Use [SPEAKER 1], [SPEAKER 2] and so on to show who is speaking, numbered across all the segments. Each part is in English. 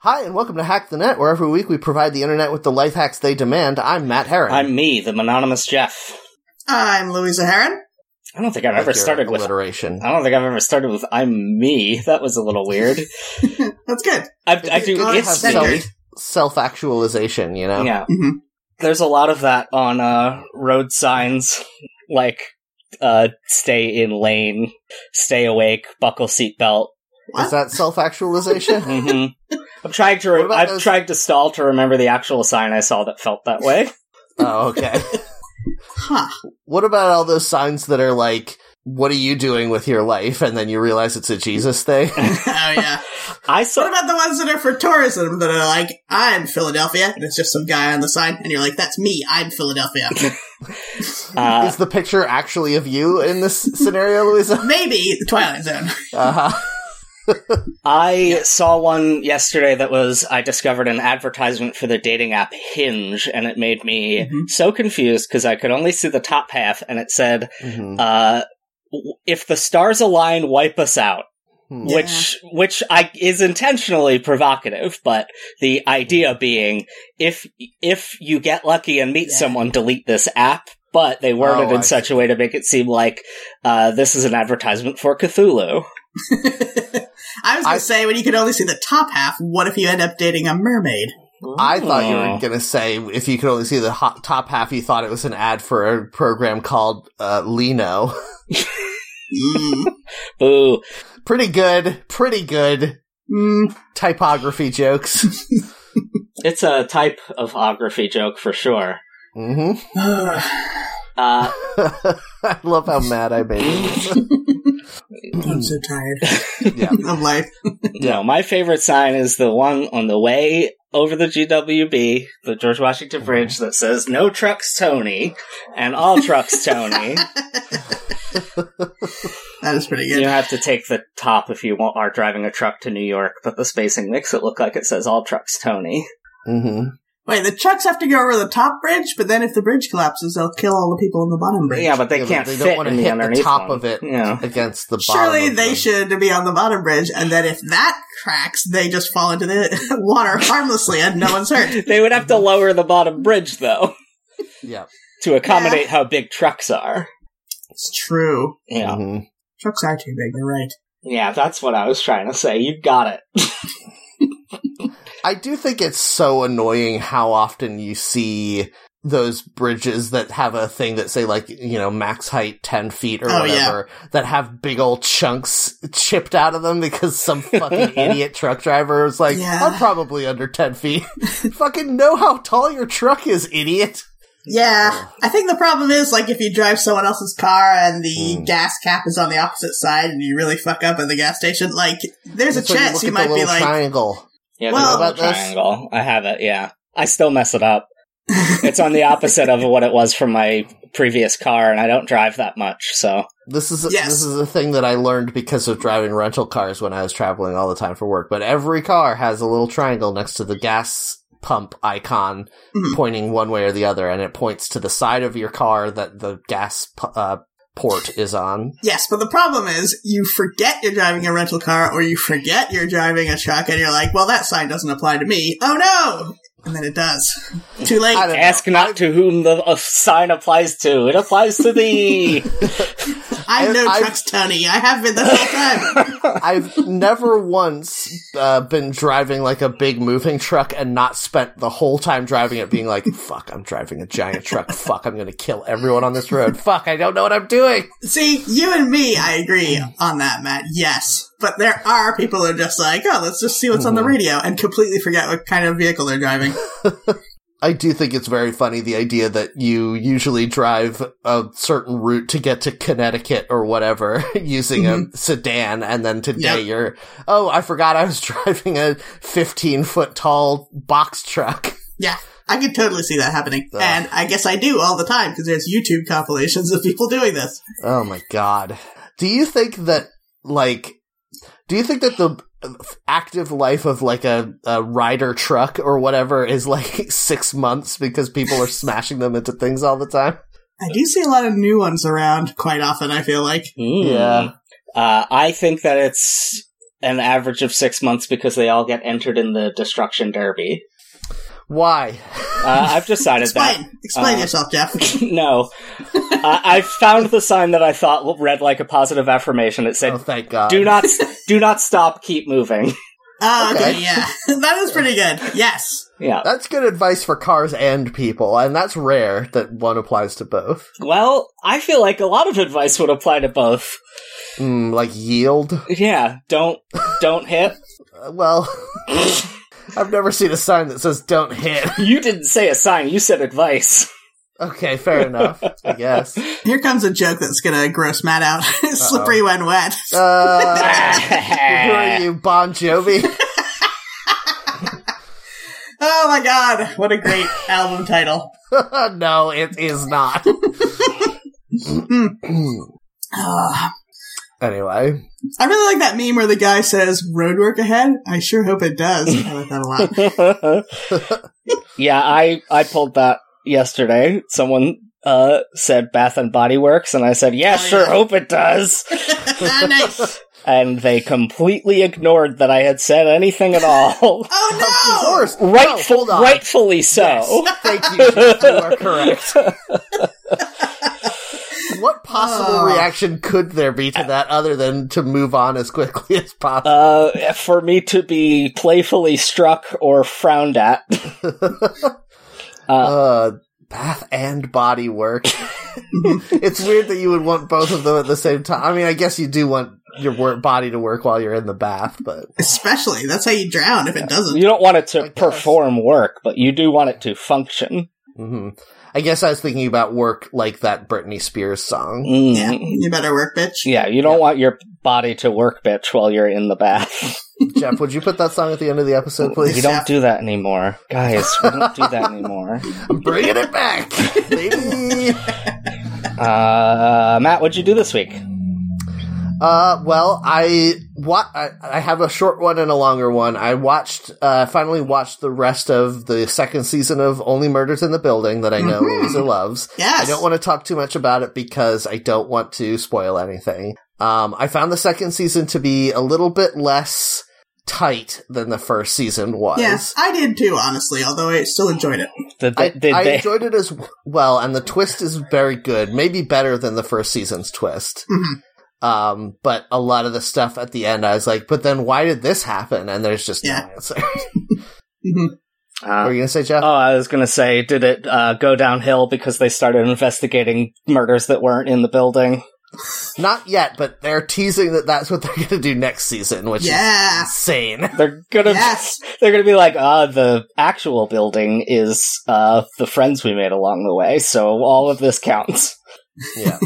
[SPEAKER 1] Hi, and welcome to Hack the Net, where every week we provide the internet with the life hacks they demand. I'm Matt Herron.
[SPEAKER 2] I'm me, the mononymous Jeff.
[SPEAKER 3] I'm Louisa Heron.
[SPEAKER 2] I don't think I've
[SPEAKER 1] Like
[SPEAKER 2] ever
[SPEAKER 1] your
[SPEAKER 2] started with.
[SPEAKER 1] alliteration.
[SPEAKER 2] I don't think I've ever started with "I'm me." That was a little weird.
[SPEAKER 3] That's good.
[SPEAKER 2] I, I do.
[SPEAKER 3] Gotta
[SPEAKER 2] It's
[SPEAKER 3] have
[SPEAKER 2] me.
[SPEAKER 3] standards.
[SPEAKER 1] Self actualization, you know?
[SPEAKER 2] Yeah.
[SPEAKER 3] Mhm.
[SPEAKER 2] There's a lot of that on uh, road signs, like uh, "Stay in lane," "Stay awake," "Buckle seatbelt."
[SPEAKER 1] Is that self actualization?
[SPEAKER 2] hmm I'm trying to.
[SPEAKER 1] What
[SPEAKER 2] Re-
[SPEAKER 1] about
[SPEAKER 2] I've
[SPEAKER 1] those-
[SPEAKER 2] tried to stall to remember the actual sign I saw that felt that way.
[SPEAKER 1] oh, okay.
[SPEAKER 3] Huh.
[SPEAKER 1] What about all those signs that are like, what are you doing with your life? And then you realize it's a Jesus thing.
[SPEAKER 3] Oh yeah.
[SPEAKER 2] I saw.
[SPEAKER 3] what about the ones that are for tourism that are like, I'm Philadelphia, and it's just some guy on the sign, and you're like, that's me, I'm Philadelphia.
[SPEAKER 2] Uh,
[SPEAKER 1] Is the picture actually of you in this scenario, Louisa?
[SPEAKER 3] Maybe the Twilight Zone.
[SPEAKER 1] Uh-huh.
[SPEAKER 2] I saw one yesterday that was I discovered an advertisement for the dating app Hinge, and it made me
[SPEAKER 1] Mm-hmm.
[SPEAKER 3] Mhm.
[SPEAKER 2] so confused because I could only see the top half, and it said,
[SPEAKER 1] Mhm.
[SPEAKER 2] uh, w- "If the stars align, wipe us out,"
[SPEAKER 1] Hmm.
[SPEAKER 3] Yeah.
[SPEAKER 2] which which I is intentionally provocative, but the
[SPEAKER 1] Hmm.
[SPEAKER 2] idea being, if if you get lucky and meet
[SPEAKER 3] Yeah.
[SPEAKER 2] someone, delete this app. But they worded
[SPEAKER 1] Oh,
[SPEAKER 2] in
[SPEAKER 1] I
[SPEAKER 2] such a way to make it seem like uh, this is an advertisement for Cthulhu.
[SPEAKER 3] I was gonna
[SPEAKER 1] I-
[SPEAKER 3] say when you could only see the top half, what if you end up dating a mermaid?
[SPEAKER 1] I thought you
[SPEAKER 2] Oh.
[SPEAKER 1] were going to say if you could only see the hot, top half, you thought it was an ad for a program called uh, Lino.
[SPEAKER 3] Mm.
[SPEAKER 2] Boo.
[SPEAKER 1] pretty good, pretty good
[SPEAKER 3] Mm.
[SPEAKER 1] typography jokes.
[SPEAKER 2] It's a type of ography joke for sure.
[SPEAKER 1] hmm
[SPEAKER 2] Uh,
[SPEAKER 1] I love how mad I made it.
[SPEAKER 3] I'm so tired
[SPEAKER 1] yeah,
[SPEAKER 3] of life.
[SPEAKER 2] no, my favorite sign is the one on the way over the GWB, the George Washington Bridge, that says "No trucks, Tony," and "All trucks, Tony."
[SPEAKER 3] That is pretty good.
[SPEAKER 2] you have to take the top if you wa- are driving a truck to New York, but the spacing makes it look like it says "All trucks, Tony."
[SPEAKER 1] hmm
[SPEAKER 3] Wait, the trucks have to go over the top bridge, but then if the bridge collapses, they'll kill all the people on the bottom bridge.
[SPEAKER 2] Yeah, but they
[SPEAKER 1] Yeah, but
[SPEAKER 2] can't
[SPEAKER 1] they don't
[SPEAKER 2] fit
[SPEAKER 1] wanna
[SPEAKER 2] in the
[SPEAKER 1] hit the
[SPEAKER 2] underneath
[SPEAKER 1] top
[SPEAKER 2] one.
[SPEAKER 1] of it.
[SPEAKER 2] Yeah.
[SPEAKER 1] against the bottom.
[SPEAKER 3] Surely
[SPEAKER 1] of
[SPEAKER 3] they
[SPEAKER 1] them.
[SPEAKER 3] should be on the bottom bridge, and then if that cracks, they just fall into the water harmlessly and no one's hurt.
[SPEAKER 2] They would
[SPEAKER 1] Mm-hmm.
[SPEAKER 2] have to lower the bottom bridge though
[SPEAKER 1] Yeah.
[SPEAKER 2] to accommodate how big trucks are.
[SPEAKER 3] It's true.
[SPEAKER 2] Yeah,
[SPEAKER 1] hmm
[SPEAKER 3] Trucks are too big, you're right.
[SPEAKER 2] yeah, that's what I was trying to say. You got it.
[SPEAKER 1] I do think it's so annoying how often you see those bridges that have a thing that say like you know max height 10 feet or
[SPEAKER 3] Oh, yeah.
[SPEAKER 1] whatever that have big old chunks chipped out of them because some fucking idiot truck driver is like
[SPEAKER 3] Yeah.
[SPEAKER 1] i'm probably under 10 feet fucking know how tall your truck is idiot
[SPEAKER 3] Yeah. I think the problem is, like, if you drive someone else's car and the
[SPEAKER 1] Mm.
[SPEAKER 3] gas cap is on the opposite side and you really fuck up at the gas station, like, there's a
[SPEAKER 1] That's why
[SPEAKER 3] chance
[SPEAKER 1] look
[SPEAKER 3] you
[SPEAKER 1] at the
[SPEAKER 3] might be
[SPEAKER 1] little
[SPEAKER 3] like,
[SPEAKER 1] triangle
[SPEAKER 2] Yeah,
[SPEAKER 3] Well-
[SPEAKER 2] the
[SPEAKER 1] About
[SPEAKER 2] little
[SPEAKER 1] this?
[SPEAKER 2] triangle. I have it. Yeah, I still mess it up. It's on the opposite of what it was from my previous car, and I don't drive that much. So
[SPEAKER 1] This is
[SPEAKER 3] Yes.
[SPEAKER 1] this is a thing that I learned because of driving rental cars when I was traveling all the time for work. But every car has a little triangle next to the gas pump icon
[SPEAKER 3] Mhm.
[SPEAKER 1] pointing one way or the other, and it points to the side of your car that the gas pu- uh, port is on.
[SPEAKER 3] Yes, but the problem is you forget you're driving a rental car or you forget you're driving a truck and you're like, well, that sign doesn't apply to me. Oh no! And then it does. Too late.
[SPEAKER 1] I don't-
[SPEAKER 2] ask not to whom the uh, sign applies to; it applies to thee.
[SPEAKER 3] I know
[SPEAKER 1] I-
[SPEAKER 3] trucks, Tony. I have been this whole time.
[SPEAKER 2] Hmm.
[SPEAKER 1] I've never once uh, been driving like a big moving truck and not spent the whole time driving it being like, fuck, I'm driving a giant truck. Fuck, I'm going to kill everyone on this road. Fuck, I don't know what I'm doing.
[SPEAKER 3] See, you and me, I agree on that, Matt. Yes. But there are people who are just like, oh, let's just see what's on the
[SPEAKER 2] Mm-hmm.
[SPEAKER 3] radio and completely forget what kind of vehicle they're driving.
[SPEAKER 1] I do think it's very funny the idea that you usually drive a certain route to get to Connecticut or whatever using a sedan, and then today
[SPEAKER 3] Yep.
[SPEAKER 1] you're, oh, I forgot I was driving a 15 foot tall box truck.
[SPEAKER 3] Yeah. I could totally see that happening.
[SPEAKER 1] Ugh.
[SPEAKER 3] And I guess I do all the time because there's YouTube compilations of people doing this.
[SPEAKER 1] Oh my god. Do you think that, like, do you think that the active life of like a, a rider truck or whatever is like six months because people are smashing them into things all the time?
[SPEAKER 3] I do see a lot of new ones around quite often, I feel like.
[SPEAKER 2] Hmm.
[SPEAKER 1] Yeah.
[SPEAKER 2] Uh, I think that it's an average of six months because they all get entered in the destruction derby.
[SPEAKER 1] Why?
[SPEAKER 2] Uh, I've decided that.
[SPEAKER 3] Explain. Explain
[SPEAKER 2] Uh,
[SPEAKER 3] yourself, Jeff.
[SPEAKER 2] No, uh, I found the sign that I thought read like a positive affirmation. It said,
[SPEAKER 1] oh, thank God.
[SPEAKER 2] "Do not, do not stop, keep moving."
[SPEAKER 3] Oh, okay.
[SPEAKER 1] okay.
[SPEAKER 3] yeah. that is pretty good. Yes.
[SPEAKER 2] Yeah.
[SPEAKER 1] That's good advice for cars and people, and that's rare that one applies to both.
[SPEAKER 2] Well, I feel like a lot of advice would apply to both.
[SPEAKER 1] Mm, like yield.
[SPEAKER 2] Yeah, don't don't hit.
[SPEAKER 1] Uh, Well, I've never seen a sign that says "Don't hit."
[SPEAKER 2] You didn't say a sign. You said advice.
[SPEAKER 1] Okay, fair enough. I guess.
[SPEAKER 3] Here comes a joke that's gonna gross Matt out. Slippery when wet.
[SPEAKER 1] Uh, who are
[SPEAKER 2] I
[SPEAKER 1] you, Bon Jovi?
[SPEAKER 3] Oh my god, what a great album title.
[SPEAKER 1] no, it is not.
[SPEAKER 3] Ah.
[SPEAKER 1] anyway,
[SPEAKER 3] I really like that meme where the guy says "road work ahead." I sure hope it does. I like that a lot.
[SPEAKER 2] yeah, I I pulled that yesterday. Someone uh said Bath and Body Works, and I said, "Yeah,
[SPEAKER 3] Oh,
[SPEAKER 2] sure,
[SPEAKER 3] yeah.
[SPEAKER 2] hope it does."
[SPEAKER 3] Ah, nice.
[SPEAKER 2] And they completely ignored that I had said anything at all.
[SPEAKER 1] of
[SPEAKER 3] Oh
[SPEAKER 1] course. No,
[SPEAKER 2] Rightful,
[SPEAKER 1] hold on.
[SPEAKER 2] rightfully so.
[SPEAKER 1] Thank you. Jeff. You are correct. What possible
[SPEAKER 3] Oh.
[SPEAKER 1] reaction could there be to that other than to move on as quickly as possible?
[SPEAKER 2] Uh, for me to be playfully struck or frowned at. uh,
[SPEAKER 1] Uh, bath and body work. it's weird that you would want both of them at the same time. I mean, I guess you do want your wor- body to work while you're in the bath, but
[SPEAKER 3] no! Especially that's how you drown if it doesn't.
[SPEAKER 2] you don't want it
[SPEAKER 1] I
[SPEAKER 2] to
[SPEAKER 1] guess.
[SPEAKER 2] perform work, but you do want it to function.
[SPEAKER 1] hmm I guess I was thinking about work like that Britney Spears song.
[SPEAKER 2] Mm.
[SPEAKER 3] Yeah, you better work, bitch.
[SPEAKER 2] Yeah, you don't want your body to work, bitch, while you're in the bath.
[SPEAKER 1] Jeff, would you put that song at the end of the episode,
[SPEAKER 2] we
[SPEAKER 1] please?
[SPEAKER 2] don't do that anymore. Guys, we don't do that anymore.
[SPEAKER 1] I'm bringing it back, baby.
[SPEAKER 2] Uh, Matt, what'd you do this week?
[SPEAKER 1] Uh, well, I what I, I have a short one and a longer one. I watched, uh, finally watched the rest of the second season of Only Murders in the Building that I know
[SPEAKER 3] Mhm.
[SPEAKER 1] Louisa loves.
[SPEAKER 3] Yes.
[SPEAKER 1] I don't want to talk too much about it because I don't want to spoil anything. Um, I found the second season to be a little bit less tight than the first season was.
[SPEAKER 3] Yes, I did too, honestly. Although I still enjoyed it.
[SPEAKER 2] Did they,
[SPEAKER 1] I,
[SPEAKER 2] did
[SPEAKER 1] I
[SPEAKER 2] they-
[SPEAKER 1] enjoyed it as well, and the twist is very good, maybe better than the first season's twist.
[SPEAKER 3] Mhm.
[SPEAKER 1] Um, but a lot of the stuff at the end, I was like, but then why did this happen? And there's just
[SPEAKER 3] Yeah.
[SPEAKER 1] no answer.
[SPEAKER 3] Mhm.
[SPEAKER 1] Were
[SPEAKER 2] Uh,
[SPEAKER 1] you gonna say, Jeff?
[SPEAKER 2] oh, I was going to say, did it uh, go downhill because they started investigating murders that weren't in the building?
[SPEAKER 1] Not yet, but they're teasing that that's what they're gonna do next season, which is
[SPEAKER 3] Yeah.
[SPEAKER 1] insane.
[SPEAKER 2] They're gonna
[SPEAKER 3] Yes.
[SPEAKER 2] they're gonna be like, ah, the actual building is uh the friends we made along the way, so all of this counts.
[SPEAKER 1] yeah.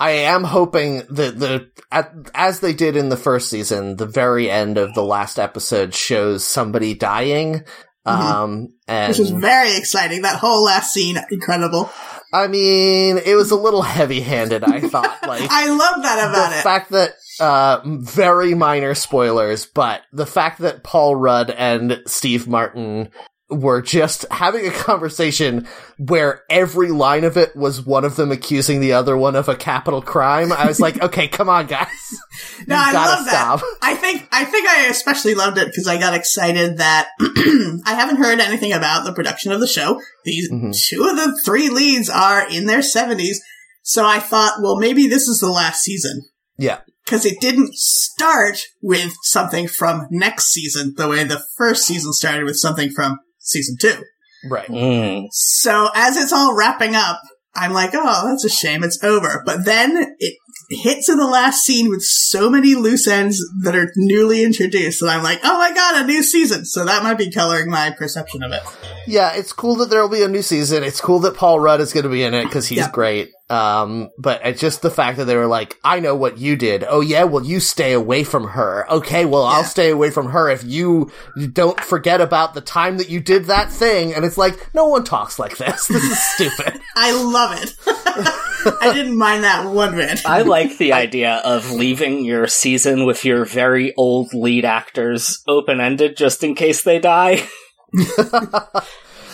[SPEAKER 1] I am hoping that the at, as they did in the first season, the very end of the last episode shows somebody dying. Um, and
[SPEAKER 3] Mm-hmm. Which was very exciting. That whole last scene, incredible.
[SPEAKER 1] I mean, it was a little heavy-handed. I thought, like
[SPEAKER 3] I love that about
[SPEAKER 1] the
[SPEAKER 3] it.
[SPEAKER 1] fact that uh, very minor spoilers, but the fact that Paul Rudd and Steve Martin were just having a conversation where every line of it was one of them accusing the other one of a capital crime. I was like, okay, come on, guys, you
[SPEAKER 3] No, I
[SPEAKER 1] gotta
[SPEAKER 3] love that.
[SPEAKER 1] stop.
[SPEAKER 3] I think I think I especially loved it because I got excited that I haven't heard anything about the production of the show. These
[SPEAKER 1] Mhm.
[SPEAKER 3] two of the three leads are in their seventies, so I thought, well, maybe this is the last season.
[SPEAKER 1] Yeah.
[SPEAKER 3] because it didn't start with something from next season the way the first season started with something from season two.
[SPEAKER 1] Right.
[SPEAKER 2] Mm.
[SPEAKER 3] So as it's all wrapping up, I'm like, oh, that's a shame. It's over. But then it hits in the last scene with so many loose ends that are newly introduced. And I'm like, oh my God, a new season. So that might be coloring my perception of it.
[SPEAKER 1] Yeah, it's cool that there will be a new season. It's cool that Paul Rudd is going to be in it because he's
[SPEAKER 3] Yeah.
[SPEAKER 1] great. Um, but it's just the fact that they were like, "I know what you did." Oh yeah, well you stay away from her. Okay, well I'll
[SPEAKER 3] Yeah.
[SPEAKER 1] stay away from her if you don't forget about the time that you did that thing. And it's like, no one talks like this. This is stupid.
[SPEAKER 3] I love it. I didn't mind that one bit.
[SPEAKER 2] I like the idea of leaving your season with your very old lead actors open ended just in case they die.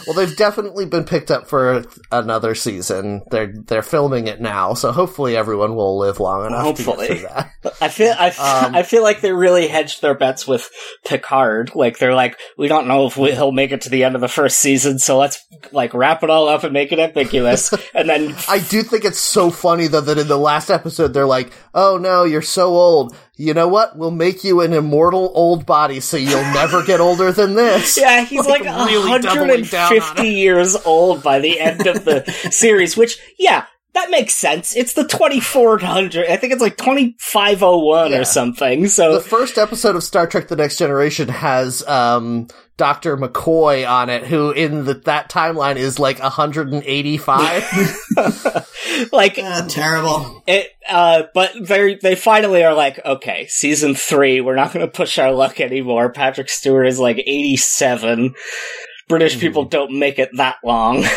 [SPEAKER 1] Well, they've definitely been picked up for another season. They're they're filming it now, so hopefully everyone will live long enough
[SPEAKER 2] Hopefully.
[SPEAKER 1] to get through that.
[SPEAKER 2] I feel I, f-
[SPEAKER 1] Um,
[SPEAKER 2] I feel like they really hedged their bets with Picard. Like they're like, we don't know if we, he'll make it to the end of the first season, so let's like wrap it all up and make it ambiguous. and then
[SPEAKER 1] I do think it's so funny though that in the last episode they're like, "Oh no, you're so old. You know what? We'll make you an immortal old body, so you'll never get older than this."
[SPEAKER 2] yeah, he's like,
[SPEAKER 4] Like, really doubling down on
[SPEAKER 2] 150 years old by the end of the series. Which yeah, that makes sense. It's the 2400. I think it's like 2501
[SPEAKER 1] Yeah.
[SPEAKER 2] or something.
[SPEAKER 1] The
[SPEAKER 2] So
[SPEAKER 1] first episode of Star Trek: The Next Generation has um, Doctor McCoy on it, who in the, that timeline is like 185.
[SPEAKER 2] like
[SPEAKER 3] Uh, terrible.
[SPEAKER 2] It, uh, but they they finally are like, okay, season three, we're not going to push our luck anymore. Patrick Stewart is like eighty seven. British
[SPEAKER 4] Hmm.
[SPEAKER 2] people don't make it that long.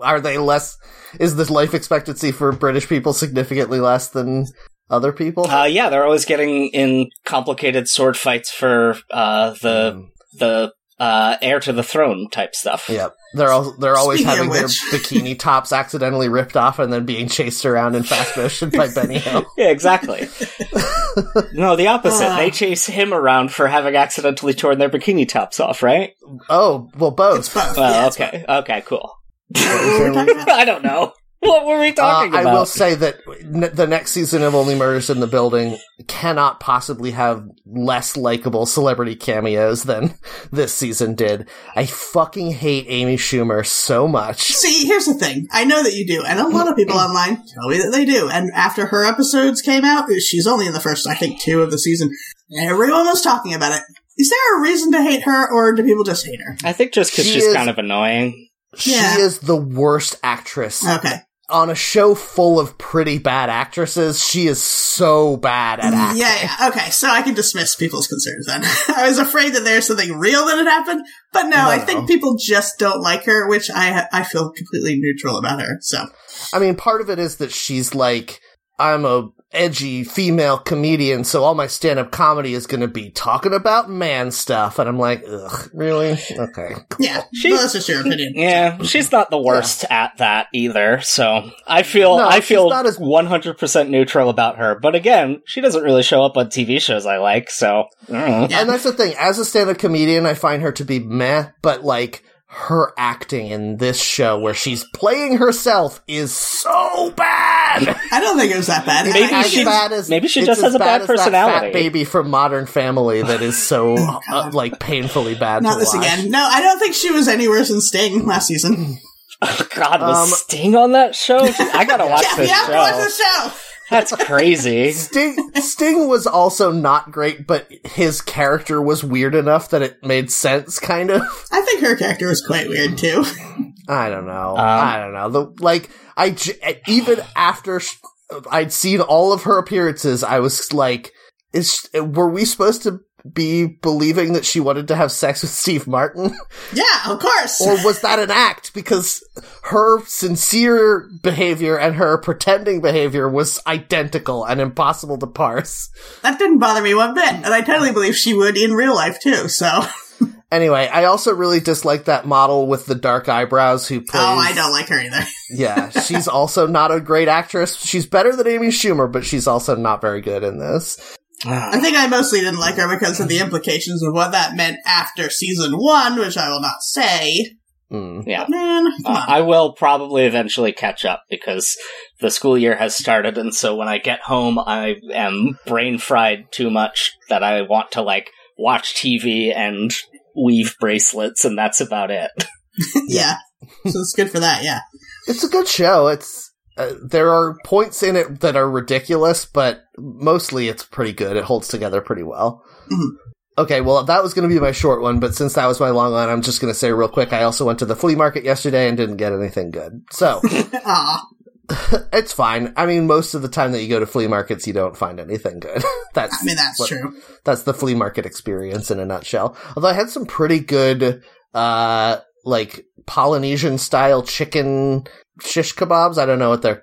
[SPEAKER 1] Are they less? Is the life expectancy for British people significantly less than other people?
[SPEAKER 2] Uh, yeah, they're always getting in complicated sword fights for uh, the
[SPEAKER 1] Mm,
[SPEAKER 2] the uh, heir to the throne type stuff.
[SPEAKER 1] yeah, they're all they're always
[SPEAKER 3] Speaking of
[SPEAKER 1] having their
[SPEAKER 3] which-
[SPEAKER 1] bikini tops accidentally ripped off and then being chased around in fast motion by Benny Hill.
[SPEAKER 2] Yeah, exactly. no, the opposite.
[SPEAKER 3] Ah.
[SPEAKER 2] They chase him around for having accidentally torn their bikini tops off, right?
[SPEAKER 1] Oh, well,
[SPEAKER 3] It's
[SPEAKER 1] both.
[SPEAKER 3] both.
[SPEAKER 2] Well,
[SPEAKER 3] yeah, it's
[SPEAKER 2] okay, okay, cool.
[SPEAKER 3] both. What were we talking about?
[SPEAKER 2] I don't know. What were we
[SPEAKER 1] Uh,
[SPEAKER 2] talking
[SPEAKER 1] I
[SPEAKER 2] about?
[SPEAKER 1] will say that n- the next season of Only Murders in the Building cannot possibly have less likable celebrity cameos than this season did. I fucking hate Amy Schumer so much.
[SPEAKER 3] See, here's the thing. I know that you do, and a lot of people online tell me that they do. And after her episodes came out, she's only in the first, I think, two of the season. Everyone was talking about it. Is there a reason to hate her, or do people just hate her?
[SPEAKER 2] I think just because
[SPEAKER 1] She
[SPEAKER 2] she's
[SPEAKER 1] is-
[SPEAKER 2] kind of annoying.
[SPEAKER 1] She
[SPEAKER 3] Yeah. Uh,
[SPEAKER 1] is the worst actress
[SPEAKER 3] Okay.
[SPEAKER 1] on a show full of pretty bad actresses, she is so bad at
[SPEAKER 3] Yeah,
[SPEAKER 1] acting.
[SPEAKER 3] yeah. Okay, so I can dismiss people's concerns then. I was afraid that there's something real that had happened, but no,
[SPEAKER 1] No,
[SPEAKER 3] I
[SPEAKER 1] no.
[SPEAKER 3] think people just don't like her, which I I feel completely neutral about her. So
[SPEAKER 1] I mean, part of it is that she's like, I'm a edgy female comedian, so all my stand up comedy is going to be talking about man stuff, and I'm like, ugh, really? Okay.
[SPEAKER 3] yeah,
[SPEAKER 2] She-
[SPEAKER 3] well, that's just your opinion.
[SPEAKER 2] Yeah, she's not the worst at that either. So I feel
[SPEAKER 1] No,
[SPEAKER 2] I
[SPEAKER 1] she's
[SPEAKER 2] feel
[SPEAKER 1] not as-
[SPEAKER 2] one hundred percent neutral about her. But again, she doesn't really show up on TV shows I like. So I don't know.
[SPEAKER 3] Yeah.
[SPEAKER 1] And that's the thing. As a stand up comedian, I find her to be meh, but like her acting in this show where she's playing herself is so bad.
[SPEAKER 3] I don't think it was that bad.
[SPEAKER 2] Maybe
[SPEAKER 3] I- I-
[SPEAKER 1] as
[SPEAKER 2] she-
[SPEAKER 1] bad as-
[SPEAKER 2] maybe she
[SPEAKER 1] it's
[SPEAKER 2] just
[SPEAKER 1] as
[SPEAKER 2] has a bad
[SPEAKER 1] as that
[SPEAKER 2] personality. Oh,
[SPEAKER 1] fat baby from Modern Family that is so uh,
[SPEAKER 3] God.
[SPEAKER 1] like painfully bad.
[SPEAKER 3] not
[SPEAKER 1] to
[SPEAKER 3] this
[SPEAKER 1] watch.
[SPEAKER 3] again. No, I don't think she was any worse than Sting last season.
[SPEAKER 2] Oh, God, was
[SPEAKER 1] Um,
[SPEAKER 2] Sting on that show? I gotta watch
[SPEAKER 3] yeah,
[SPEAKER 2] this
[SPEAKER 3] yeah,
[SPEAKER 2] show.
[SPEAKER 3] watch the show.
[SPEAKER 2] That's crazy.
[SPEAKER 1] Sting Sting was also not great, but his character was weird enough that it made sense. Kind of.
[SPEAKER 3] I think her character was quite weird too.
[SPEAKER 1] I don't know. I don't know. The like I j- even after sh- I'd seen all of her appearances, I was like, is were we supposed to? Be believing that she wanted to have sex with Steve Martin?
[SPEAKER 3] yeah, of course.
[SPEAKER 1] or was that an act because her sincere behavior and her pretending behavior was identical and impossible to parse
[SPEAKER 3] that didn't bother me one bit, and I totally believe she would in real life too. So
[SPEAKER 1] anyway i also really dislike that model with the dark eyebrows who plays
[SPEAKER 3] oh, I don't like her either.
[SPEAKER 1] yeah she's also not a great actress she's better than amy schumer but she's also not very good in this
[SPEAKER 3] I think I mostly didn't like her because of the implications of what that meant after season one, which I will not say.
[SPEAKER 1] Mm.
[SPEAKER 2] Yeah.
[SPEAKER 3] Man, come
[SPEAKER 2] Uh,
[SPEAKER 3] on.
[SPEAKER 2] I will probably eventually catch up because the school year has started, and so when I get home, I am brain fried too much that I want to like watch TV and weave bracelets, and that's about it.
[SPEAKER 3] yeah. so it's good for that, yeah.
[SPEAKER 1] it's a good show it's uh, there are points in it that are ridiculous, but mostly it's pretty good. It holds together pretty well.
[SPEAKER 3] Mhm.
[SPEAKER 1] Okay, well, that was going to be my short one, but since that was my long one, I'm just going to say real quick I also went to the flea market yesterday and didn't get anything good. So,
[SPEAKER 3] Aw.
[SPEAKER 1] it's fine. I mean, most of the time that you go to flea markets, you don't find anything good. that's
[SPEAKER 3] I mean, that's
[SPEAKER 1] what-
[SPEAKER 3] true.
[SPEAKER 1] that's the flea market experience in a nutshell. Although I had some pretty good, uh, like Polynesian style chicken shish kebabs. I don't know what they're,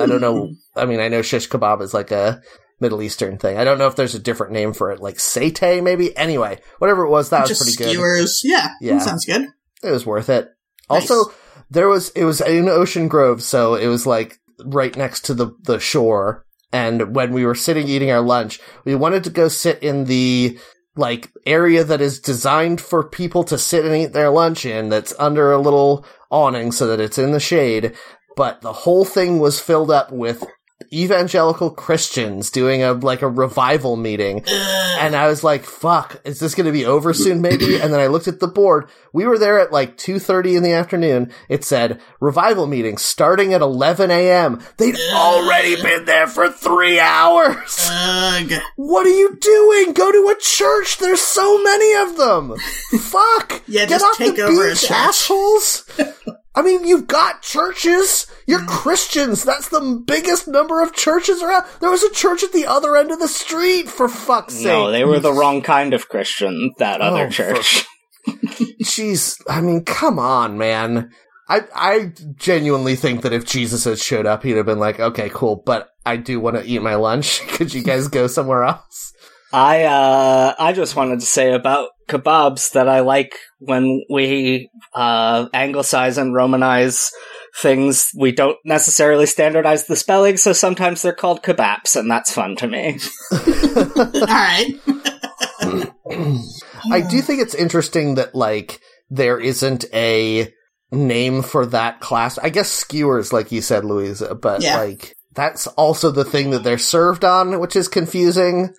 [SPEAKER 1] I don't know. I mean, I know shish kebab is like a Middle Eastern thing. I don't know if there's a different name for it, like satay maybe. Anyway, whatever it was, that was
[SPEAKER 3] Just
[SPEAKER 1] pretty good.
[SPEAKER 3] skewers. Yeah,
[SPEAKER 1] Yeah.
[SPEAKER 3] That sounds good.
[SPEAKER 1] It was worth it. Also, there was it was in Ocean Grove, so it was like right next to the the shore. And when we were sitting eating our lunch, we wanted to go sit in the like area that is designed for people to sit and eat their lunch in. That's under a little awning so that it's in the shade. But the whole thing was filled up with evangelical Christians doing a like a revival meeting, and I was like, "Fuck, is this going to be over soon? Maybe." And then I looked at the board. We were there at like two thirty in the afternoon. It said revival meeting starting at eleven a.m. They'd already been there for three hours.
[SPEAKER 3] Ugh.
[SPEAKER 1] What are you doing? Go to a church. There's so many of them. Fuck.
[SPEAKER 3] Yeah,
[SPEAKER 1] Get
[SPEAKER 3] just
[SPEAKER 1] off
[SPEAKER 3] take
[SPEAKER 1] the
[SPEAKER 3] over a
[SPEAKER 1] beach,
[SPEAKER 3] church.
[SPEAKER 1] assholes. I mean, you've got churches.
[SPEAKER 3] Mm.
[SPEAKER 1] You're Christians. That's the biggest number of churches around. There was a church at the other end of the street. For fuck's sake.
[SPEAKER 2] No, they were the wrong kind of Christian, that
[SPEAKER 1] Oh,
[SPEAKER 2] other church.
[SPEAKER 1] Jeez. I mean, come on, man. I I genuinely think that if Jesus had showed up, he'd have been like, "Okay, cool, but I do want to eat my lunch. Could you guys go somewhere else?"
[SPEAKER 2] I uh I just wanted to say about kebabs that I like when we uh anglicize and romanize things we don't necessarily standardize the spelling so sometimes they're called kebabs and that's fun to me
[SPEAKER 3] All right.
[SPEAKER 1] I do think it's interesting that like there isn't a name for that class. I guess skewers, like you said, Louisa, but
[SPEAKER 3] Yeah.
[SPEAKER 1] like that's also the thing that they're served on, which is confusing.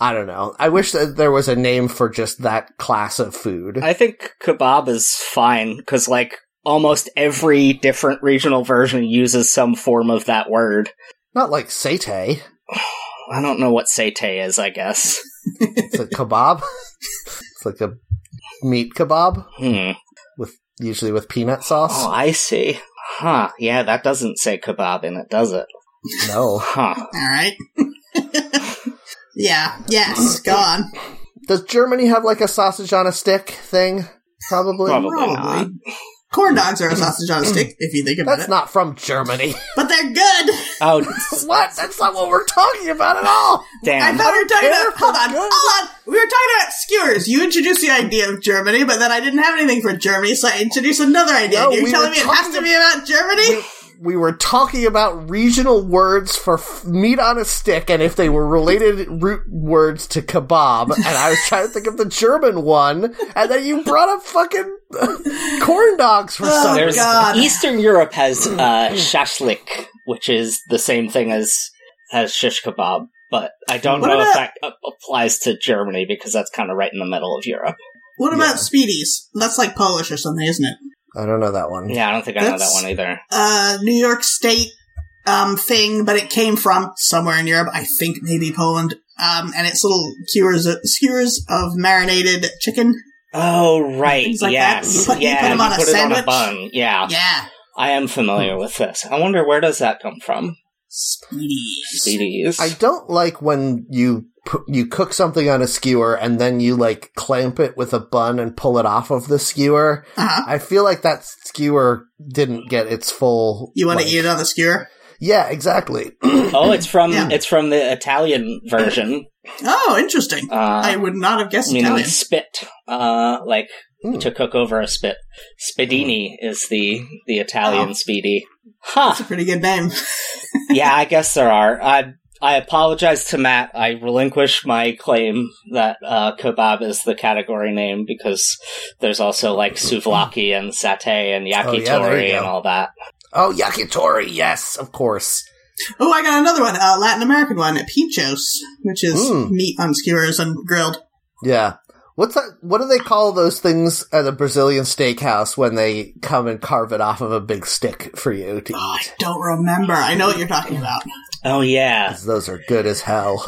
[SPEAKER 1] I don't know. I wish that there was a name for just that class of food.
[SPEAKER 2] I think kebab is fine because, like, almost every different regional version uses some form of that word.
[SPEAKER 1] Not like satay.
[SPEAKER 2] I don't know what satay is. I guess.
[SPEAKER 1] It's a kebab. it's like a meat kebab,
[SPEAKER 2] Hmm.
[SPEAKER 1] usually with peanut sauce.
[SPEAKER 2] Oh, I see. Huh. Yeah, that doesn't say kebab in it, does it?
[SPEAKER 1] No.
[SPEAKER 2] Huh.
[SPEAKER 3] All right. yeah. Yes. Gone.
[SPEAKER 1] Does Germany have like a sausage on a stick thing? Probably.
[SPEAKER 2] Probably. not.
[SPEAKER 3] Corn dogs are a sausage on a stick, if you think about
[SPEAKER 1] Mm. That's
[SPEAKER 3] it.
[SPEAKER 1] not from Germany.
[SPEAKER 3] but they're good.
[SPEAKER 2] Oh,
[SPEAKER 1] What? That's not what we're talking about at all.
[SPEAKER 3] I
[SPEAKER 2] damn.
[SPEAKER 3] thought we were talking
[SPEAKER 1] they're
[SPEAKER 3] about. Hold on.
[SPEAKER 1] good.
[SPEAKER 3] Hold on. We were talking about skewers. You introduced the idea of Germany, but then I didn't have anything for Germany, so I introduced another idea.
[SPEAKER 1] No,
[SPEAKER 3] You're
[SPEAKER 1] we
[SPEAKER 3] telling
[SPEAKER 1] were
[SPEAKER 3] me it has
[SPEAKER 1] talking
[SPEAKER 3] to be about Germany?
[SPEAKER 1] We were talking about regional words for f- meat on a stick and if they were related root words to kebab. And I was trying to think of the German one, and then you brought up fucking corn dogs for
[SPEAKER 3] Oh,
[SPEAKER 1] some
[SPEAKER 2] There's
[SPEAKER 1] reason.
[SPEAKER 3] God.
[SPEAKER 2] Eastern Europe has uh, shashlik, which is the same thing as as shish kebab, but I don't
[SPEAKER 3] What
[SPEAKER 2] know if
[SPEAKER 3] about-
[SPEAKER 2] that uh, applies to Germany because that's kind of right in the middle of Europe.
[SPEAKER 3] What about
[SPEAKER 1] Yeah.
[SPEAKER 3] Speedies? That's like Polish or something, isn't it?
[SPEAKER 1] I don't know that one.
[SPEAKER 2] Yeah, I don't think I know that
[SPEAKER 3] That's-
[SPEAKER 2] one either.
[SPEAKER 3] uh, New York State um, thing, but it came from somewhere in Europe, I think maybe Poland. Um, and it's little skewers, skewers of marinated chicken.
[SPEAKER 2] Oh right,
[SPEAKER 3] Things like that.
[SPEAKER 2] yes,
[SPEAKER 3] You put- you
[SPEAKER 2] yeah.
[SPEAKER 3] put 'em on a
[SPEAKER 2] it on a
[SPEAKER 3] sandwich.
[SPEAKER 2] bun.
[SPEAKER 1] Ah.
[SPEAKER 2] Yeah.
[SPEAKER 3] Yeah,
[SPEAKER 2] I am familiar with this. I wonder where does that come from?
[SPEAKER 3] speedies.
[SPEAKER 2] CDs.
[SPEAKER 1] I don't like when you pu- you cook something on a skewer and then you like clamp it with a bun and pull it off of the skewer.
[SPEAKER 3] Uh-huh.
[SPEAKER 1] I feel like that skewer didn't get its full.
[SPEAKER 3] You want
[SPEAKER 1] like-
[SPEAKER 3] to eat it on the skewer?
[SPEAKER 1] Yeah, exactly.
[SPEAKER 2] oh, it's from
[SPEAKER 3] Yeah.
[SPEAKER 2] it's from the Italian version.
[SPEAKER 3] Oh, interesting.
[SPEAKER 1] Uh-huh.
[SPEAKER 3] I
[SPEAKER 2] Uh,
[SPEAKER 3] would not have guessed
[SPEAKER 2] meaning
[SPEAKER 3] Italian.
[SPEAKER 2] spit, uh, like
[SPEAKER 1] Hmm.
[SPEAKER 2] to cook over a spit. Spedini is the the
[SPEAKER 1] Oh.
[SPEAKER 2] Italian speedy. Huh.
[SPEAKER 3] That's a pretty good name.
[SPEAKER 2] yeah, I guess there are. I I apologize to Matt. I relinquish my claim that uh, kebab is the category name because there's also like souvlaki and satay and
[SPEAKER 1] Oh,
[SPEAKER 2] yakitori
[SPEAKER 1] yeah, there you go.
[SPEAKER 2] and all that.
[SPEAKER 1] Oh, yakitori, yes, of course.
[SPEAKER 3] Oh, I got another one, a Latin American one, pinchos, which is
[SPEAKER 1] Mm.
[SPEAKER 3] meat on skewers and grilled.
[SPEAKER 1] Yeah. What's that? What do they call those things at a Brazilian steakhouse when they come and carve it off of a big stick for you to
[SPEAKER 3] Oh, I
[SPEAKER 1] eat?
[SPEAKER 3] don't remember. I know what you're talking about.
[SPEAKER 2] Oh yeah.
[SPEAKER 1] 'Cause Those are good as hell.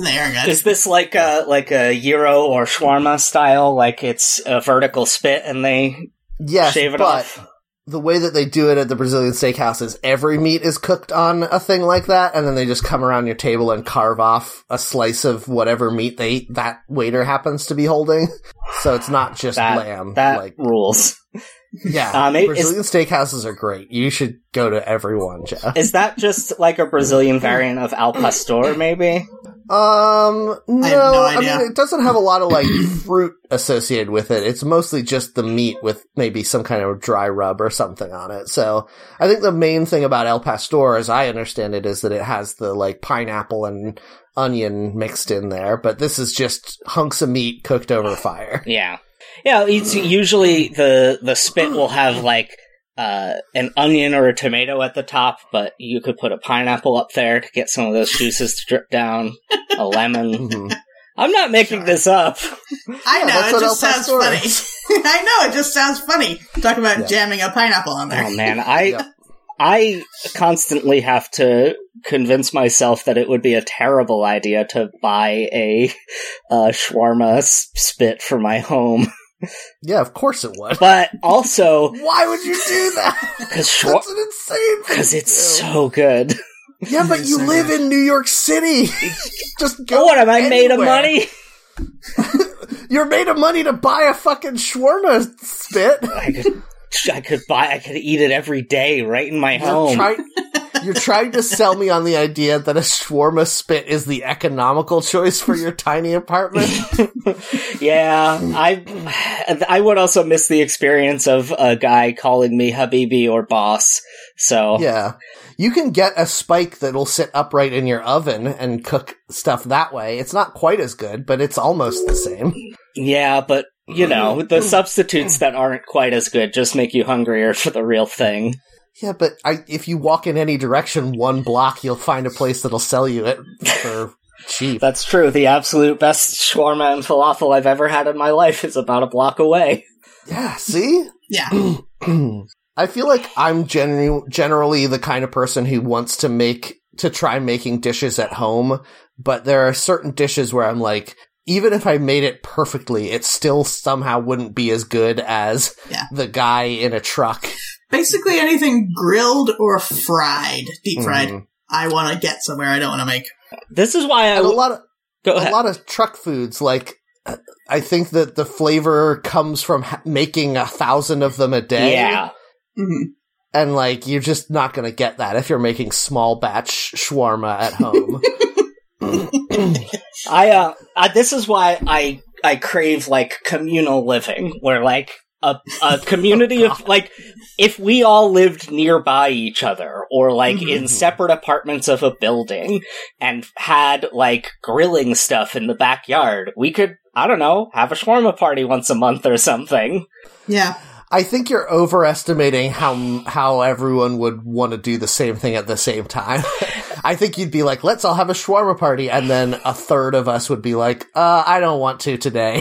[SPEAKER 3] they are good.
[SPEAKER 2] Is this like a like a gyro or shawarma style? Like it's a vertical spit and they
[SPEAKER 1] yes,
[SPEAKER 2] shave it
[SPEAKER 1] but
[SPEAKER 2] off.
[SPEAKER 1] the way that they do it at the Brazilian steakhouse is every meat is cooked on a thing like that, and then they just come around your table and carve off a slice of whatever meat they that waiter happens to be holding. So it's not just
[SPEAKER 2] That-
[SPEAKER 1] lamb.
[SPEAKER 2] That
[SPEAKER 1] like,
[SPEAKER 2] rules.
[SPEAKER 1] yeah,
[SPEAKER 2] Um, it- it's-
[SPEAKER 1] Brazilian steakhouses are great. You should go to every one, Jeff.
[SPEAKER 2] Is that just like a Brazilian variant of al pastor? Maybe.
[SPEAKER 1] Um, no, I,
[SPEAKER 3] have no idea.
[SPEAKER 1] mean it doesn't have a lot of like fruit associated with it. It's mostly just the meat with maybe some kind of dry rub or something on it. So I think the main thing about El Pastor, as I understand it, is that it has the like pineapple and onion mixed in there. But this is just hunks of meat cooked over fire.
[SPEAKER 2] Yeah. Yeah, it's usually the the spit will have like uh, an onion or a tomato at the top, but you could put a pineapple up there to get some of those juices to drip down. A lemon.
[SPEAKER 1] Mhm.
[SPEAKER 2] I'm not making this up.
[SPEAKER 3] I know,
[SPEAKER 1] that's
[SPEAKER 3] it
[SPEAKER 1] what
[SPEAKER 3] just
[SPEAKER 1] El
[SPEAKER 3] sounds
[SPEAKER 1] Pastor
[SPEAKER 3] funny. I know, it just sounds funny. Talking about
[SPEAKER 1] Yeah.
[SPEAKER 3] jamming a pineapple on there.
[SPEAKER 2] Oh man, I
[SPEAKER 1] Yep.
[SPEAKER 2] I constantly have to convince myself that it would be a terrible idea to buy a uh, shawarma s- spit for my home,
[SPEAKER 1] Yeah, of course it would.
[SPEAKER 2] but also
[SPEAKER 1] Why would you do that?
[SPEAKER 2] because
[SPEAKER 1] That's an insane thing.
[SPEAKER 2] because it's
[SPEAKER 1] to do.
[SPEAKER 2] so good.
[SPEAKER 1] yeah, but you
[SPEAKER 3] so
[SPEAKER 1] live in New York City. Just go.
[SPEAKER 2] what am I made of
[SPEAKER 1] anywhere.
[SPEAKER 2] money?
[SPEAKER 1] You're made of money to buy a fucking shawarma spit.
[SPEAKER 2] I could I could buy I could eat it every day right in my
[SPEAKER 1] You're
[SPEAKER 2] home.
[SPEAKER 1] trying, you're trying to sell me on the idea that a shawarma spit is the economical choice for your tiny apartment.
[SPEAKER 2] yeah, I I would also miss the experience of a guy calling me habibi or boss. So
[SPEAKER 1] yeah. You can get a spike that'll sit upright in your oven and cook stuff that way. It's not quite as good, but it's almost the same.
[SPEAKER 2] Yeah, but you
[SPEAKER 1] Mm-hmm.
[SPEAKER 2] know, the substitutes that aren't quite as good just make you hungrier for the real thing.
[SPEAKER 1] Yeah, but I, if you walk in any direction one block, you'll find a place that'll sell you it for cheap.
[SPEAKER 2] That's true. The absolute best shawarma and falafel I've ever had in my life is about a block away.
[SPEAKER 1] Yeah, see?
[SPEAKER 3] Yeah.
[SPEAKER 1] I feel like I'm genu- generally the kind of person who wants to make to try making dishes at home, but there are certain dishes where I'm like, even if I made it perfectly, it still somehow wouldn't be as good as
[SPEAKER 3] Yeah.
[SPEAKER 1] the guy in a truck.
[SPEAKER 3] Basically anything grilled or fried, deep fried,
[SPEAKER 1] Mhm.
[SPEAKER 3] I want to get somewhere I don't want to make.
[SPEAKER 2] This is why I
[SPEAKER 1] And a
[SPEAKER 2] w-
[SPEAKER 1] lot of
[SPEAKER 2] go
[SPEAKER 1] a
[SPEAKER 2] ahead.
[SPEAKER 1] lot of truck foods like. I think that the flavor comes from ha- making a thousand of them a day.
[SPEAKER 2] Yeah,
[SPEAKER 3] Mhm.
[SPEAKER 1] And like, you're just not going to get that if you're making small batch shawarma at home.
[SPEAKER 2] I uh, I this is why I I crave like communal living, where like a a community of like if we all lived nearby each other or like in
[SPEAKER 1] Mhm.
[SPEAKER 2] separate apartments of a building and had like grilling stuff in the backyard, we could I don't know have a shawarma party once a month or something.
[SPEAKER 3] Yeah.
[SPEAKER 1] I think you're overestimating how how everyone would want to do the same thing at the same time. I think you'd be like, "Let's all have a shawarma party," and then a third of us would be like, uh, "I don't want to today."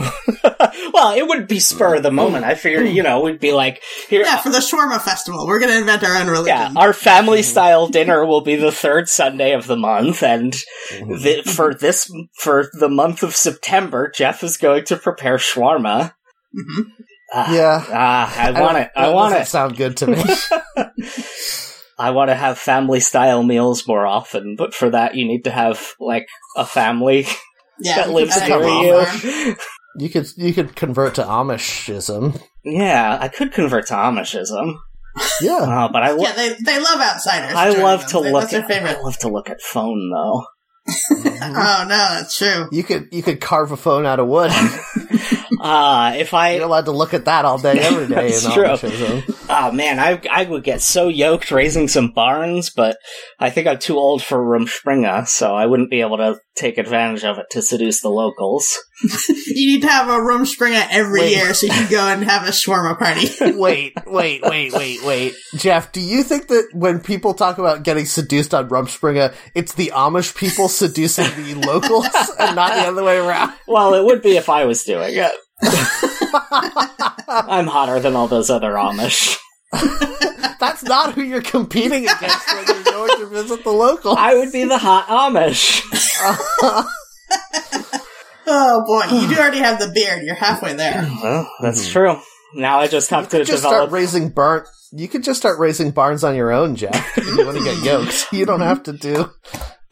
[SPEAKER 2] well, it would be spur of the moment. I figure you know we'd be like here.
[SPEAKER 3] Yeah, for the shawarma festival, we're going to invent our own religion.
[SPEAKER 2] Yeah, our family style dinner will be the third Sunday of the month, and th- for this for the month of September, Jeff is going to prepare shawarma.
[SPEAKER 3] Mhm.
[SPEAKER 2] Ah,
[SPEAKER 1] Yeah.
[SPEAKER 2] ah, I
[SPEAKER 1] don't-
[SPEAKER 2] want it. I
[SPEAKER 1] that
[SPEAKER 2] want
[SPEAKER 1] doesn't
[SPEAKER 2] it.
[SPEAKER 1] Sound good to me?
[SPEAKER 2] I want to have family style meals more often, but for that, you need to have like a family
[SPEAKER 3] Yeah.
[SPEAKER 2] that
[SPEAKER 3] we
[SPEAKER 2] lives
[SPEAKER 3] could
[SPEAKER 1] come
[SPEAKER 2] near
[SPEAKER 3] start a farm.
[SPEAKER 2] you.
[SPEAKER 1] you could you could convert to Amishism.
[SPEAKER 2] yeah, I could convert to Amishism,
[SPEAKER 1] Yeah,
[SPEAKER 2] oh, but I lo-
[SPEAKER 3] Yeah, they, they love outsiders.
[SPEAKER 2] I
[SPEAKER 3] Germans.
[SPEAKER 2] love to
[SPEAKER 3] They-
[SPEAKER 2] look.
[SPEAKER 3] That's their
[SPEAKER 2] At, I
[SPEAKER 3] favorite.
[SPEAKER 2] love to look at phone though.
[SPEAKER 3] Oh no, that's true.
[SPEAKER 1] you could you could carve a phone out of wood.
[SPEAKER 2] Ah, if I
[SPEAKER 1] You're allowed to look at that all day every day
[SPEAKER 2] That's
[SPEAKER 1] in
[SPEAKER 2] true.
[SPEAKER 1] Amishism.
[SPEAKER 2] Oh man, I I would get so yoked raising some barns, but I think I'm too old for Rumspringa, so I wouldn't be able to take advantage of it to seduce the locals.
[SPEAKER 3] You need to have a room springer every
[SPEAKER 1] Wait.
[SPEAKER 3] year so you can go and have a shawarma party.
[SPEAKER 1] Wait, wait, wait, wait, wait. Jeff, do you think that when people talk about getting seduced on Rumspringa, it's the Amish people seducing the locals and not the other way around?
[SPEAKER 2] Well, it would be if I was doing it. I'm hotter than all those other Amish.
[SPEAKER 1] That's not who you're competing against when you're going to visit the local.
[SPEAKER 2] I would be the hot Amish.
[SPEAKER 3] oh boy, you do already have the beard. You're halfway there.
[SPEAKER 2] Well, that's true. Now I just have to
[SPEAKER 1] Just
[SPEAKER 2] develop.
[SPEAKER 1] start raising barn. You could just start raising barns on your own, Jeff. if You want to get yoked. You don't have to do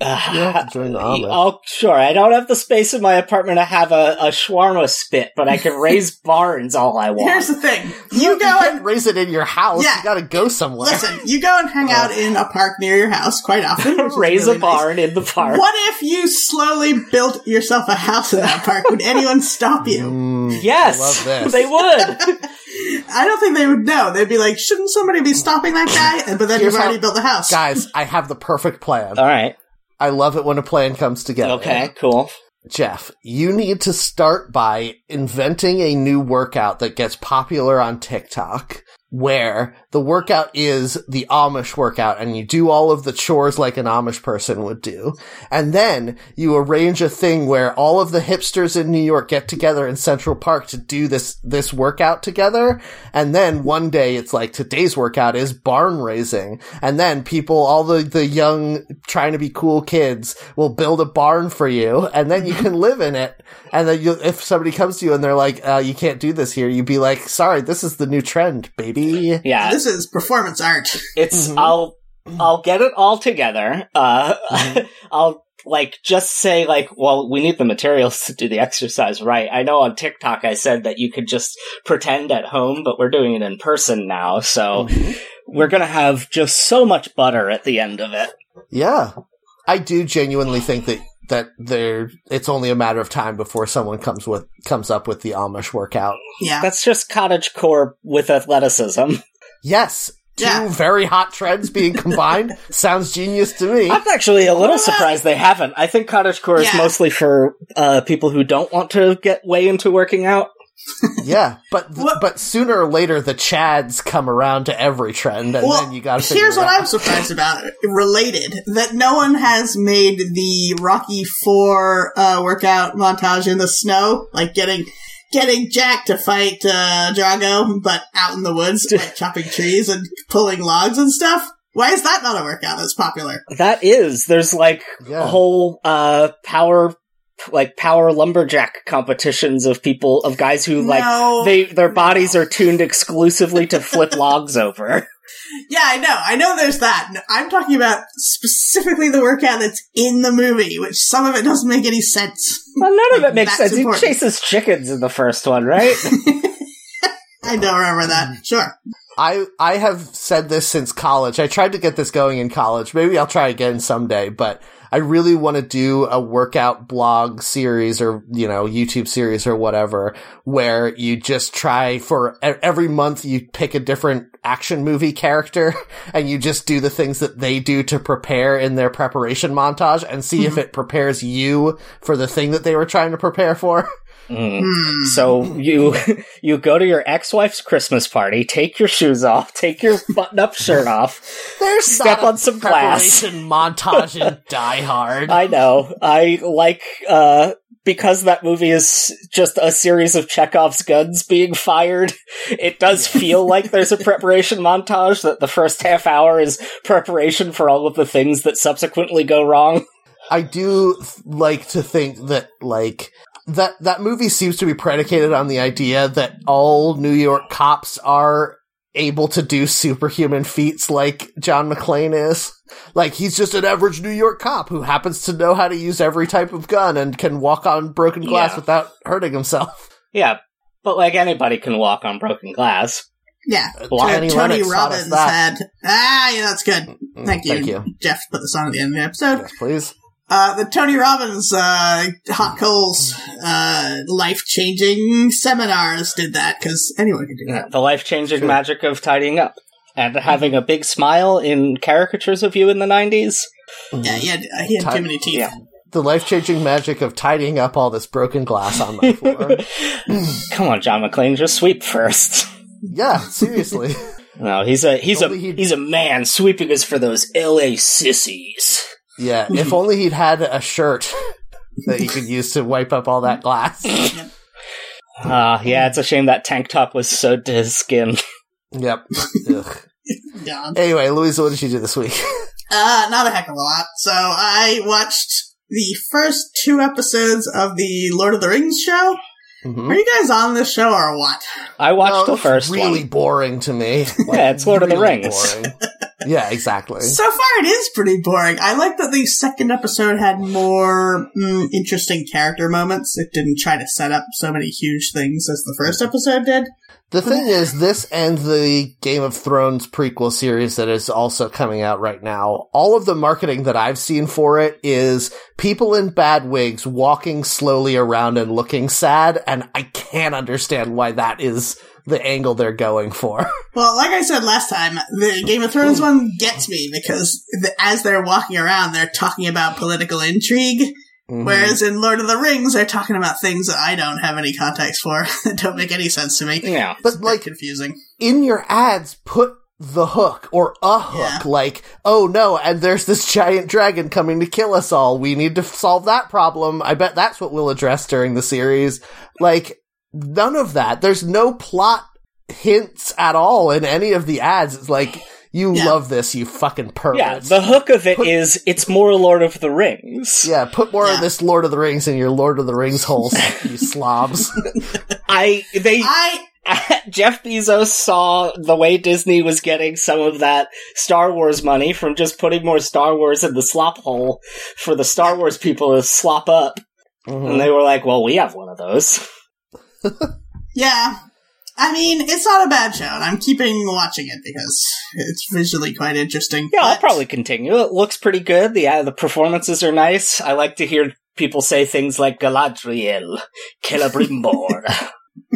[SPEAKER 1] don't have to join the omelet.
[SPEAKER 2] Oh, sure. I don't have the space in my apartment to have a, a shawarma spit, but I can raise barns all I want.
[SPEAKER 3] Here's the thing. You go
[SPEAKER 1] can't
[SPEAKER 3] and
[SPEAKER 1] raise it in your house.
[SPEAKER 3] Yeah.
[SPEAKER 1] You gotta go somewhere.
[SPEAKER 3] listen, you go and hang out in a park near your house quite often. which is
[SPEAKER 2] raise
[SPEAKER 3] really
[SPEAKER 2] a
[SPEAKER 3] nice.
[SPEAKER 2] barn in the park.
[SPEAKER 3] What if you slowly built yourself a house in that park? Would anyone stop you?
[SPEAKER 1] Mm,
[SPEAKER 2] Yes,
[SPEAKER 1] I love this.
[SPEAKER 2] they would.
[SPEAKER 3] I don't think they would know. They'd be like, shouldn't somebody be stopping that guy? And- But then
[SPEAKER 1] Here's
[SPEAKER 3] you've already
[SPEAKER 1] how-
[SPEAKER 3] built a house.
[SPEAKER 1] Guys, I have the perfect plan.
[SPEAKER 2] all right.
[SPEAKER 1] I love it when a plan comes together.
[SPEAKER 2] Uh, Okay. Cool.
[SPEAKER 1] Jeff, you need to start by inventing a new workout that gets popular on TikTok where the workout is the Amish workout and you do all of the chores like an Amish person would do. And then you arrange a thing where all of the hipsters in New York get together in Central Park to do this, this workout together. And then one day it's like today's workout is barn raising. And then people, all the, the young trying to be cool kids will build a barn for you and then you can live in it. And then you, if somebody comes to you and they're like, uh, you can't do this here, you'd be like, sorry, this is the new trend, baby.
[SPEAKER 2] Yeah.
[SPEAKER 3] This is performance art.
[SPEAKER 2] It's
[SPEAKER 1] Mhm.
[SPEAKER 2] I'll I'll get it all together. Uh, I'll like just say like, well, we need the materials to do the exercise right. I know on TikTok I said that you could just pretend at home, but we're doing it in person now, so we're gonna have just so much butter at the end of it.
[SPEAKER 1] Yeah. I do genuinely think that that there it's only a matter of time before someone comes with comes up with the Amish workout.
[SPEAKER 3] Yeah.
[SPEAKER 2] That's just cottage core with athleticism.
[SPEAKER 1] Yes. Two
[SPEAKER 3] Yeah.
[SPEAKER 1] very hot trends being combined sounds genius to me.
[SPEAKER 2] I'm actually a little surprised they haven't. I think cottage core is
[SPEAKER 3] Yeah.
[SPEAKER 2] mostly for uh, people who don't want to get way into working out.
[SPEAKER 1] Yeah, but th-
[SPEAKER 3] What-
[SPEAKER 1] but sooner or later the Chads come around to every trend, and
[SPEAKER 3] Well,
[SPEAKER 1] then you got to.
[SPEAKER 3] Here's what I'm surprised about. Related, that no one has made the Rocky Four uh, workout montage in the snow, like getting getting Jack to fight uh, Drago, but out in the woods, like chopping trees and pulling logs and stuff. Why is that not a workout that's popular?
[SPEAKER 2] That is. There's like
[SPEAKER 1] Yeah.
[SPEAKER 2] whole uh power like power lumberjack competitions of people of guys who like
[SPEAKER 3] no.
[SPEAKER 2] they their bodies are tuned exclusively to flip logs over.
[SPEAKER 3] yeah, I know. I know there's that. No, I'm talking about specifically the workout that's in the movie, which some of it doesn't make any sense.
[SPEAKER 2] Well, none of it makes
[SPEAKER 3] That's
[SPEAKER 2] sense.
[SPEAKER 3] important.
[SPEAKER 2] He chases chickens in the first one, right?
[SPEAKER 3] I don't remember
[SPEAKER 2] Mm.
[SPEAKER 3] that. Sure.
[SPEAKER 1] I I have said this since college. I tried to get this going in college. Maybe I'll try again someday, but I really want to do a workout blog series or, you know, YouTube series or whatever where you just try for e- every month you pick a different action movie character and you just do the things that they do to prepare in their preparation montage and see
[SPEAKER 2] Mm-hmm.
[SPEAKER 1] if it prepares you for the thing that they were trying to prepare for.
[SPEAKER 2] Mm.
[SPEAKER 3] Hmm.
[SPEAKER 2] So you you go to your ex-wife's Christmas party, take your shoes off, take your button-up shirt off.
[SPEAKER 1] There's
[SPEAKER 2] Step
[SPEAKER 1] not a
[SPEAKER 2] on some glass.
[SPEAKER 1] preparation montage in Die Hard.
[SPEAKER 2] I know. I like uh because that movie is just a series of Chekhov's guns being fired. It does feel like there's a preparation montage that the first half hour is preparation for all of the things that subsequently go wrong.
[SPEAKER 1] I do th- like to think that like that that movie seems to be predicated on the idea that all New York cops are able to do superhuman feats like John McClane is. Like he's just an average New York cop who happens to know how to use every type of gun and can walk on broken glass
[SPEAKER 2] Yeah.
[SPEAKER 1] without hurting himself.
[SPEAKER 2] Yeah, but like anybody can walk on broken glass.
[SPEAKER 3] Yeah.
[SPEAKER 1] Well,
[SPEAKER 3] Uh,
[SPEAKER 1] Annie
[SPEAKER 3] Tony
[SPEAKER 1] Lennox taught us
[SPEAKER 3] Robbins
[SPEAKER 1] that. Mm,
[SPEAKER 3] had. Ah, yeah, that's good. Thank you.
[SPEAKER 1] Thank you.
[SPEAKER 3] Jeff put this on at the end of the episode.
[SPEAKER 1] Yes, please.
[SPEAKER 3] Uh, the Tony Robbins uh, Hot Coals uh, life changing seminars did that because anyone could do that.
[SPEAKER 2] The life-changing
[SPEAKER 1] Sure.
[SPEAKER 2] magic of tidying up and having a big smile in caricatures of you in the 90s.
[SPEAKER 3] Yeah, he had, uh, he had
[SPEAKER 1] Ti-
[SPEAKER 3] too many teeth.
[SPEAKER 2] yeah.
[SPEAKER 1] The life changing magic of tidying up all this broken glass on my floor.
[SPEAKER 2] Come on, John McClane, just sweep first.
[SPEAKER 1] yeah, seriously.
[SPEAKER 2] No, he's a he's a
[SPEAKER 1] Only he'd-
[SPEAKER 2] he's a man. Sweeping is for those L.A. sissies.
[SPEAKER 1] Yeah, if only he'd had a shirt that he could use to wipe up all that glass.
[SPEAKER 2] Ah, yeah, it's a shame that tank top was sewed to his skin.
[SPEAKER 1] Yep. Ugh.
[SPEAKER 3] Yeah.
[SPEAKER 1] Anyway, Louisa, what did you do this week?
[SPEAKER 3] Uh, not a heck of a lot. So I watched the first two episodes of the Lord of the Rings show.
[SPEAKER 1] Mhm.
[SPEAKER 2] Mm-hmm.
[SPEAKER 3] Are you guys on this show or what?
[SPEAKER 2] I watched
[SPEAKER 1] No,
[SPEAKER 2] the
[SPEAKER 1] Oh, it's
[SPEAKER 2] first
[SPEAKER 1] really boring to me.
[SPEAKER 2] one. Yeah, it's Lord of the
[SPEAKER 1] Really
[SPEAKER 2] Rings.
[SPEAKER 1] boring. Yeah, exactly.
[SPEAKER 3] So far, it is pretty boring. I like that the second episode had more mm, interesting character moments. It didn't try to set up so many huge things as the first episode did.
[SPEAKER 1] The thing is, this and the Game of Thrones prequel series that is also coming out right now, all of the marketing that I've seen for it is people in bad wigs walking slowly around and looking sad, and I can't understand why that is the angle they're going for.
[SPEAKER 3] Well, like I said last time, the Game of Thrones one gets me because the, as they're walking around, they're talking about political intrigue.
[SPEAKER 1] Mhm.
[SPEAKER 3] Whereas in Lord of the Rings, they're talking about things that I don't have any context for that don't make any sense to me.
[SPEAKER 2] Yeah.
[SPEAKER 1] but
[SPEAKER 3] Like
[SPEAKER 1] like
[SPEAKER 3] confusing.
[SPEAKER 1] in your ads, put the hook or a hook, like, oh no, and there's this giant dragon coming to kill us all. We need to f- solve that problem. I bet that's what we'll address during the series. Like, none of that. There's no plot hints at all in any of the ads. It's like, you
[SPEAKER 3] Yeah.
[SPEAKER 1] love this, you fucking pervert.
[SPEAKER 2] Yeah, the hook of it
[SPEAKER 1] Put-
[SPEAKER 2] is it's more Lord of the Rings.
[SPEAKER 1] Yeah, put more
[SPEAKER 3] Yeah.
[SPEAKER 1] of this Lord of the Rings in your Lord of the Rings holes, you slobs.
[SPEAKER 2] I they
[SPEAKER 3] I
[SPEAKER 2] Jeff Bezos saw the way Disney was getting some of that Star Wars money from just putting more Star Wars in the slop hole for the Star Wars people to slop up,
[SPEAKER 1] Mm-hmm.
[SPEAKER 2] and they were like, "Well, we have one of those."
[SPEAKER 3] yeah. I mean, it's not a bad show, and I'm keeping watching it because it's visually quite interesting.
[SPEAKER 2] Yeah, I'll
[SPEAKER 3] but-
[SPEAKER 2] probably continue. It looks pretty good. The uh, the performances are nice. I like to hear people say things like Galadriel, Celebrimbor.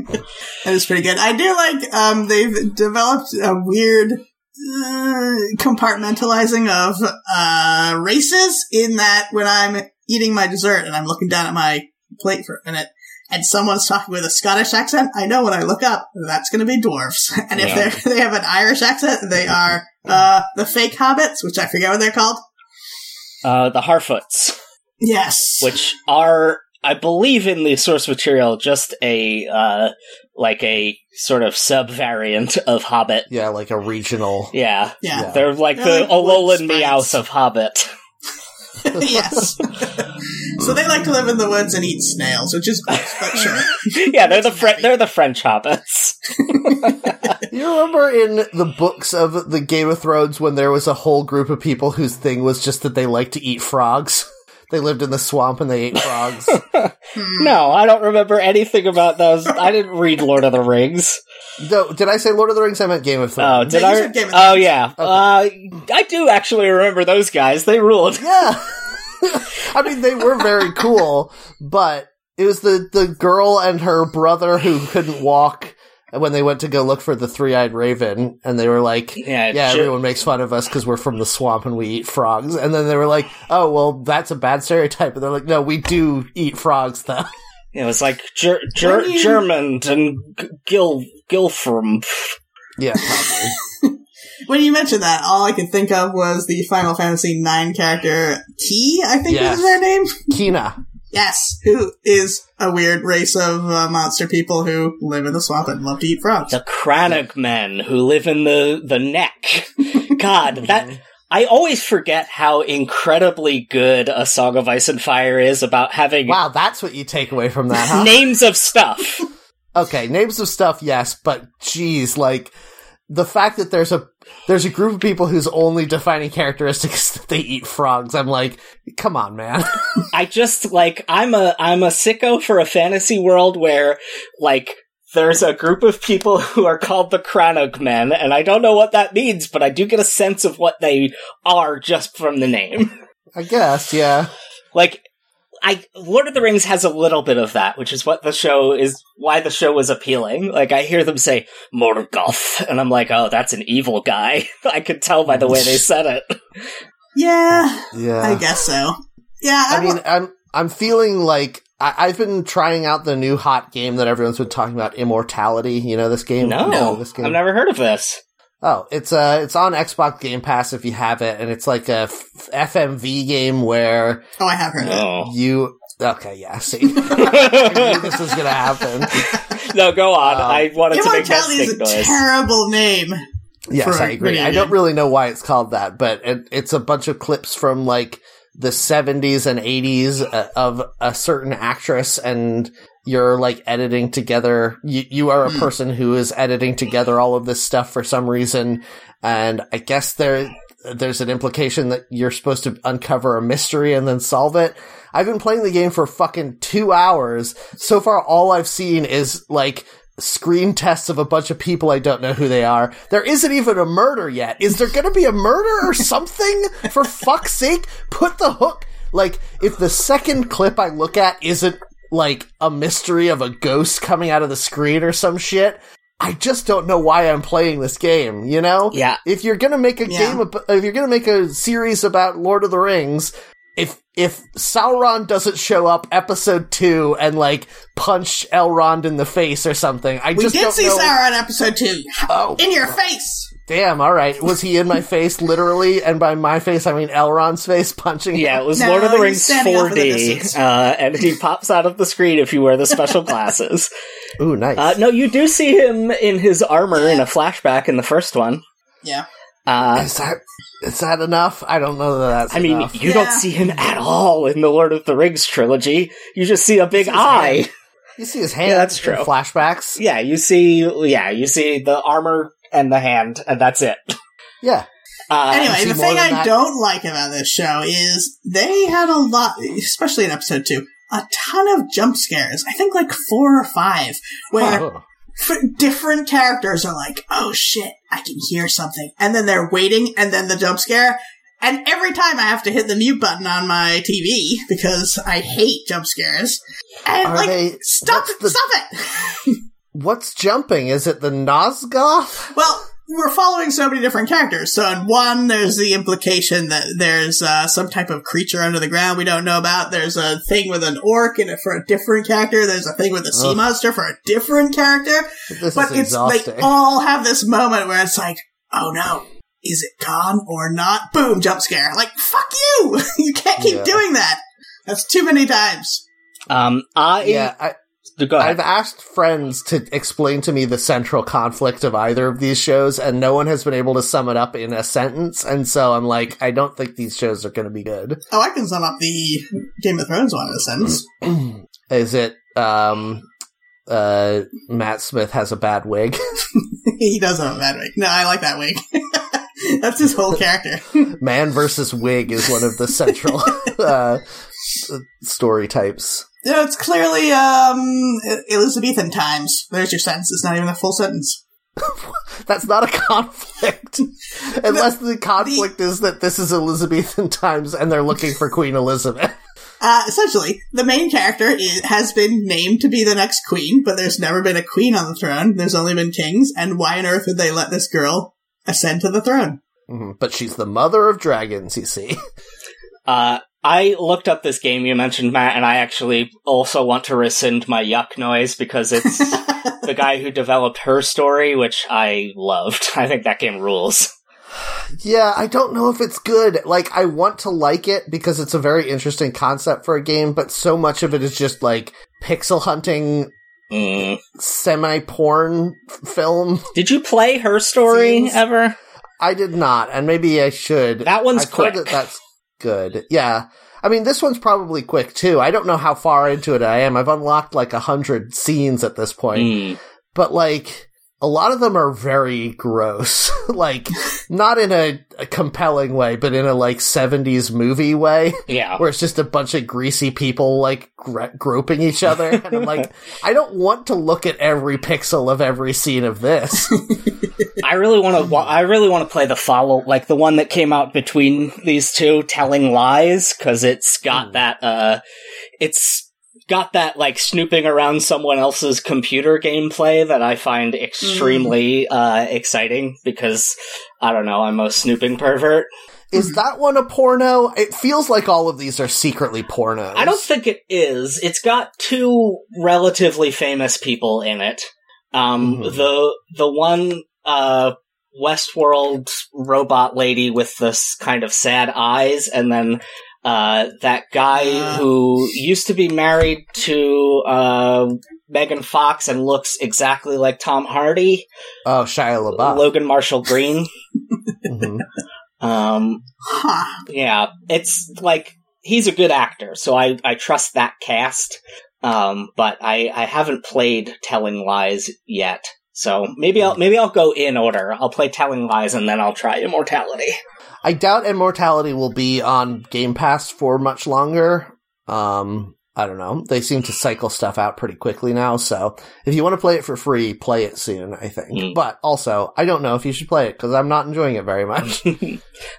[SPEAKER 3] That is pretty good. I do like um, they've developed a weird uh, compartmentalizing of uh, races in that when I'm eating my dessert and I'm looking down at my plate for a minute and someone's talking with a Scottish accent, I know when I look up that's going to be dwarves. And if
[SPEAKER 2] Yeah.
[SPEAKER 3] they they have an Irish accent, they are uh, the fake hobbits, which I forget what they're called.
[SPEAKER 2] uh, the Harfoots.
[SPEAKER 3] Yes.
[SPEAKER 2] which are I believe in the source material just a uh like a sort of sub variant of Hobbit.
[SPEAKER 1] Yeah, like a regional.
[SPEAKER 2] Yeah.
[SPEAKER 3] yeah.
[SPEAKER 2] They're like the
[SPEAKER 3] They're like
[SPEAKER 2] Ololan
[SPEAKER 3] wood sprites.
[SPEAKER 2] Meows of Hobbit.
[SPEAKER 3] yes. so they like to live in the woods and eat snails, which is gross, but sure.
[SPEAKER 2] yeah, they're the Fre- they're the French hobbits.
[SPEAKER 1] You remember in the books of the Game of Thrones when there was a whole group of people whose thing was just that they liked to eat frogs? They lived in the swamp and they ate frogs.
[SPEAKER 3] Hmm.
[SPEAKER 2] No, I don't remember anything about those. I didn't read Lord of the Rings.
[SPEAKER 1] no, did I say Lord of the Rings? I meant Game of
[SPEAKER 2] Oh,
[SPEAKER 1] Thrones.
[SPEAKER 2] did
[SPEAKER 3] Yeah, you
[SPEAKER 2] I?
[SPEAKER 3] said Game of
[SPEAKER 2] oh
[SPEAKER 3] Thrones.
[SPEAKER 2] yeah. Uh, I do actually remember those guys. They ruled.
[SPEAKER 1] Yeah. I mean, they were very cool, but it was the, the girl and her brother who couldn't walk when they went to go look for the three eyed raven, and they were like,
[SPEAKER 2] Yeah,
[SPEAKER 1] yeah,
[SPEAKER 2] Ju-
[SPEAKER 1] everyone makes fun of us because we're from the swamp and we eat frogs. And then they were like, oh, well, that's a bad stereotype. And they're like, no, we do eat frogs, though.
[SPEAKER 2] It was like Ger- Ger-
[SPEAKER 3] I mean-
[SPEAKER 2] Germond and G- Gil Gilfrim.
[SPEAKER 1] yeah, probably.
[SPEAKER 3] When you mentioned that, all I could think of was the Final Fantasy IX character Key, I think
[SPEAKER 1] Yes.
[SPEAKER 3] was their name.
[SPEAKER 1] Kina.
[SPEAKER 3] Yes, who is a weird race of uh, monster people who live in the swamp and love to eat frogs.
[SPEAKER 2] the Kranich men who live in the the neck. God, that I always forget how incredibly good a Song of Ice and Fire is about having
[SPEAKER 1] Wow, Uh-huh. that's what you take away from that, huh?
[SPEAKER 2] names of stuff.
[SPEAKER 1] okay, names of stuff, yes, but geez, like the fact that there's a there's a group of people whose only defining characteristic is that they eat frogs. I'm like, come on, man.
[SPEAKER 2] I just like I'm a I'm a sicko for a fantasy world where like there's a group of people who are called the Kranich men, and I don't know what that means, but I do get a sense of what they are just from the name.
[SPEAKER 1] I guess, yeah.
[SPEAKER 2] like I Lord of the Rings has a little bit of that, which is what the show is why the show was appealing. Like I hear them say Morgoth, and I'm like, oh, that's an evil guy. I could tell by the way they said it.
[SPEAKER 3] Yeah,
[SPEAKER 1] Yeah.
[SPEAKER 3] I guess so. Yeah, I,
[SPEAKER 1] I mean, I'm I'm feeling like I, I've been trying out the new hot game that everyone's been talking about, Immortality. You know this game?
[SPEAKER 2] No,
[SPEAKER 1] You know this game.
[SPEAKER 2] I've never heard of this.
[SPEAKER 1] oh, it's uh, it's on Xbox Game Pass if you have it, and it's like a f- FMV game where
[SPEAKER 3] oh, I have heard of it.
[SPEAKER 2] No,
[SPEAKER 1] you. Okay, yeah, I see, I knew this was gonna happen.
[SPEAKER 2] no, go on.
[SPEAKER 1] Um,
[SPEAKER 2] I wanted to make that
[SPEAKER 3] Immortality is a
[SPEAKER 2] stink noise.
[SPEAKER 3] terrible name.
[SPEAKER 1] Yes,
[SPEAKER 3] for
[SPEAKER 1] I
[SPEAKER 3] a
[SPEAKER 1] agree.
[SPEAKER 3] video
[SPEAKER 1] I don't
[SPEAKER 3] game.
[SPEAKER 1] really know why it's called that, but it, it's a bunch of clips from like the 70s and 80s uh, of a certain actress and you're like editing together you, you are a
[SPEAKER 3] Hmm.
[SPEAKER 1] person who is editing together all of this stuff for some reason and i guess there there's an implication that you're supposed to uncover a mystery and then solve it i've been playing the game for fucking 2 hours so far all i've seen is like screen tests of a bunch of people I don't know who they are. There isn't even a murder yet. Is there going to be a murder or something? For fuck's sake, put the hook. Like, if the second clip I look at isn't like a mystery of a ghost coming out of the screen or some shit, I just don't know why I'm playing this game, you know?
[SPEAKER 2] Yeah.
[SPEAKER 1] If you're going to make a
[SPEAKER 3] Yeah.
[SPEAKER 1] game, ab- if you're going to make a series about Lord of the Rings, if if Sauron doesn't show up episode two and like punch Elrond in the face or something, I
[SPEAKER 3] We
[SPEAKER 1] just
[SPEAKER 3] did
[SPEAKER 1] don't
[SPEAKER 3] see
[SPEAKER 1] know.
[SPEAKER 3] Sauron episode two.
[SPEAKER 1] Oh,
[SPEAKER 3] In your face.
[SPEAKER 1] damn! All right, was he in my face literally? And by my face, I mean Elrond's face punching. him?
[SPEAKER 2] Yeah, it was
[SPEAKER 3] No,
[SPEAKER 2] Lord of the
[SPEAKER 3] he's
[SPEAKER 2] Rings
[SPEAKER 3] standing off in the
[SPEAKER 2] 4D,
[SPEAKER 3] distance.
[SPEAKER 2] uh, and he pops out of the screen if you wear the special glasses.
[SPEAKER 1] Ooh, nice.
[SPEAKER 2] Uh, no, you do see him in his armor in a flashback in the first one.
[SPEAKER 3] Yeah.
[SPEAKER 2] Uh,
[SPEAKER 1] is that is that enough? I don't know that that's.
[SPEAKER 2] I mean,
[SPEAKER 1] enough.
[SPEAKER 2] you don't
[SPEAKER 3] Yeah.
[SPEAKER 2] see him at all in the Lord of the Rings trilogy. You just see a big
[SPEAKER 1] his
[SPEAKER 2] eye.
[SPEAKER 1] you see his hand.
[SPEAKER 2] Yeah, that's
[SPEAKER 1] in
[SPEAKER 2] true.
[SPEAKER 1] Flashbacks.
[SPEAKER 2] Yeah, you see, yeah, you see the armor and the hand, and that's it.
[SPEAKER 1] Yeah,
[SPEAKER 2] Uh,
[SPEAKER 1] see
[SPEAKER 3] Anyway, the
[SPEAKER 1] more
[SPEAKER 3] thing
[SPEAKER 1] than
[SPEAKER 3] I
[SPEAKER 1] that.
[SPEAKER 3] don't like about this show is they had a lot, especially in episode two, a ton of jump scares. I think like four or five, where
[SPEAKER 1] Oh.
[SPEAKER 3] f- different characters are like, "Oh shit, I can hear something," and then they're waiting, and then the jump scare. And every time I have to hit the mute button on my TV because I hate jump scares. And
[SPEAKER 1] Are
[SPEAKER 3] like,
[SPEAKER 1] they-
[SPEAKER 3] stop
[SPEAKER 1] what's
[SPEAKER 3] it!
[SPEAKER 1] the-
[SPEAKER 3] stop it!
[SPEAKER 1] What's jumping? Is it the Nosgoth?
[SPEAKER 3] Well, we're following so many different characters. So in one, there's the implication that there's uh, some type of creature under the ground we don't know about. There's a thing with an orc in it for a different character. There's a thing with a sea
[SPEAKER 1] Ugh.
[SPEAKER 3] monster for a different character.
[SPEAKER 1] This
[SPEAKER 3] but
[SPEAKER 1] is
[SPEAKER 3] it's
[SPEAKER 1] exhausting.
[SPEAKER 3] they all have this moment where it's like, oh no, is it gone or not? Boom, jump scare. Like fuck you, you can't keep
[SPEAKER 1] Yeah.
[SPEAKER 3] doing that. That's too many times.
[SPEAKER 2] um, I
[SPEAKER 1] yeah, I,
[SPEAKER 2] go ahead.
[SPEAKER 1] I've asked friends to explain to me the central conflict of either of these shows, and no one has been able to sum it up in a sentence. And so I'm like, I don't think these shows are going to be good.
[SPEAKER 3] Oh, I can sum up the Game of Thrones one in a sentence.
[SPEAKER 1] Is it? Um, uh, Matt Smith has a bad wig.
[SPEAKER 3] he does have a bad wig. No, I like that wig. That's his whole character.
[SPEAKER 1] Man versus wig is one of the central uh, story types.
[SPEAKER 3] No, it's clearly um Elizabethan times. There's your sentence. It's not even a full sentence.
[SPEAKER 1] That's not a conflict, unless the conflict is that this is Elizabethan times and they're looking for Queen Elizabeth.
[SPEAKER 3] Uh, essentially, the main character is, has been named to be the next queen, but there's never been a queen on the throne. There's only been kings, and why on earth would they let this girl ascend to the throne?
[SPEAKER 1] Mhm. But she's the mother of dragons, you see.
[SPEAKER 2] Uh, I looked up this game you mentioned, Matt, and I actually also want to rescind my yuck noise because it's the guy who developed her story, which I loved. I think that game rules.
[SPEAKER 1] Yeah, I don't know if it's good. Like, I want to like it because it's a very interesting concept for a game, but so much of it is just like pixel hunting,
[SPEAKER 2] Mm.
[SPEAKER 1] semi porn film.
[SPEAKER 2] Did you play her story
[SPEAKER 1] Seems-
[SPEAKER 2] ever?
[SPEAKER 1] I did not, and maybe I should.
[SPEAKER 2] That one's
[SPEAKER 1] I've heard
[SPEAKER 2] quick.
[SPEAKER 1] that that's good. Yeah. I mean, this one's probably quick too. I don't know how far into it I am. I've unlocked like a hundred scenes at this point.
[SPEAKER 2] Mm.
[SPEAKER 1] but like a lot of them are very gross like not in a, a compelling way but in a like 70s movie way
[SPEAKER 2] Yeah.
[SPEAKER 1] where it's just a bunch of greasy people like gro- groping each other and i'm like i don't want to look at every pixel of every scene of this
[SPEAKER 2] I really want to. Wa- I really want to play the follow, like the one that came out between these two, telling lies, because it's got
[SPEAKER 1] Ooh.
[SPEAKER 2] that. uh It's got that like snooping around someone else's computer gameplay that I find extremely uh exciting. Because I don't know, I'm a snooping pervert.
[SPEAKER 1] is that one a porno it feels like all of these are secretly pornos
[SPEAKER 2] I don't think it is. It's got two relatively famous people in it. Um,
[SPEAKER 1] Mhm.
[SPEAKER 2] the the one uh, Westworld robot lady with this kind of sad eyes, and then uh, that guy
[SPEAKER 3] Uh.
[SPEAKER 2] who used to be married to uh, Megan Fox and looks exactly like Tom Hardy,
[SPEAKER 1] oh shia labeouf
[SPEAKER 2] Logan Marshall Green.
[SPEAKER 1] Mhm.
[SPEAKER 2] Um,
[SPEAKER 3] Huh.
[SPEAKER 2] yeah, it's like he's a good actor, so I, I trust that cast. Um, but I, I haven't played Telling Lies yet. So maybe I'll maybe I'll go in order. I'll play Telling Lies and then I'll try Immortality.
[SPEAKER 1] I doubt Immortality will be on Game Pass for much longer. Um, I don't know. They seem to cycle stuff out pretty quickly now. So if you want to play it for free, play it soon, I think.
[SPEAKER 2] Mm.
[SPEAKER 1] But also, I don't know if you should play it because I'm not enjoying it very much.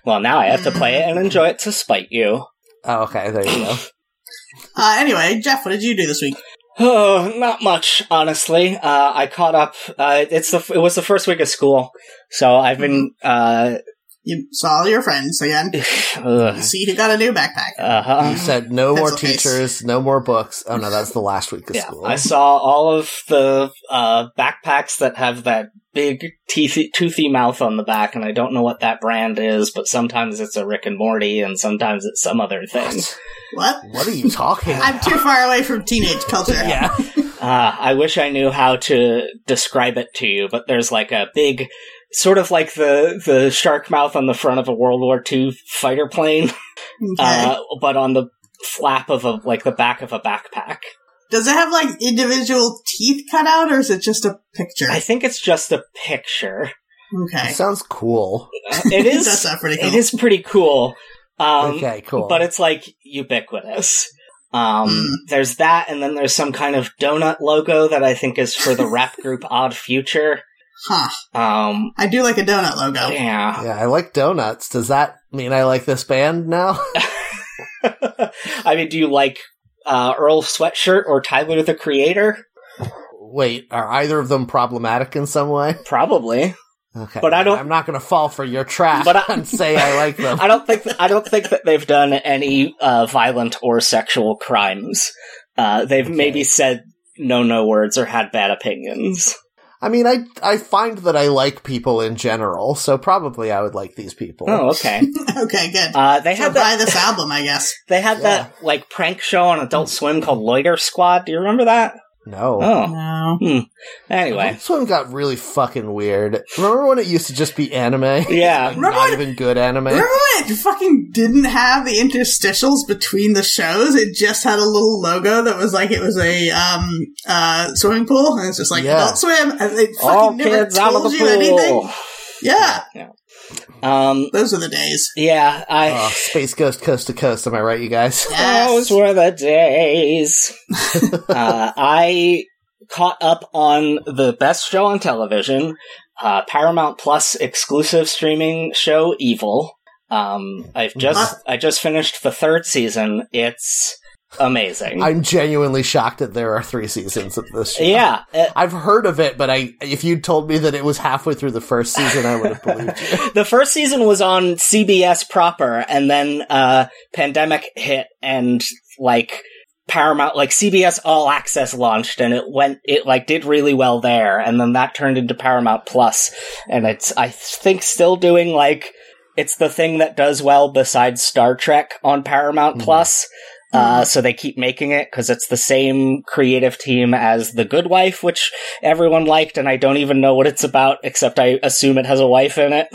[SPEAKER 2] well, now I have to play it and enjoy it to spite you.
[SPEAKER 1] oh, okay. There you go.
[SPEAKER 3] Uh, anyway, Jeff, what did you do this week?
[SPEAKER 2] Oh, not much, honestly. Uh, I caught up. Uh, it's the f- it was the first week of school, so I've been. Uh,
[SPEAKER 3] You saw all your friends again.
[SPEAKER 2] ugh.
[SPEAKER 3] See who got a new backpack.
[SPEAKER 2] uh-huh.
[SPEAKER 1] You said no more
[SPEAKER 3] Pencil case.
[SPEAKER 1] teachers, no more books. Oh no, that's the last week of
[SPEAKER 2] Yeah,
[SPEAKER 1] school.
[SPEAKER 2] I saw all of the uh, backpacks that have that big teethy, toothy mouth on the back, and I don't know what that brand is, but sometimes it's a Rick and Morty, and sometimes it's some other thing.
[SPEAKER 1] What?
[SPEAKER 3] What?
[SPEAKER 1] What are you talking?
[SPEAKER 3] I'm
[SPEAKER 1] about?
[SPEAKER 3] too far away from teenage culture.
[SPEAKER 1] yeah.
[SPEAKER 2] Uh, I wish I knew how to describe it to you, but there's like a big, sort of like the the shark mouth on the front of a World War II fighter plane,
[SPEAKER 3] Okay.
[SPEAKER 2] uh, but on the flap of a like the back of a backpack.
[SPEAKER 3] Does it have like individual teeth cut out, or is it just a picture?
[SPEAKER 2] I think it's just a picture.
[SPEAKER 3] Okay,
[SPEAKER 1] Sounds cool.
[SPEAKER 2] It is.
[SPEAKER 3] that's not pretty cool.
[SPEAKER 2] It is pretty cool. Um,
[SPEAKER 1] okay, cool.
[SPEAKER 2] But it's like ubiquitous. Um,
[SPEAKER 3] Mm.
[SPEAKER 2] There's that, and then there's some kind of donut logo that I think is for the rap group Odd Future.
[SPEAKER 3] Huh? Oh.
[SPEAKER 2] Um,
[SPEAKER 3] I do like a donut logo.
[SPEAKER 2] yeah.
[SPEAKER 1] yeah, I like donuts. Does that mean I like this band now?
[SPEAKER 2] I mean, do you like uh, Earl Sweatshirt or Tyler the Creator?
[SPEAKER 1] Wait, are either of them problematic in some way?
[SPEAKER 2] Probably.
[SPEAKER 1] Okay,
[SPEAKER 2] But I don't-
[SPEAKER 1] I'm not going to fall for your trap
[SPEAKER 2] But I-
[SPEAKER 1] and say I like them.
[SPEAKER 2] I don't think I don't think that they've done any uh, violent or sexual crimes. Uh, they've
[SPEAKER 1] Okay.
[SPEAKER 2] maybe said no no words or had bad opinions.
[SPEAKER 1] I mean, I I find that I like people in general, so probably I would like these people.
[SPEAKER 2] Oh, okay.
[SPEAKER 3] Okay, good.
[SPEAKER 2] Uh, they
[SPEAKER 3] so
[SPEAKER 2] had that
[SPEAKER 3] buy this album, I guess.
[SPEAKER 2] They had that like prank show on Adult Swim called Loiter Squad. Do you remember that?
[SPEAKER 1] No.
[SPEAKER 2] Oh,
[SPEAKER 3] No.
[SPEAKER 2] anyway,
[SPEAKER 1] This one got really fucking weird. Remember when it used to just be anime?
[SPEAKER 2] yeah,
[SPEAKER 3] Remember
[SPEAKER 1] Not
[SPEAKER 3] when-
[SPEAKER 1] even good anime.
[SPEAKER 3] Remember when it fucking didn't have the interstitials between the shows? It just had a little logo that was like it was a um uh swimming pool, and it's just like
[SPEAKER 1] Yeah.
[SPEAKER 3] Adult Swim, and they fucking
[SPEAKER 2] all
[SPEAKER 3] never
[SPEAKER 2] kids out
[SPEAKER 3] told
[SPEAKER 2] of the
[SPEAKER 3] you
[SPEAKER 2] pool.
[SPEAKER 3] anything. Yeah,
[SPEAKER 2] Yeah. Um.
[SPEAKER 3] those are the days.
[SPEAKER 2] Yeah. I.
[SPEAKER 1] Oh, Space Ghost Coast to Coast, am I right, you guys?
[SPEAKER 2] Oh,
[SPEAKER 3] Yes.
[SPEAKER 2] Those were the days. uh, I caught up on the best show on television, uh, Paramount Plus exclusive streaming show Evil. Um, I've just I just finished the third season. It's amazing.
[SPEAKER 1] I'm genuinely shocked that there are three seasons of this show.
[SPEAKER 2] yeah, uh,
[SPEAKER 1] I've heard of it, but I if you'd told me that it was halfway through the first season, I would have believed you.
[SPEAKER 2] the first season was on CBS proper, and then uh, pandemic hit, and like Paramount, like CBS All Access launched, and it went, it like did really well there, and then that turned into Paramount Plus, and it's I think still doing like it's the thing that does well besides Star Trek on Paramount
[SPEAKER 1] Mhm.
[SPEAKER 2] Plus. Uh, so they keep making it because it's the same creative team as The Good Wife, which everyone liked, and I don't even know what it's about, except I assume it has a wife in it.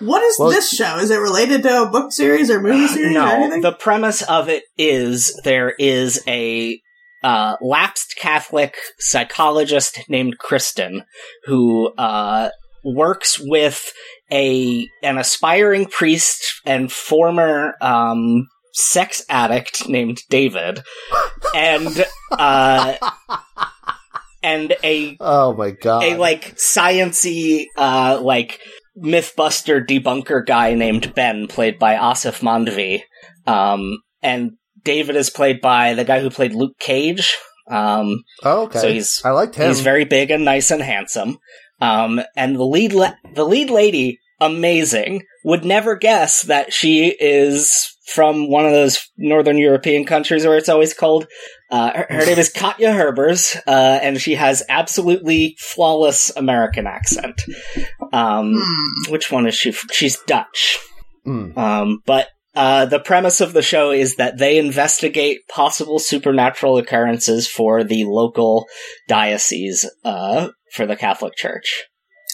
[SPEAKER 3] What is
[SPEAKER 1] Well-
[SPEAKER 3] this show? Is it related to a book series or movie series or
[SPEAKER 2] Uh, no,
[SPEAKER 3] anything?
[SPEAKER 2] the premise of it is there is a uh, lapsed Catholic psychologist named Kristen who uh, works with a an aspiring priest and former um, sex addict named David, and uh, and a
[SPEAKER 1] Oh my god.
[SPEAKER 2] a like sciency uh like mythbuster debunker guy named ben played by asif mandvi um and david is played by the guy who played luke cage um
[SPEAKER 1] oh, okay.
[SPEAKER 2] so he's
[SPEAKER 1] I liked him.
[SPEAKER 2] He's very big and nice and handsome. Um, and the lead la- the lead lady, amazing, would never guess that she is from one of those northern European countries where it's always cold. Uh, her, her name is Katya Herbers, uh, and she has absolutely flawless American accent. Um,
[SPEAKER 3] Hmm.
[SPEAKER 2] which one is she? f- She's Dutch.
[SPEAKER 1] Mm.
[SPEAKER 2] Um, but uh, the premise of the show is that they investigate possible supernatural occurrences for the local diocese uh, for the Catholic Church.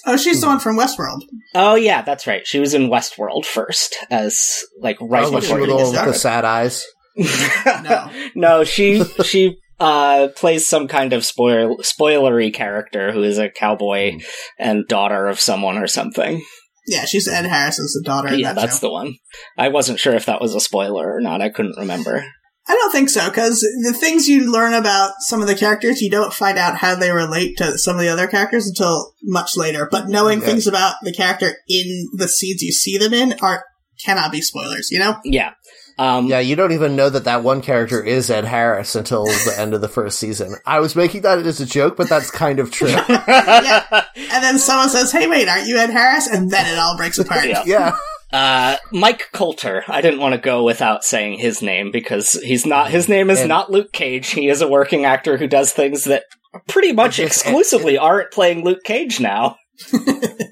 [SPEAKER 3] Oh, she's
[SPEAKER 2] Hmm.
[SPEAKER 3] the one from Westworld.
[SPEAKER 2] Oh yeah, that's right. She was in Westworld first as like right
[SPEAKER 1] Oh, she
[SPEAKER 2] before
[SPEAKER 1] was
[SPEAKER 2] he
[SPEAKER 1] the
[SPEAKER 2] was
[SPEAKER 1] one with the
[SPEAKER 2] started.
[SPEAKER 1] sad eyes.
[SPEAKER 3] No.
[SPEAKER 2] no, she she uh, plays some kind of spoil spoilery character who is a
[SPEAKER 1] Hmm.
[SPEAKER 2] cowboy and daughter of someone or something.
[SPEAKER 3] Yeah, she's Ed Harrison's daughter. in
[SPEAKER 2] yeah,
[SPEAKER 3] that
[SPEAKER 2] that's
[SPEAKER 3] show.
[SPEAKER 2] the one. I wasn't sure if that was a spoiler or not. I couldn't remember.
[SPEAKER 3] I don't think so, because the things you learn about some of the characters, you don't find out how they relate to some of the other characters until much later. But knowing
[SPEAKER 1] Yeah.
[SPEAKER 3] things about the character in the scenes you see them in are cannot be spoilers, you know?
[SPEAKER 2] Yeah. Um,
[SPEAKER 1] Yeah, you don't even know that that one character is Ed Harris until the end of the first season. I was making that as a joke, but that's kind of true.
[SPEAKER 3] Yeah. And then someone says, Hey wait, aren't you Ed Harris? And then it all breaks apart.
[SPEAKER 2] Yeah.
[SPEAKER 1] yeah.
[SPEAKER 2] Uh, Mike Coulter. I didn't want to go without saying his name because he's not. His name is
[SPEAKER 1] And-
[SPEAKER 2] not Luke Cage. He is a working actor who does things that pretty much
[SPEAKER 1] eh,
[SPEAKER 2] exclusively aren't playing Luke Cage now.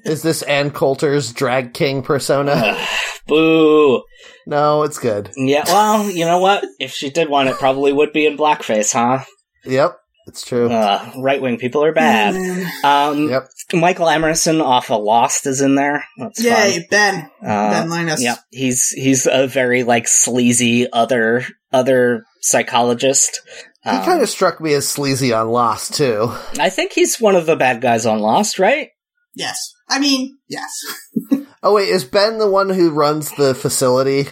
[SPEAKER 1] Is this Ann Coulter's drag king
[SPEAKER 2] Uh,
[SPEAKER 1] persona?
[SPEAKER 2] Boo.
[SPEAKER 1] No, it's good.
[SPEAKER 2] Yeah. Well, you know what? If she did one, it probably would be in blackface, huh?
[SPEAKER 1] Yep, it's true.
[SPEAKER 2] Uh, right wing people are bad.
[SPEAKER 3] Mm.
[SPEAKER 2] Um,
[SPEAKER 1] Yep.
[SPEAKER 2] Michael Emerson off of Lost is in there. That's
[SPEAKER 3] Yay,
[SPEAKER 2] fun.
[SPEAKER 3] Ben.
[SPEAKER 2] Uh,
[SPEAKER 3] ben Linus.
[SPEAKER 2] Yeah, he's he's a very like sleazy other other psychologist.
[SPEAKER 1] He
[SPEAKER 2] Um,
[SPEAKER 1] kind of struck me as sleazy on Lost too.
[SPEAKER 2] I think he's one of the bad guys on Lost, right?
[SPEAKER 3] Yes. I mean, yes.
[SPEAKER 1] Oh wait, is Ben the one who runs the facility?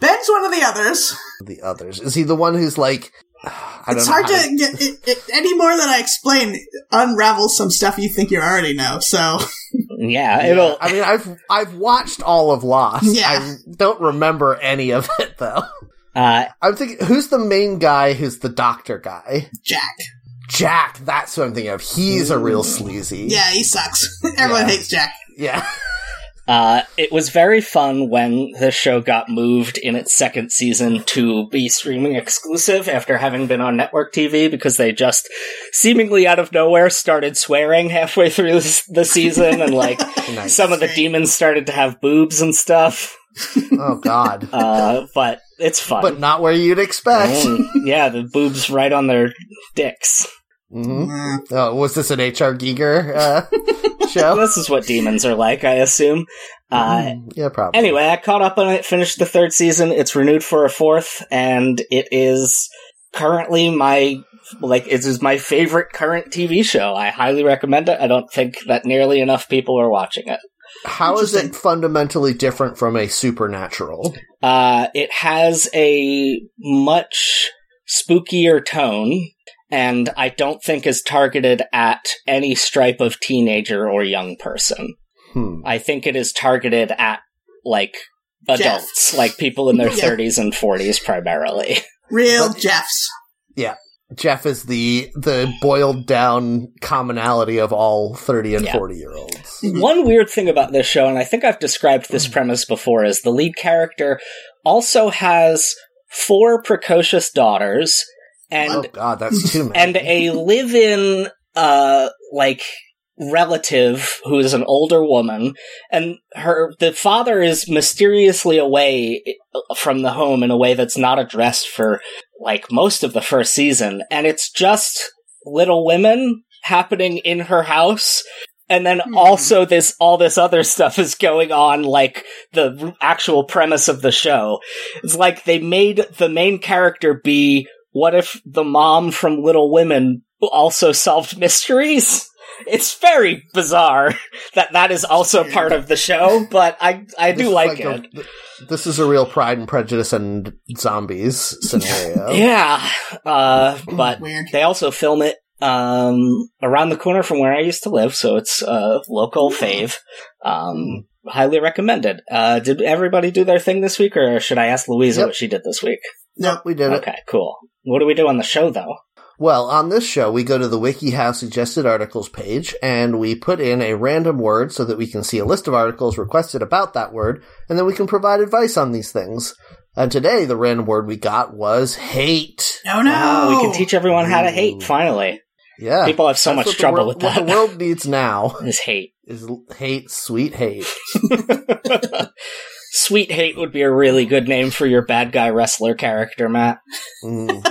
[SPEAKER 3] Ben's one of the others.
[SPEAKER 1] The others is he the one who's like? I don't
[SPEAKER 3] It's
[SPEAKER 1] know
[SPEAKER 3] hard
[SPEAKER 1] how
[SPEAKER 3] to get it, it, any more than I explain unravels some stuff you think you already know. So
[SPEAKER 2] Yeah,
[SPEAKER 1] Yeah,
[SPEAKER 2] it'll.
[SPEAKER 1] I mean, I've I've watched all of Lost.
[SPEAKER 3] Yeah.
[SPEAKER 1] I don't remember any of it though.
[SPEAKER 2] Uh,
[SPEAKER 1] I'm thinking, who's the main guy? Who's the doctor guy?
[SPEAKER 3] Jack,
[SPEAKER 1] Jack. That's what I'm thinking of. He's a real sleazy.
[SPEAKER 3] Mm. yeah, he sucks. Everyone
[SPEAKER 1] Mm-hmm. Yeah.
[SPEAKER 3] hates Jack.
[SPEAKER 1] yeah.
[SPEAKER 2] uh, it was very fun when the show got moved in its second season to be streaming exclusive after having been on network TV because they just seemingly out of nowhere started swearing halfway through this- the season and like
[SPEAKER 1] Nice.
[SPEAKER 2] some of the demons started to have boobs and stuff.
[SPEAKER 1] oh God.
[SPEAKER 2] Uh, but it's fun.
[SPEAKER 1] but not where you'd expect.
[SPEAKER 2] Mm, yeah, the boobs right on their dicks.
[SPEAKER 1] hmm
[SPEAKER 3] Mm.
[SPEAKER 1] Oh, was this an HR Giger uh, show?
[SPEAKER 2] This is what demons are like, I assume. Uh,
[SPEAKER 1] Mm, yeah, probably.
[SPEAKER 2] anyway, I caught up on it, finished the third season. It's renewed for a fourth, and it is currently my like it is my favorite current TV show. I highly recommend it. I don't think that nearly enough people are watching it.
[SPEAKER 1] how is it
[SPEAKER 3] Interesting.
[SPEAKER 1] fundamentally different from a supernatural?
[SPEAKER 2] Uh, it has a much spookier tone, and I don't think is targeted at any stripe of teenager or young person.
[SPEAKER 1] Hmm.
[SPEAKER 2] I think it is targeted at like adults, like people in their
[SPEAKER 3] Yeah.
[SPEAKER 2] 30s and 40s primarily.
[SPEAKER 3] Real
[SPEAKER 1] But-
[SPEAKER 3] Jeffs.
[SPEAKER 1] Jeff is the the boiled down commonality of all thirty and
[SPEAKER 2] Yeah.
[SPEAKER 1] forty year olds.
[SPEAKER 2] One weird thing about this show, and I think I've described this premise before, is the lead character also has four precocious daughters and
[SPEAKER 1] Oh God, that's too many.
[SPEAKER 2] and a live-in uh like relative who is an older woman and her the father is mysteriously away uh, from the home in a way that's not addressed for like most of the first season and it's just little women happening in her house and then
[SPEAKER 3] Hmm.
[SPEAKER 2] also this all this other stuff is going on like the r- actual premise of the show it's like they made the main character be what if the mom from Little Women also solved mysteries? It's very bizarre that that is also part of the show, but I I
[SPEAKER 1] This
[SPEAKER 2] do
[SPEAKER 1] is
[SPEAKER 2] like,
[SPEAKER 1] a-
[SPEAKER 2] it.
[SPEAKER 1] th- this is a real Pride and Prejudice and zombies scenario.
[SPEAKER 2] Yeah, uh, but
[SPEAKER 3] Weird.
[SPEAKER 2] they also film it um, around the corner from where I used to live, so it's a local fave. Um, highly recommended. Uh, did everybody do their thing this week, or should I ask Louisa
[SPEAKER 1] Yep.
[SPEAKER 2] what she did this week?
[SPEAKER 1] Nope, we did it.
[SPEAKER 2] Okay, cool. What do we do on the show though?
[SPEAKER 1] Well, on this show, we go to the WikiHow suggested articles page and we put in a random word so that we can see a list of articles requested about that word, and then we can provide advice on these things. And today, the random word we got was hate.
[SPEAKER 3] Oh no,
[SPEAKER 2] Oh, we can teach everyone how to hate.
[SPEAKER 1] Ooh.
[SPEAKER 2] Finally,
[SPEAKER 1] Yeah.
[SPEAKER 2] people have so
[SPEAKER 1] That's
[SPEAKER 2] much
[SPEAKER 1] what the
[SPEAKER 2] trouble
[SPEAKER 1] world-
[SPEAKER 2] with that.
[SPEAKER 1] What the world needs now
[SPEAKER 2] is hate.
[SPEAKER 1] is l- hate, sweet hate.
[SPEAKER 2] Sweet hate would be a really good name for your bad guy wrestler character, Matt.
[SPEAKER 1] Mm.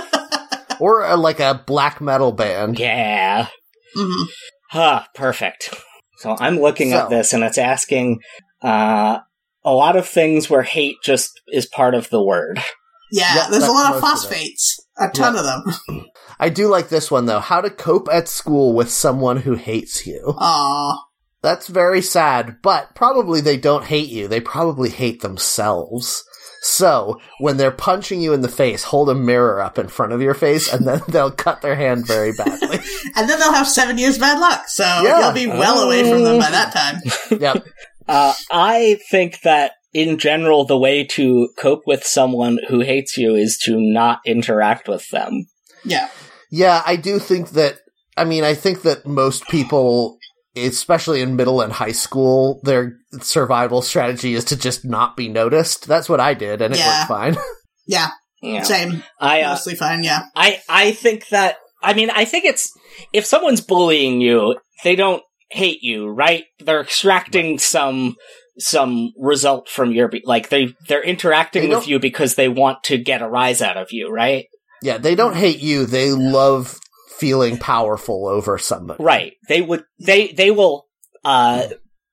[SPEAKER 1] or uh, like a black metal band.
[SPEAKER 2] Yeah.
[SPEAKER 3] Mhm.
[SPEAKER 2] Huh, perfect. So I'm looking at
[SPEAKER 1] So-
[SPEAKER 2] this and it's asking uh, a lot of things where hate just is part of the word.
[SPEAKER 3] Yeah,
[SPEAKER 1] Yep,
[SPEAKER 3] there's a
[SPEAKER 1] that's
[SPEAKER 3] lot of
[SPEAKER 1] most of it.
[SPEAKER 3] phosphates. A ton of them.
[SPEAKER 1] I do like this one though. How to cope at school with someone who hates you.
[SPEAKER 3] Aw.
[SPEAKER 1] That's very sad, but probably they don't hate you. They probably hate themselves. So, when they're punching you in the face, hold a mirror up in front of your face and then they'll cut their hand very badly.
[SPEAKER 3] And then they'll have seven years bad luck, so
[SPEAKER 1] Yeah. Oh.
[SPEAKER 3] you'll be well away from them by that time.
[SPEAKER 1] yep.
[SPEAKER 2] Uh, I think that in general, the way to cope with someone who hates you is to not interact with them.
[SPEAKER 3] Yeah.
[SPEAKER 1] Yeah, I do think that. I mean, I think that most people, especially in middle and high school, their survival strategy is to just not be noticed. That's what I did, and it
[SPEAKER 3] Yeah.
[SPEAKER 1] worked fine.
[SPEAKER 3] Yeah.
[SPEAKER 2] Yeah.
[SPEAKER 3] Same.
[SPEAKER 2] I uh,
[SPEAKER 3] Mostly fine, yeah.
[SPEAKER 2] I I think that I mean I think it's if someone's bullying you, they don't hate you, right? They're extracting some some result from your be- like they they're interacting
[SPEAKER 1] They
[SPEAKER 2] with
[SPEAKER 1] don't-
[SPEAKER 2] you because they want to get a rise out of you, right?
[SPEAKER 1] yeah, they don't hate you; they love feeling powerful over somebody.
[SPEAKER 2] Right. They would they they will uh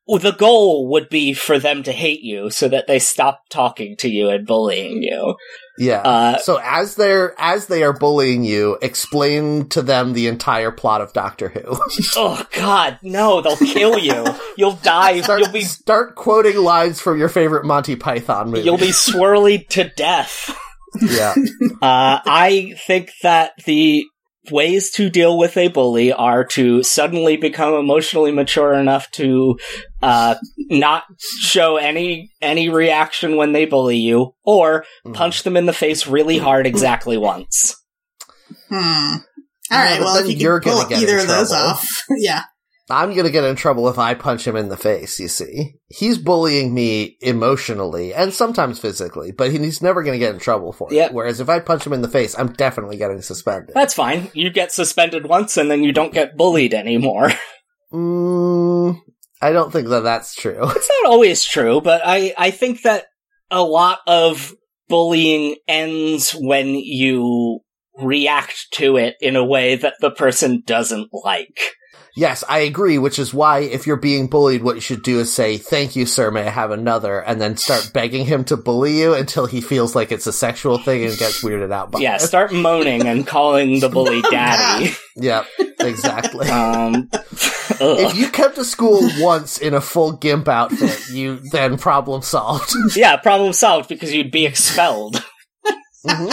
[SPEAKER 2] well, the goal would be for them to hate you so that they stop talking to you and bullying you.
[SPEAKER 1] Yeah.
[SPEAKER 2] Uh
[SPEAKER 1] so as they're as they are bullying you, explain to them the entire plot of Doctor Who.
[SPEAKER 2] oh god, no, they'll kill you. You'll die.
[SPEAKER 1] start,
[SPEAKER 2] You'll be
[SPEAKER 1] start quoting lines from your favorite Monty Python movie.
[SPEAKER 2] you'll be swirly to death.
[SPEAKER 1] yeah.
[SPEAKER 2] Uh, I think that the ways to deal with a bully are to suddenly become emotionally mature enough to uh, not show any any reaction when they bully you, or
[SPEAKER 1] Mm.
[SPEAKER 2] punch them in the face really hard exactly once.
[SPEAKER 3] Hmm.
[SPEAKER 1] Yeah,
[SPEAKER 3] All right.
[SPEAKER 1] but
[SPEAKER 3] well,
[SPEAKER 1] then
[SPEAKER 3] if you
[SPEAKER 1] you're
[SPEAKER 3] can
[SPEAKER 1] gonna
[SPEAKER 3] pull
[SPEAKER 1] get
[SPEAKER 3] either
[SPEAKER 1] in
[SPEAKER 3] of those
[SPEAKER 1] trouble.
[SPEAKER 3] off, yeah,
[SPEAKER 1] I'm gonna get in trouble if I punch him in the face, you see. He's bullying me emotionally and sometimes physically, but he- he's never gonna get in trouble for
[SPEAKER 2] Yep.
[SPEAKER 1] it. Whereas if I punch him in the face, I'm definitely getting suspended.
[SPEAKER 2] That's fine. You get suspended once, and then you don't get bullied anymore.
[SPEAKER 1] Mm, I don't think that that's true.
[SPEAKER 2] it's not always true, but I, I think that a lot of bullying ends when you react to it in a way that the person doesn't like.
[SPEAKER 1] yes, I agree, which is why if you're being bullied, what you should do is say, thank you, sir, may I have another, and then start begging him to bully you until he feels like it's a sexual thing and gets weirded out by
[SPEAKER 2] yeah,
[SPEAKER 1] it.
[SPEAKER 2] start moaning and calling the bully daddy.
[SPEAKER 1] Yep, exactly.
[SPEAKER 2] Um,
[SPEAKER 1] if
[SPEAKER 2] ugh.
[SPEAKER 1] you kept to school once in a full gimp outfit, you then problem solved.
[SPEAKER 2] yeah, problem solved because you'd be expelled.
[SPEAKER 1] Mhm.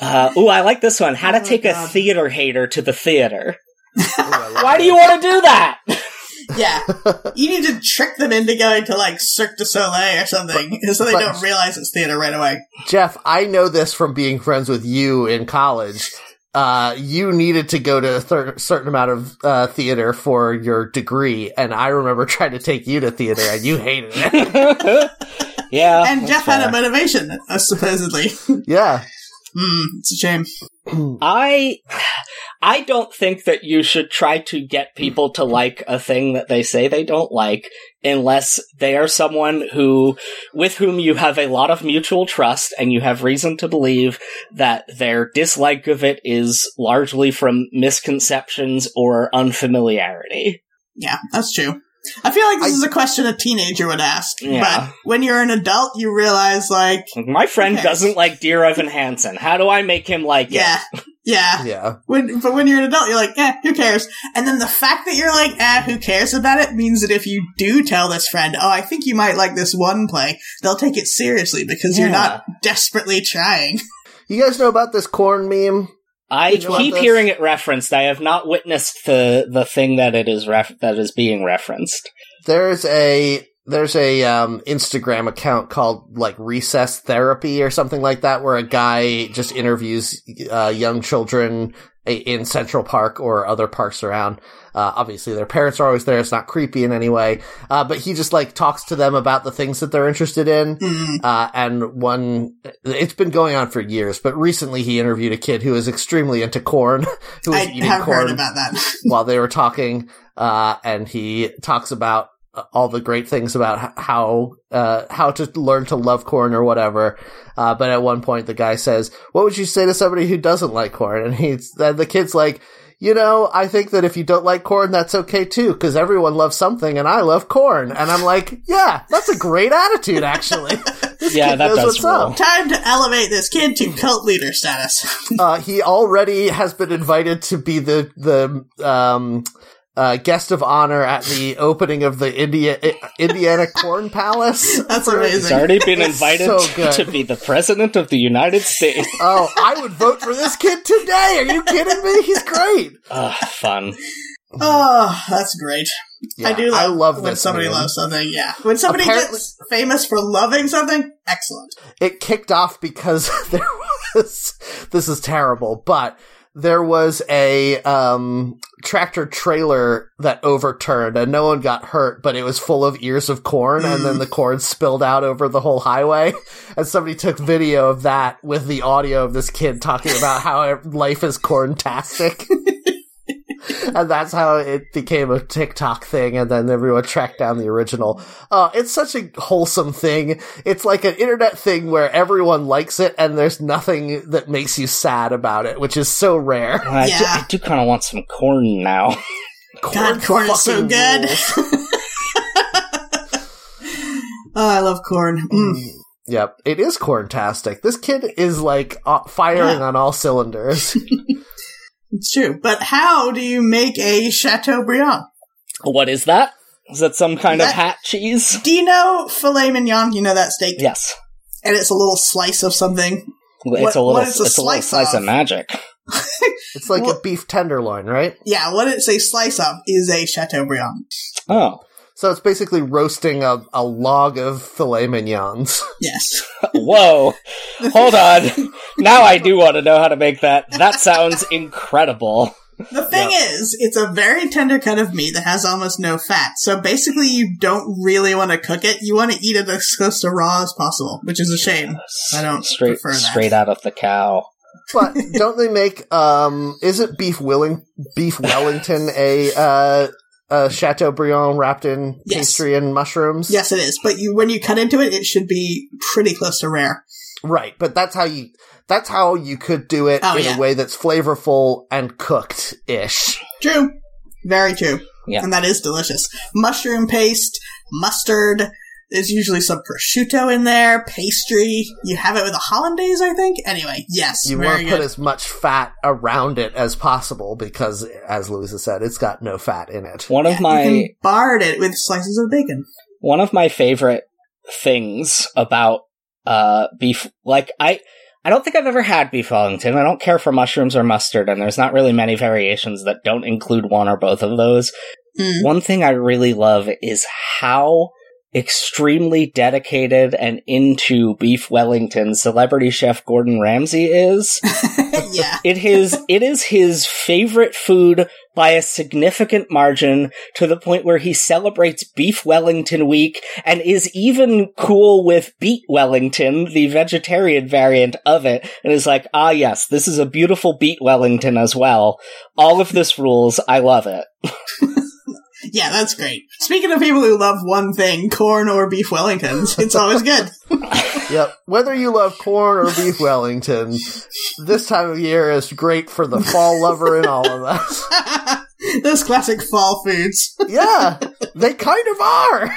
[SPEAKER 2] Uh, ooh, I like this one. How to
[SPEAKER 3] Oh,
[SPEAKER 2] take a
[SPEAKER 3] God.
[SPEAKER 2] theater hater to the theater.
[SPEAKER 1] Ooh, I love
[SPEAKER 2] Why do
[SPEAKER 1] that.
[SPEAKER 2] you want to do that?
[SPEAKER 3] yeah. you need to trick them into going to like Cirque du Soleil or something, so they
[SPEAKER 1] but-
[SPEAKER 3] don't realize it's theater right away.
[SPEAKER 1] Jeff? I know this from being friends with you in college. Uh, you needed to go to a thir- certain amount of uh, theater for your degree, and I remember trying to take you to theater, and you hated it.
[SPEAKER 2] yeah.
[SPEAKER 3] and Jeff had
[SPEAKER 2] Oh, fair.
[SPEAKER 3] a motivation, uh, supposedly.
[SPEAKER 1] yeah,
[SPEAKER 3] Hmm. it's a shame.
[SPEAKER 2] I I don't think that you should try to get people to like a thing that they say they don't like unless they are someone who with whom you have a lot of mutual trust and you have reason to believe that their dislike of it is largely from misconceptions or unfamiliarity.
[SPEAKER 3] Yeah, that's true. I feel like this
[SPEAKER 1] I-
[SPEAKER 3] is a question a teenager would ask,
[SPEAKER 2] Yeah.
[SPEAKER 3] but when you're an adult, you realize, like,
[SPEAKER 2] Like, my friend
[SPEAKER 3] Okay.
[SPEAKER 2] doesn't like Dear Evan Hansen. How do I make him like
[SPEAKER 3] yeah, yeah,
[SPEAKER 1] yeah,
[SPEAKER 3] When, but when you're an adult, you're like, eh, who cares? And then the fact that you're like, eh, who cares about it means that if you do tell this friend, oh, I think you might like this one play, they'll take it seriously because you're
[SPEAKER 2] Yeah.
[SPEAKER 3] not desperately trying.
[SPEAKER 1] you guys know about this corn meme?
[SPEAKER 2] I
[SPEAKER 1] Which one
[SPEAKER 2] keep
[SPEAKER 1] this?
[SPEAKER 2] hearing it referenced. I have not witnessed the the thing that it is ref- that is being referenced.
[SPEAKER 1] There's a there's a um, Instagram account called like Recess Therapy or something like that, where a guy just interviews uh, young children i- in Central Park or other parks around. Uh, obviously, their parents are always there. It's not creepy in any way, uh, but he just like talks to them about the things that they're interested in.
[SPEAKER 3] Hmm.
[SPEAKER 1] Uh, and one, it's been going on for years, but recently he interviewed a kid who is extremely into corn, who was
[SPEAKER 3] I
[SPEAKER 1] eating
[SPEAKER 3] have
[SPEAKER 1] corn
[SPEAKER 3] heard about that.
[SPEAKER 1] while they were talking, uh, and he talks about uh, all the great things about h- how uh, how to learn to love corn or whatever. Uh, but at one point, the guy says, "What would you say to somebody who doesn't like corn?" And he's then the kid's like. You know, I think that if you don't like corn, that's okay too, because everyone loves something, and I love corn. And I'm like, yeah, that's a great attitude, actually. This
[SPEAKER 2] Yeah,
[SPEAKER 1] kid
[SPEAKER 2] that
[SPEAKER 1] knows
[SPEAKER 2] does
[SPEAKER 1] what's
[SPEAKER 2] rule.
[SPEAKER 1] up.
[SPEAKER 3] Time to elevate this kid to cult leader status.
[SPEAKER 1] Uh, he already has been invited to be the the um, uh, guest of honor at the opening of the India, Indiana Corn Palace.
[SPEAKER 3] That's
[SPEAKER 2] He's
[SPEAKER 3] amazing.
[SPEAKER 2] already been
[SPEAKER 1] It's
[SPEAKER 2] invited
[SPEAKER 1] so good.
[SPEAKER 2] to be the president of the United States.
[SPEAKER 1] Oh, I would vote for this kid today. Are you kidding me? He's great.
[SPEAKER 2] Ugh, Ah, fun.
[SPEAKER 3] Oh, that's great. I
[SPEAKER 1] Yeah,
[SPEAKER 3] do. Love
[SPEAKER 1] I love
[SPEAKER 3] when
[SPEAKER 1] this
[SPEAKER 3] somebody
[SPEAKER 1] man.
[SPEAKER 3] loves something. Yeah, when somebody
[SPEAKER 1] Apparently-
[SPEAKER 3] gets famous for loving something, excellent.
[SPEAKER 1] it kicked off because there was this is terrible, but there was a um, tractor trailer that overturned and no one got hurt, but it was full of ears of corn, and then the corn spilled out over the whole highway. And somebody took video of that with the audio of this kid talking about how life is corntastic. and that's how it became a TikTok thing, and then everyone tracked down the original. Uh, it's such a wholesome thing. It's like an internet thing where everyone likes it, and there's nothing that makes you sad about it, which is so rare.
[SPEAKER 2] I do,
[SPEAKER 3] Yeah.
[SPEAKER 2] I do kind of want some corn now.
[SPEAKER 3] God, corn is so
[SPEAKER 1] fucking
[SPEAKER 3] good.
[SPEAKER 1] rules.
[SPEAKER 3] Oh, I love corn. Mm.
[SPEAKER 1] Yep, it is corntastic. This kid is like uh, firing on all cylinders.
[SPEAKER 3] It's true. But how do you make a Chateaubriand?
[SPEAKER 2] What is that? Is that some kind of
[SPEAKER 3] That-
[SPEAKER 2] hat cheese?
[SPEAKER 3] Do you know filet mignon? You know that steak?
[SPEAKER 2] Yes.
[SPEAKER 3] And it's a little slice of something.
[SPEAKER 2] it's a
[SPEAKER 3] what
[SPEAKER 2] little,
[SPEAKER 3] is the
[SPEAKER 2] it's a little
[SPEAKER 3] slice
[SPEAKER 2] slice
[SPEAKER 3] of?
[SPEAKER 2] of magic.
[SPEAKER 1] It's like
[SPEAKER 3] Well-
[SPEAKER 1] a beef tenderloin, right?
[SPEAKER 3] Yeah, what it's a slice of is a Chateaubriand.
[SPEAKER 2] Oh,
[SPEAKER 1] So it's basically roasting a, a log of filet mignons.
[SPEAKER 3] Yes.
[SPEAKER 2] whoa. Hold on. Now I do want to know how to make that. That sounds incredible.
[SPEAKER 3] The thing is, it's a very tender cut of meat that has almost no fat. So basically, you don't really want to cook it. You want to eat it as close to raw as possible, which is a shame. I don't
[SPEAKER 2] straight
[SPEAKER 3] prefer that.
[SPEAKER 2] straight out of the cow.
[SPEAKER 1] But don't they make um isn't beef willing beef Wellington a uh a Chateaubriand wrapped in
[SPEAKER 3] Yes.
[SPEAKER 1] pastry and mushrooms?
[SPEAKER 3] Yes, it is. But you, when you cut into it, it should be pretty close to rare.
[SPEAKER 1] Right, but that's how you that's how you could do it
[SPEAKER 3] Oh,
[SPEAKER 1] in
[SPEAKER 3] yeah.
[SPEAKER 1] a way that's flavorful and cooked ish.
[SPEAKER 3] True. Very true.
[SPEAKER 2] Yeah.
[SPEAKER 3] And that is delicious. Mushroom paste, mustard. There's usually some prosciutto in there, pastry. You have it with a hollandaise, I think. Anyway, yes,
[SPEAKER 1] You want
[SPEAKER 3] very
[SPEAKER 1] to put
[SPEAKER 3] good.
[SPEAKER 1] as much fat around it as possible because as Louisa said, it's got no fat in it.
[SPEAKER 2] One of my
[SPEAKER 3] You can barred it with slices of bacon.
[SPEAKER 2] one of my favorite things about uh beef like I I don't think I've ever had beef wellington. I don't care for mushrooms or mustard and there's not really many variations that don't include one or both of those.
[SPEAKER 3] Mm.
[SPEAKER 2] One thing I really love is how extremely dedicated and into beef wellington celebrity chef Gordon Ramsay is.
[SPEAKER 3] yeah.
[SPEAKER 2] It is it is his favorite food by a significant margin to the point where he celebrates beef wellington week and is even cool with beet wellington, the vegetarian variant of it, and is like, "Ah yes, this is a beautiful beet wellington as well. All of this rules. I love it."
[SPEAKER 3] Yeah, that's great. Speaking of people who love one thing, corn or beef Wellingtons, it's always good.
[SPEAKER 1] Yep. Whether you love corn or beef Wellington, this time of year is great for the fall lover in all of us.
[SPEAKER 3] Those classic fall foods.
[SPEAKER 1] Yeah, they kind of are.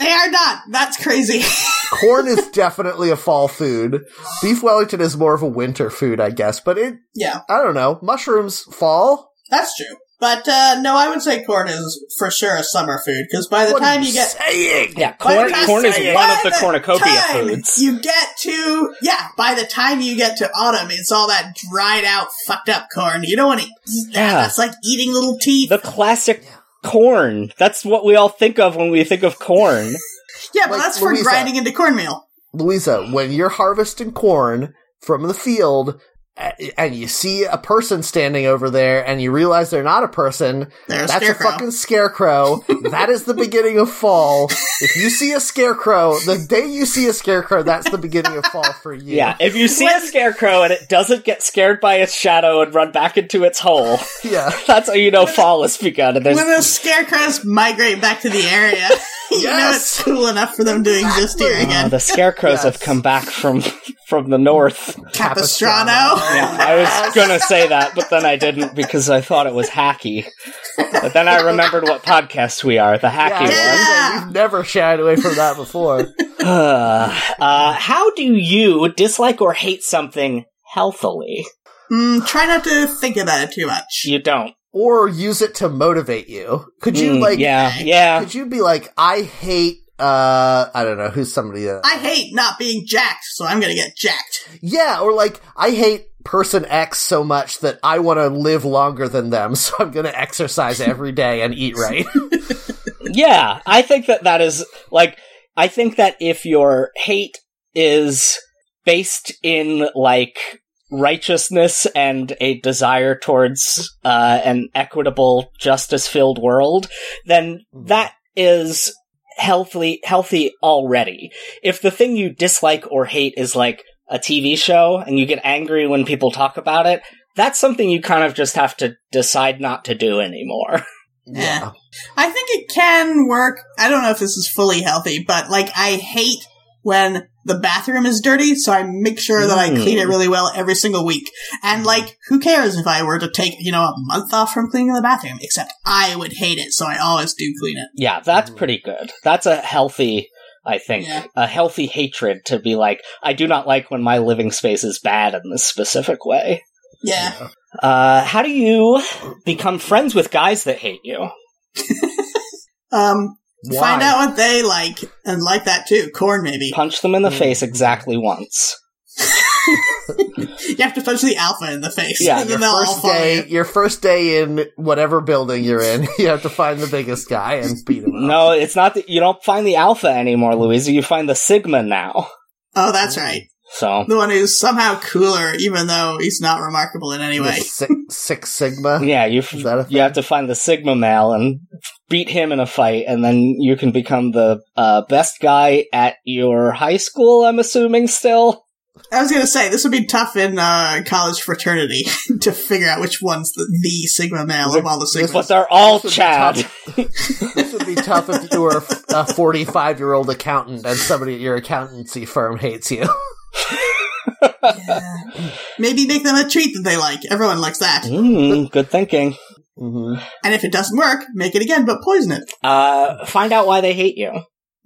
[SPEAKER 3] They are not. That's crazy.
[SPEAKER 1] Corn is definitely a fall food. Beef Wellington is more of a winter food, I guess. But it,
[SPEAKER 3] yeah,
[SPEAKER 1] I don't know. Mushrooms fall.
[SPEAKER 3] that's true. But uh, no, I would say corn is for sure a summer food because by the
[SPEAKER 1] What are
[SPEAKER 3] time you get
[SPEAKER 1] saying?
[SPEAKER 2] Yeah,
[SPEAKER 3] By
[SPEAKER 2] corn,
[SPEAKER 3] the time-
[SPEAKER 2] corn is
[SPEAKER 3] by
[SPEAKER 2] one of the cornucopia
[SPEAKER 3] time
[SPEAKER 2] foods.
[SPEAKER 3] You get to yeah. By the time you get to autumn, it's all that dried out, fucked up corn. You don't want to eat that.
[SPEAKER 2] Yeah.
[SPEAKER 3] That's like eating little teeth.
[SPEAKER 2] The classic corn. That's what we all think of when we think of corn.
[SPEAKER 3] yeah, but
[SPEAKER 1] like
[SPEAKER 3] that's for
[SPEAKER 1] Louisa.
[SPEAKER 3] grinding into cornmeal.
[SPEAKER 1] Louisa, when you're harvesting corn from the field a- and you see a person standing over there and you realize they're not a person,
[SPEAKER 3] There's
[SPEAKER 1] that's
[SPEAKER 3] scarecrow.
[SPEAKER 1] a fucking scarecrow. that is the beginning of fall. If you see a scarecrow, the day you see a scarecrow, that's the beginning of fall for you.
[SPEAKER 2] Yeah, if you see a
[SPEAKER 3] When-
[SPEAKER 2] scarecrow and it doesn't get scared by its shadow and run back into its hole,
[SPEAKER 1] Yeah.
[SPEAKER 2] that's how you know fall has begun. And there's
[SPEAKER 3] when those scarecrows migrate back to the area, you know
[SPEAKER 1] Yes.
[SPEAKER 3] it's cool enough for them to exist here
[SPEAKER 2] Ah,
[SPEAKER 3] again.
[SPEAKER 2] the scarecrows
[SPEAKER 1] Yes.
[SPEAKER 2] have come back from from the north.
[SPEAKER 3] Capistrano.
[SPEAKER 2] Yeah, I was gonna say that, but then I didn't because I thought it was hacky. But then I remembered what podcast we are, the hacky
[SPEAKER 3] Yeah.
[SPEAKER 2] one.
[SPEAKER 1] We've never shied away from that before.
[SPEAKER 2] Uh, uh, how do you dislike or hate something healthily?
[SPEAKER 3] Mm, try not to think about it too much.
[SPEAKER 2] You don't.
[SPEAKER 1] or use it to motivate you. Could you
[SPEAKER 2] Mm,
[SPEAKER 1] like
[SPEAKER 2] yeah, yeah.
[SPEAKER 1] could you be like, I hate uh I don't know, who's somebody that
[SPEAKER 3] I hate not being jacked, so I'm gonna get jacked.
[SPEAKER 1] Yeah, or like I hate person X so much that I wanna live longer than them, so I'm gonna exercise every day and eat right.
[SPEAKER 2] Yeah, I think that that is, like, I think that if your hate is based in, like, righteousness and a desire towards uh, an equitable, justice-filled world, then that is healthy healthy already. If the thing you dislike or hate is like a TV show and you get angry when people talk about it, that's something you kind of just have to decide not to do anymore.
[SPEAKER 1] yeah.
[SPEAKER 3] I think it can work. I don't know if this is fully healthy, but like I hate when the bathroom is dirty, so I make sure that I
[SPEAKER 2] Mm.
[SPEAKER 3] clean it really well every single week. And like, who cares if I were to take, you know, a month off from cleaning the bathroom? Except I would hate it, so I always do clean it.
[SPEAKER 2] Yeah, that's
[SPEAKER 1] Mhm.
[SPEAKER 2] pretty good. That's a healthy, I think,
[SPEAKER 3] Yeah.
[SPEAKER 2] a healthy hatred to be like, I do not like when my living space is bad in this specific way.
[SPEAKER 3] Yeah.
[SPEAKER 2] Uh, how do you become friends with guys that hate you?
[SPEAKER 3] Um,
[SPEAKER 1] Why?
[SPEAKER 3] find out what they like and like that too. Corn, maybe.
[SPEAKER 2] Punch them in the
[SPEAKER 1] Mm.
[SPEAKER 2] face exactly once.
[SPEAKER 3] You have to punch the alpha in the face.
[SPEAKER 2] Yeah,
[SPEAKER 3] and
[SPEAKER 1] your
[SPEAKER 3] then they'll all
[SPEAKER 1] first
[SPEAKER 3] follow
[SPEAKER 1] day,
[SPEAKER 3] you.
[SPEAKER 1] your first day in whatever building you're in, you have to find the biggest guy and beat him up.
[SPEAKER 2] No, it's not that you don't find the alpha anymore, Louisa. You find the sigma now.
[SPEAKER 3] Oh, that's right.
[SPEAKER 2] So,
[SPEAKER 3] The one who's somehow cooler, even though he's not remarkable in any
[SPEAKER 1] The
[SPEAKER 3] way.
[SPEAKER 1] Six, Six Sigma.
[SPEAKER 2] yeah, you
[SPEAKER 1] Is that a
[SPEAKER 2] you have to find the sigma male and beat him in a fight, and then you can become the uh, best guy at your high school. I'm assuming still.
[SPEAKER 3] I was gonna say this would be tough in uh, college fraternity to figure out which one's the, the Sigma male of all the
[SPEAKER 1] This
[SPEAKER 2] But
[SPEAKER 3] Sigmas.
[SPEAKER 2] they're all
[SPEAKER 1] This would be
[SPEAKER 2] Chad.
[SPEAKER 1] tough- this would be tough if you were a 45 year old accountant and somebody at your accountancy firm hates you.
[SPEAKER 3] Yeah. Maybe make them a treat that they like. Everyone likes that.
[SPEAKER 2] Mm, good thinking.
[SPEAKER 1] Mm-hmm.
[SPEAKER 3] And if it doesn't work, make it again, but poison it.
[SPEAKER 2] Uh, find out why they hate you.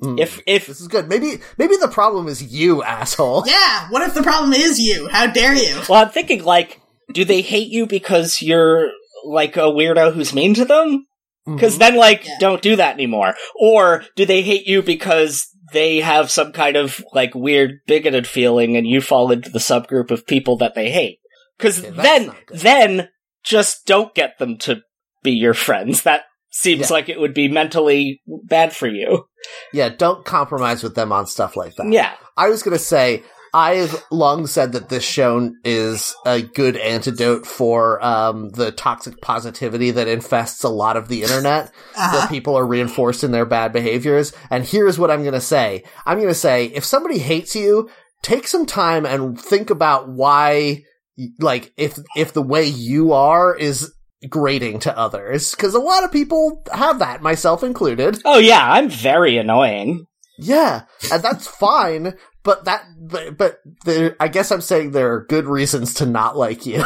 [SPEAKER 2] If if
[SPEAKER 1] Mm. this is good, maybe maybe the problem is you, asshole.
[SPEAKER 3] Yeah. What if the problem is you? How dare you?
[SPEAKER 2] well, I'm thinking like, do they hate you because you're like a weirdo who's mean to them?
[SPEAKER 1] Mm-hmm.
[SPEAKER 2] Because then, like,
[SPEAKER 3] Yeah.
[SPEAKER 2] don't do that anymore. Or do they hate you because they have some kind of like weird bigoted feeling, and you fall into the subgroup of people that they hate? Because
[SPEAKER 1] Yeah, that's
[SPEAKER 2] then,
[SPEAKER 1] not good.
[SPEAKER 2] then just don't get them to be your friends. That seems
[SPEAKER 1] Yeah.
[SPEAKER 2] like it would be mentally bad for you.
[SPEAKER 1] yeah, don't compromise with them on stuff like that.
[SPEAKER 2] Yeah.
[SPEAKER 1] I was gonna say I've long said that this show is a good antidote for um, the toxic positivity that infests a lot of the internet. where
[SPEAKER 3] Uh-huh.
[SPEAKER 1] people are reinforced in their bad behaviors. And here's what I'm going to say. I'm going to say if somebody hates you, take some time and think about why like if if the way you are is grating to others cuz a lot of people have that myself included.
[SPEAKER 2] Oh yeah, I'm very annoying.
[SPEAKER 1] Yeah, and that's fine, but that but, but there, I guess I'm saying there are good reasons to not like you.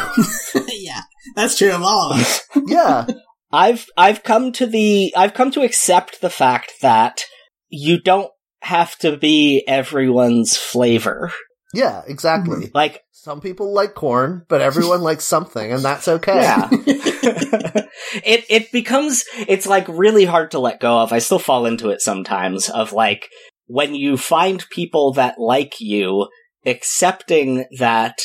[SPEAKER 3] yeah. That's true of all of us.
[SPEAKER 1] yeah.
[SPEAKER 2] I've I've come to the I've come to accept the fact that you don't have to be everyone's flavor.
[SPEAKER 1] Yeah, exactly.
[SPEAKER 2] Like
[SPEAKER 1] Some people like corn, but everyone likes something and that's okay. Mm-hmm.
[SPEAKER 2] yeah. it it becomes it's like really hard to let go of. I still fall into it sometimes of like when you find people that like you accepting that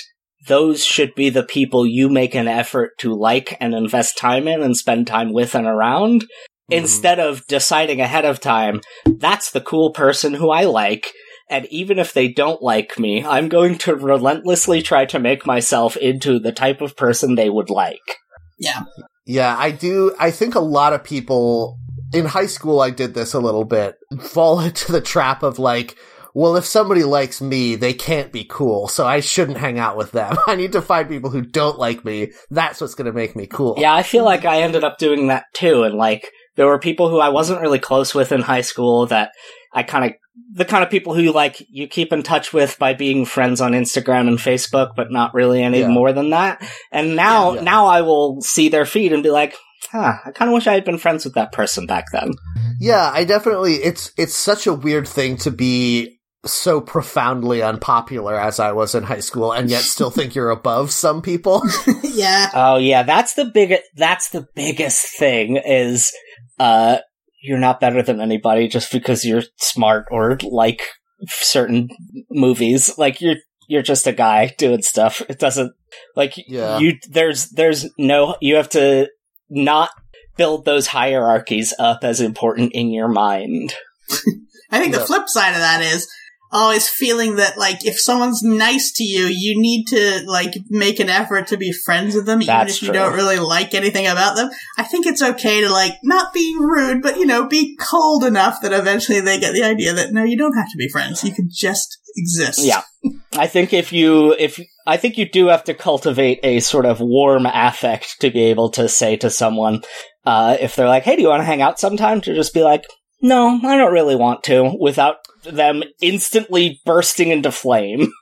[SPEAKER 2] those should be the people you make an effort to like and invest time in and spend time with and around
[SPEAKER 1] Mhm.
[SPEAKER 2] instead of deciding ahead of time, that's the cool person who I like. And even if they don't like me, I'm going to relentlessly try to make myself into the type of person they would like.
[SPEAKER 1] Yeah, I do. I think a lot of people in high school, I did this a little bit, fall into the trap of like, well, if somebody likes me, they can't be cool, so I shouldn't hang out with them. I need to find people who don't like me. That's what's going to make me cool.
[SPEAKER 2] Yeah, I feel like I ended up doing that too. And like, there were people who I wasn't really close with in high school that I kind of, the kind of people who like you keep in touch with by being friends on Instagram and Facebook, but not really any
[SPEAKER 1] Yeah.
[SPEAKER 2] more than that. And now,
[SPEAKER 1] Yeah.
[SPEAKER 2] now I will see their feed and be like, huh, I kind of wish I had been friends with that person back then.
[SPEAKER 1] Yeah, I definitely it's it's such a weird thing to be so profoundly unpopular as I was in high school and yet still think you're above some people.
[SPEAKER 3] yeah.
[SPEAKER 2] Oh yeah, that's the big that's the biggest thing is uh you're not better than anybody just because you're smart or like certain movies. Like you're you're just a guy doing stuff. It doesn't like
[SPEAKER 1] Yeah.
[SPEAKER 2] you there's there's no you have to not build those hierarchies up as important in your mind.
[SPEAKER 3] I think
[SPEAKER 1] Yeah.
[SPEAKER 3] the flip side of that is always feeling that like if someone's nice to you, you need to like make an effort to be friends with them, even
[SPEAKER 2] That's
[SPEAKER 3] if you
[SPEAKER 2] true.
[SPEAKER 3] don't really like anything about them. I think it's okay to like not be rude, but you know, be cold enough that eventually they get the idea that no, you don't have to be friends. You can just exist.
[SPEAKER 2] Yeah. I think if you if I think you do have to cultivate a sort of warm affect to be able to say to someone uh, if they're like, "Hey, do you want to hang out sometime?" to just be like, "No, I don't really want to," without them instantly bursting into flame.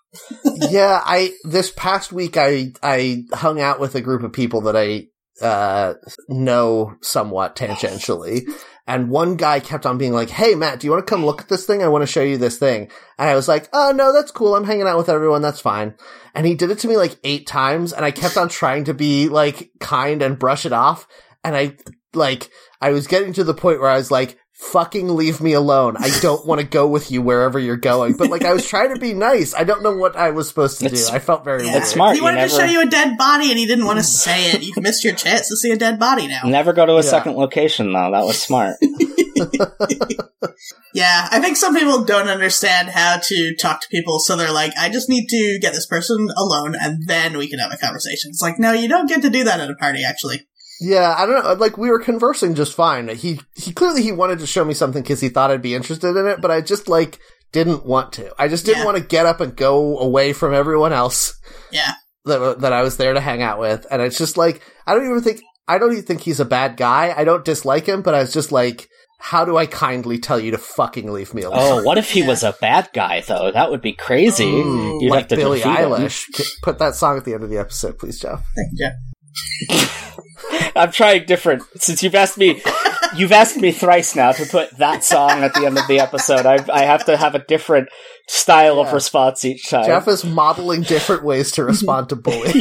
[SPEAKER 1] yeah, I this past week I I hung out with a group of people that I uh know somewhat tangentially. And one guy kept on being like, "Hey Matt, do you want to come look at this thing? I want to show you this thing." And I was like, "Oh no, that's cool. I'm hanging out with everyone. That's fine." And he did it to me like 8 times and I kept on trying to be like kind and brush it off and I like I was getting to the point where I was like fucking leave me alone. I don't want to go with you wherever you're going. But like I was trying to be nice. I don't know what I was supposed to
[SPEAKER 2] It's-
[SPEAKER 1] do. I felt very
[SPEAKER 3] Yeah.
[SPEAKER 1] weird.
[SPEAKER 2] It's smart.
[SPEAKER 3] He
[SPEAKER 2] You
[SPEAKER 3] wanted to
[SPEAKER 2] never-
[SPEAKER 3] show you a dead body and he didn't want to say it. You've missed your chance to see a dead body now.
[SPEAKER 2] Never go to a
[SPEAKER 1] Yeah.
[SPEAKER 2] second location though. That was smart.
[SPEAKER 3] Yeah, I think some people don't understand how to talk to people, so they're like, I just need to get this person alone and then we can have a conversation. It's like, no, you don't get to do that at a party, actually.
[SPEAKER 1] Yeah, I don't know. Like we were conversing just fine. He he clearly he wanted to show me something because he thought I'd be interested in it, but I just like didn't want to. I just didn't
[SPEAKER 3] Yeah.
[SPEAKER 1] want to get up and go away from everyone else.
[SPEAKER 3] Yeah.
[SPEAKER 1] That that I was there to hang out with, and it's just like I don't even think I don't even think he's a bad guy. I don't dislike him, but I was just like, how do I kindly tell you to fucking leave me alone?
[SPEAKER 2] oh, what if he was a bad guy though? That would be crazy.
[SPEAKER 1] Ooh,
[SPEAKER 2] Oh. You'd
[SPEAKER 1] like
[SPEAKER 2] have to
[SPEAKER 1] Billie
[SPEAKER 2] defeat him.
[SPEAKER 1] Eilish. Put that song at the end of the episode, please, Jeff.
[SPEAKER 3] Thank you, Jeff.
[SPEAKER 2] I'm trying different. Since you've asked me, you've asked me thrice now to put that song at the end of the episode. I, I have to have a different style
[SPEAKER 1] Yeah.
[SPEAKER 2] of response each time.
[SPEAKER 1] Jeff is modeling different ways to respond to bullying.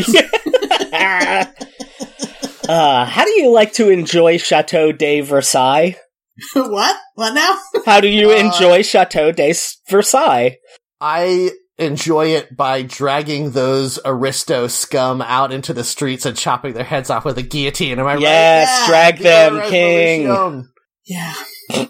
[SPEAKER 2] uh, how do you like to enjoy Chateau de Versailles?
[SPEAKER 3] what? What now?
[SPEAKER 2] How do you
[SPEAKER 1] Uh,
[SPEAKER 2] enjoy Chateau de S- Versailles?
[SPEAKER 1] I enjoy it by dragging those aristo scum out into the streets and chopping their heads off with a guillotine. Am I
[SPEAKER 2] Yes,
[SPEAKER 3] Yeah,
[SPEAKER 1] right?
[SPEAKER 2] drag them,
[SPEAKER 1] Viva
[SPEAKER 2] king.
[SPEAKER 1] revolution.
[SPEAKER 3] Yeah.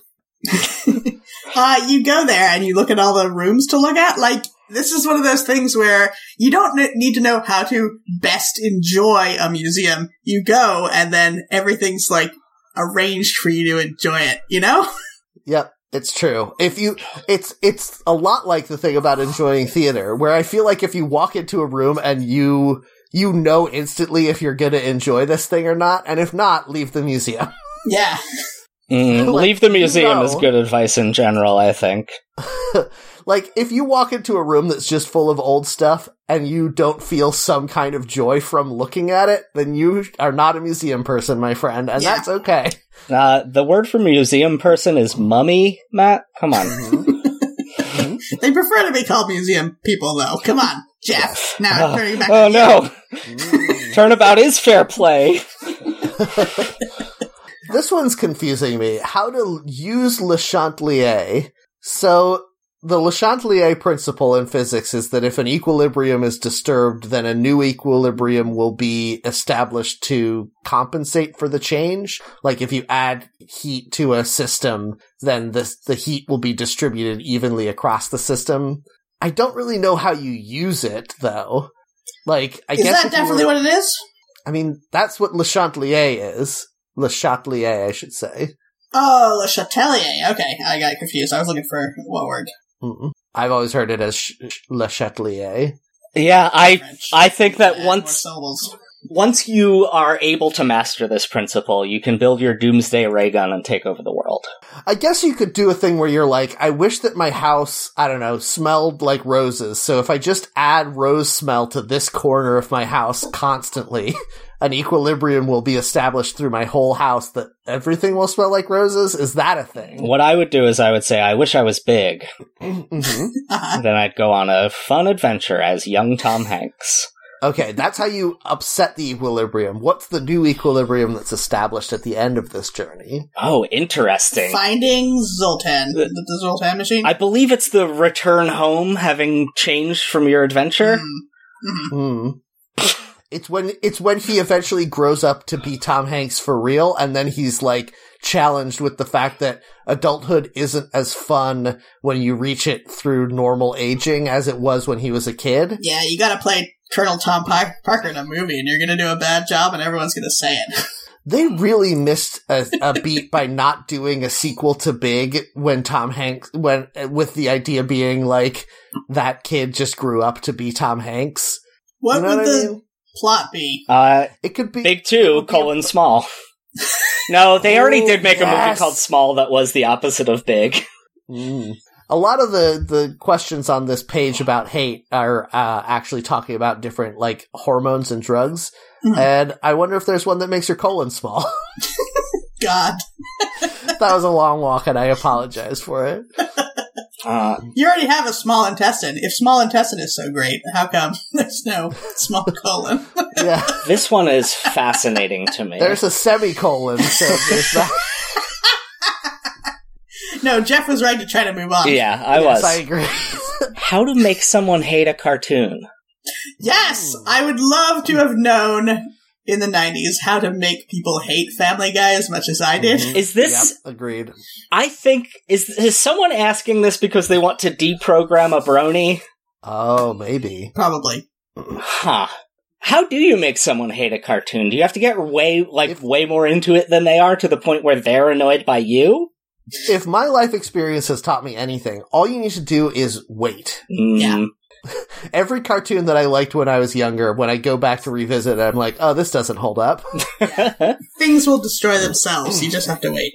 [SPEAKER 3] uh, you go there and you look at all the rooms to look at. Like, this is one of those things where you don't n- need to know how to best enjoy a museum. You go and then everything's like arranged for you to enjoy it, you know?
[SPEAKER 1] Yep, it's true. If you, it's it's a lot like the thing about enjoying theater, where I feel like if you walk into a room and you you know instantly if you're going to enjoy this thing or not, and if not, leave the museum.
[SPEAKER 3] Yeah.
[SPEAKER 2] Mm,
[SPEAKER 1] like,
[SPEAKER 2] leave the museum
[SPEAKER 1] no.
[SPEAKER 2] is good advice in general, I think.
[SPEAKER 1] Like if you walk into a room that's just full of old stuff and you don't feel some kind of joy from looking at it, then you are not a museum person, my friend, and
[SPEAKER 3] Yeah.
[SPEAKER 1] that's okay.
[SPEAKER 2] Uh, the word for museum person is mummy, Matt? Come on.
[SPEAKER 3] They prefer to be called museum people, though. Come on, Jeff. Now
[SPEAKER 2] Ah.
[SPEAKER 3] turning it back.
[SPEAKER 2] oh
[SPEAKER 3] to you.
[SPEAKER 2] no! Mm. Turnabout is fair play.
[SPEAKER 1] This one's confusing me. How to use Le Chatelier. So, the Le Chatelier principle in physics is that if an equilibrium is disturbed, then a new equilibrium will be established to compensate for the change. Like if you add heat to a system, then the, the heat will be distributed evenly across the system. I don't really know how you use it though. Like, I
[SPEAKER 3] Is
[SPEAKER 1] guess.
[SPEAKER 3] that
[SPEAKER 1] if you
[SPEAKER 3] definitely
[SPEAKER 1] were-
[SPEAKER 3] what it is?
[SPEAKER 1] I mean, that's what Le Chatelier is. Le Chatelier, I should say.
[SPEAKER 3] Oh, Le Chatelier. Okay, I got confused. I was looking for what word?
[SPEAKER 1] Mm-mm. I've always heard it as sh- sh- Le Chatelier.
[SPEAKER 2] Yeah, I
[SPEAKER 3] French.
[SPEAKER 2] I think that
[SPEAKER 3] Yeah, more
[SPEAKER 2] once
[SPEAKER 3] syllables.
[SPEAKER 2] once you are able to master this principle, you can build your doomsday ray gun and take over the world.
[SPEAKER 1] I guess you could do a thing where you're like, I wish that my house, I don't know, smelled like roses. So if I just add rose smell to this corner of my house constantly, an equilibrium will be established through my whole house that everything will smell like roses? Is that a thing?
[SPEAKER 2] What I would do is I would say, I wish I was big.
[SPEAKER 1] Mhm.
[SPEAKER 3] Uh-huh.
[SPEAKER 2] Then I'd go on a fun adventure as young Tom Hanks.
[SPEAKER 1] Okay, that's how you upset the equilibrium. What's the new equilibrium that's established at the end of this journey?
[SPEAKER 2] Oh, interesting.
[SPEAKER 3] Finding Zoltan. The, the Zoltan machine?
[SPEAKER 2] I believe it's the return home having changed from your adventure.
[SPEAKER 1] Mm.
[SPEAKER 3] Mm-hmm.
[SPEAKER 1] Hmm. It's when it's when he eventually grows up to be Tom Hanks for real, and then he's like challenged with the fact that adulthood isn't as fun when you reach it through normal aging as it was when he was a kid.
[SPEAKER 3] Yeah, you gotta play Colonel Tom Pi- Parker in a movie and you're gonna do a bad job and everyone's gonna say it.
[SPEAKER 1] They really missed a, a beat by not doing a sequel to Big when Tom Hanks when with the idea being like that kid just grew up to be Tom Hanks.
[SPEAKER 3] What
[SPEAKER 1] You know
[SPEAKER 3] would
[SPEAKER 1] what I
[SPEAKER 3] the
[SPEAKER 1] mean?
[SPEAKER 3] plot be?
[SPEAKER 2] Uh,
[SPEAKER 1] It could be
[SPEAKER 2] Big Two, colon small. No, they already
[SPEAKER 1] Oh,
[SPEAKER 2] did make a movie
[SPEAKER 1] yes.
[SPEAKER 2] called Small that was the opposite of big.
[SPEAKER 1] Mm. A lot of the, the questions on this page about hate are uh, actually talking about different like hormones and drugs,
[SPEAKER 3] Mhm.
[SPEAKER 1] and I wonder if there's one that makes your colon small.
[SPEAKER 3] God.
[SPEAKER 1] that was a long walk, and I apologize for it.
[SPEAKER 2] Uh,
[SPEAKER 3] You already have a small intestine. If small intestine is so great, how come there's no small colon?
[SPEAKER 1] Yeah,
[SPEAKER 2] this one is fascinating to me.
[SPEAKER 1] there's a semicolon, so there's that.
[SPEAKER 3] No, Jeff was right to try to move on.
[SPEAKER 2] yeah, I
[SPEAKER 1] Yes,
[SPEAKER 2] was.
[SPEAKER 1] I agree.
[SPEAKER 2] How to make someone hate a cartoon?
[SPEAKER 3] Yes, I would love to have known in the 90s how to make people hate Family Guy as much as I did.
[SPEAKER 2] Is this?
[SPEAKER 1] Yep, agreed.
[SPEAKER 2] I think is is someone asking this because they want to deprogram a brony?
[SPEAKER 1] Oh, maybe.
[SPEAKER 3] Probably.
[SPEAKER 2] Huh. How do you make someone hate a cartoon? Do you have to get way like
[SPEAKER 1] If-
[SPEAKER 2] way more into it than they are to the point where they're annoyed by you?
[SPEAKER 1] If my life experience has taught me anything, all you need to do is wait.
[SPEAKER 2] Mm,
[SPEAKER 3] Yeah.
[SPEAKER 1] Every cartoon that I liked when I was younger, when I go back to revisit, I'm like, oh, this doesn't hold up.
[SPEAKER 3] Things will destroy themselves. You just have to wait.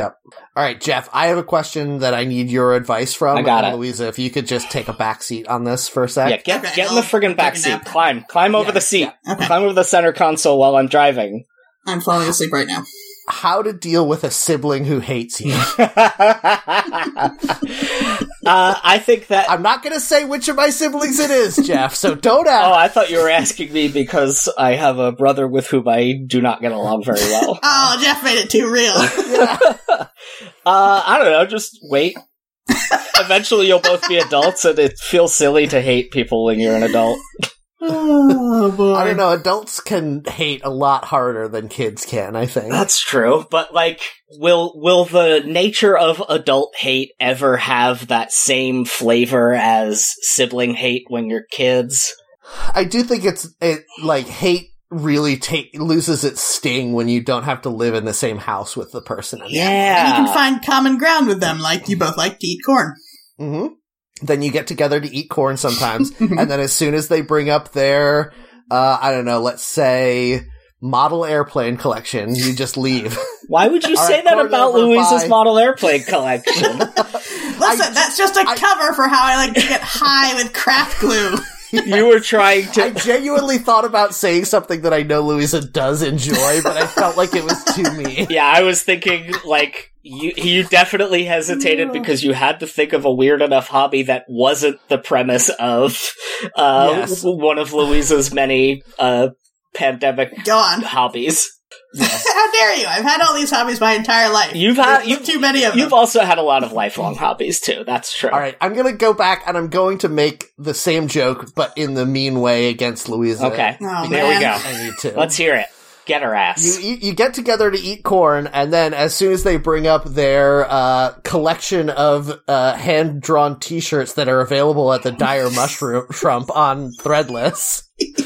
[SPEAKER 1] All right, Jeff, I have a question that I need your advice from.
[SPEAKER 2] I got
[SPEAKER 1] And
[SPEAKER 2] it.
[SPEAKER 1] Louisa, if you could just take a backseat on this for a sec.
[SPEAKER 2] Yeah, get,
[SPEAKER 3] Okay,
[SPEAKER 2] get in the
[SPEAKER 3] I'll
[SPEAKER 2] friggin' back
[SPEAKER 3] take a
[SPEAKER 2] seat.
[SPEAKER 3] nap.
[SPEAKER 2] Climb. Climb over
[SPEAKER 1] Yeah,
[SPEAKER 2] the seat.
[SPEAKER 3] Okay.
[SPEAKER 2] Climb over the center console while I'm driving.
[SPEAKER 3] I'm falling asleep right now.
[SPEAKER 1] How to deal with a sibling who hates you.
[SPEAKER 2] uh, I think that.
[SPEAKER 1] I'm not going to say which of my siblings it is, Jeff, so don't
[SPEAKER 2] oh,
[SPEAKER 1] ask.
[SPEAKER 2] I thought you were asking me because I have a brother with whom I do not get along very well.
[SPEAKER 3] Oh, Jeff made it too real.
[SPEAKER 2] Uh, I don't know. Just wait. Eventually, you'll both be adults, and it feels silly to hate people when you're an adult.
[SPEAKER 3] oh, boy.
[SPEAKER 1] I don't know. Adults can hate a lot harder than kids can, I think.
[SPEAKER 2] That's true, but like, will will the nature of adult hate ever have that same flavor as sibling hate when you're kids?
[SPEAKER 1] I do think it's, it, like, hate really take loses its sting when you don't have to live in the same house with the person.
[SPEAKER 2] Yeah,
[SPEAKER 3] And you can find common ground with them, like you both like to eat corn.
[SPEAKER 1] hmm Then you get together to eat corn sometimes, and then as soon as they bring up their, uh, I don't know, let's say model airplane collection, you just leave.
[SPEAKER 2] Why would you
[SPEAKER 1] All
[SPEAKER 2] say
[SPEAKER 1] right,
[SPEAKER 2] that
[SPEAKER 1] Cordover,
[SPEAKER 2] about Louisa's
[SPEAKER 1] bye.
[SPEAKER 2] model airplane collection?
[SPEAKER 3] Listen, that's just a
[SPEAKER 1] I-
[SPEAKER 3] cover for how I like to get high with craft glue.
[SPEAKER 2] you were trying
[SPEAKER 1] I
[SPEAKER 2] to.
[SPEAKER 1] genuinely thought about saying something that I know Louisa does enjoy, but I felt like it was too me.
[SPEAKER 2] Yeah, I was thinking like you. You definitely hesitated because you had to think of a weird enough hobby that wasn't the premise of uh,
[SPEAKER 1] Yes.
[SPEAKER 2] one of Louisa's many uh, pandemic
[SPEAKER 3] Go on.
[SPEAKER 2] hobbies.
[SPEAKER 3] How dare you? I've had all these hobbies my entire life.
[SPEAKER 2] You've had-
[SPEAKER 3] There's
[SPEAKER 2] you've-
[SPEAKER 3] too many of
[SPEAKER 2] You've
[SPEAKER 3] them.
[SPEAKER 2] also had a lot of lifelong hobbies too. That's true.
[SPEAKER 1] All right, I'm gonna go back and I'm going to make the same joke, but in the mean way against Louisa.
[SPEAKER 2] Okay.
[SPEAKER 3] Oh,
[SPEAKER 2] there we
[SPEAKER 3] man.
[SPEAKER 2] go.
[SPEAKER 1] I need to.
[SPEAKER 2] Let's hear it. Get her
[SPEAKER 1] you
[SPEAKER 2] ass.
[SPEAKER 1] eat, you get together to eat corn, and then as soon as they bring up their uh, collection of uh, hand drawn T shirts that are available at the Dire Mushroom Trump on Threadless,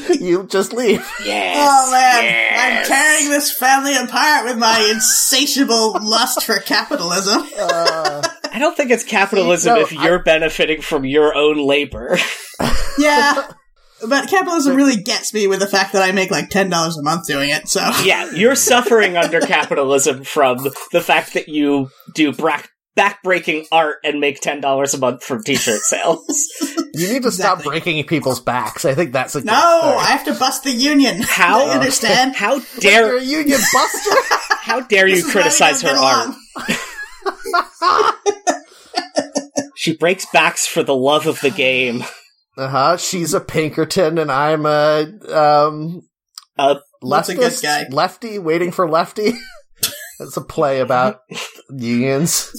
[SPEAKER 1] you just leave.
[SPEAKER 2] yes.
[SPEAKER 3] Oh man,
[SPEAKER 2] yes.
[SPEAKER 3] I'm tearing this family apart with my insatiable lust for capitalism.
[SPEAKER 1] Uh,
[SPEAKER 2] I don't think it's capitalism
[SPEAKER 1] No,
[SPEAKER 2] if you're benefiting from your own labor.
[SPEAKER 3] Yeah. But capitalism really gets me with the fact that I make like ten dollars a month doing it. So
[SPEAKER 2] yeah, you're suffering under capitalism from the fact that you do brac- backbreaking art and make ten dollars a month from t-shirt sales.
[SPEAKER 1] You need to stop
[SPEAKER 3] Exactly.
[SPEAKER 1] breaking people's backs. I think that's a
[SPEAKER 3] No, I have to bust the union.
[SPEAKER 2] How?
[SPEAKER 3] You understand?
[SPEAKER 2] How
[SPEAKER 1] You're
[SPEAKER 2] dare
[SPEAKER 1] a union buster.
[SPEAKER 2] how dare
[SPEAKER 3] This
[SPEAKER 2] you
[SPEAKER 3] is why we
[SPEAKER 2] criticize her
[SPEAKER 3] don't get
[SPEAKER 2] art?
[SPEAKER 3] along.
[SPEAKER 2] She breaks backs for the love of the game.
[SPEAKER 1] uh huh. She's a Pinkerton, and I'm a um
[SPEAKER 2] Uh,
[SPEAKER 3] That's a good
[SPEAKER 1] leftist,
[SPEAKER 3] guy.
[SPEAKER 1] lefty waiting for lefty. That's a play about unions.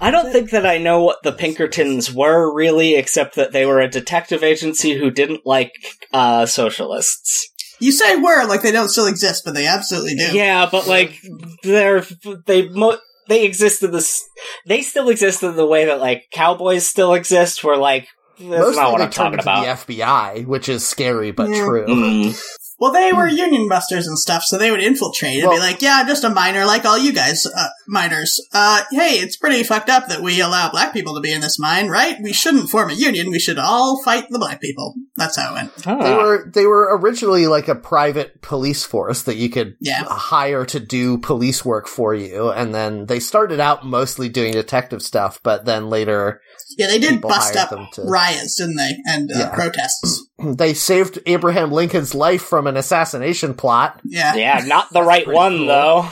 [SPEAKER 2] I don't think that I know what the Pinkertons were really, except that they were a detective agency who didn't like uh, socialists.
[SPEAKER 3] You say were like they don't still exist, but they absolutely do.
[SPEAKER 2] Yeah, but like they're they mo- they exist in this. They still exist in the way that like cowboys still exist. Where like that's
[SPEAKER 1] Mostly
[SPEAKER 2] not what
[SPEAKER 1] they
[SPEAKER 2] I'm
[SPEAKER 1] turned
[SPEAKER 2] talking
[SPEAKER 1] into
[SPEAKER 2] about.
[SPEAKER 1] the FBI, which is scary but
[SPEAKER 3] Yeah.
[SPEAKER 1] true.
[SPEAKER 2] Mm.
[SPEAKER 3] Well, they were union busters and stuff, so they would infiltrate and
[SPEAKER 1] Hmm. Well-
[SPEAKER 3] be like, "Yeah, I'm just a minor, like all you guys, uh, minors. Uh, hey, it's pretty fucked up that we allow black people to be in this mine, right? We shouldn't form a union. We should all fight the black people." That's how it went.
[SPEAKER 1] They
[SPEAKER 2] Huh.
[SPEAKER 1] were they were originally like a private police force that you could
[SPEAKER 3] Yeah.
[SPEAKER 1] hire to do police work for you, and then they started out mostly doing detective stuff, but then later
[SPEAKER 3] Yeah, they did
[SPEAKER 1] People
[SPEAKER 3] bust
[SPEAKER 1] hired
[SPEAKER 3] up
[SPEAKER 1] them to-
[SPEAKER 3] riots, didn't they? And uh,
[SPEAKER 1] Yeah. Hmm.
[SPEAKER 3] protests.
[SPEAKER 1] they saved Abraham Lincoln's life from an assassination plot.
[SPEAKER 3] Yeah.
[SPEAKER 2] yeah, not the right
[SPEAKER 1] pretty
[SPEAKER 2] one
[SPEAKER 1] cool.
[SPEAKER 2] though.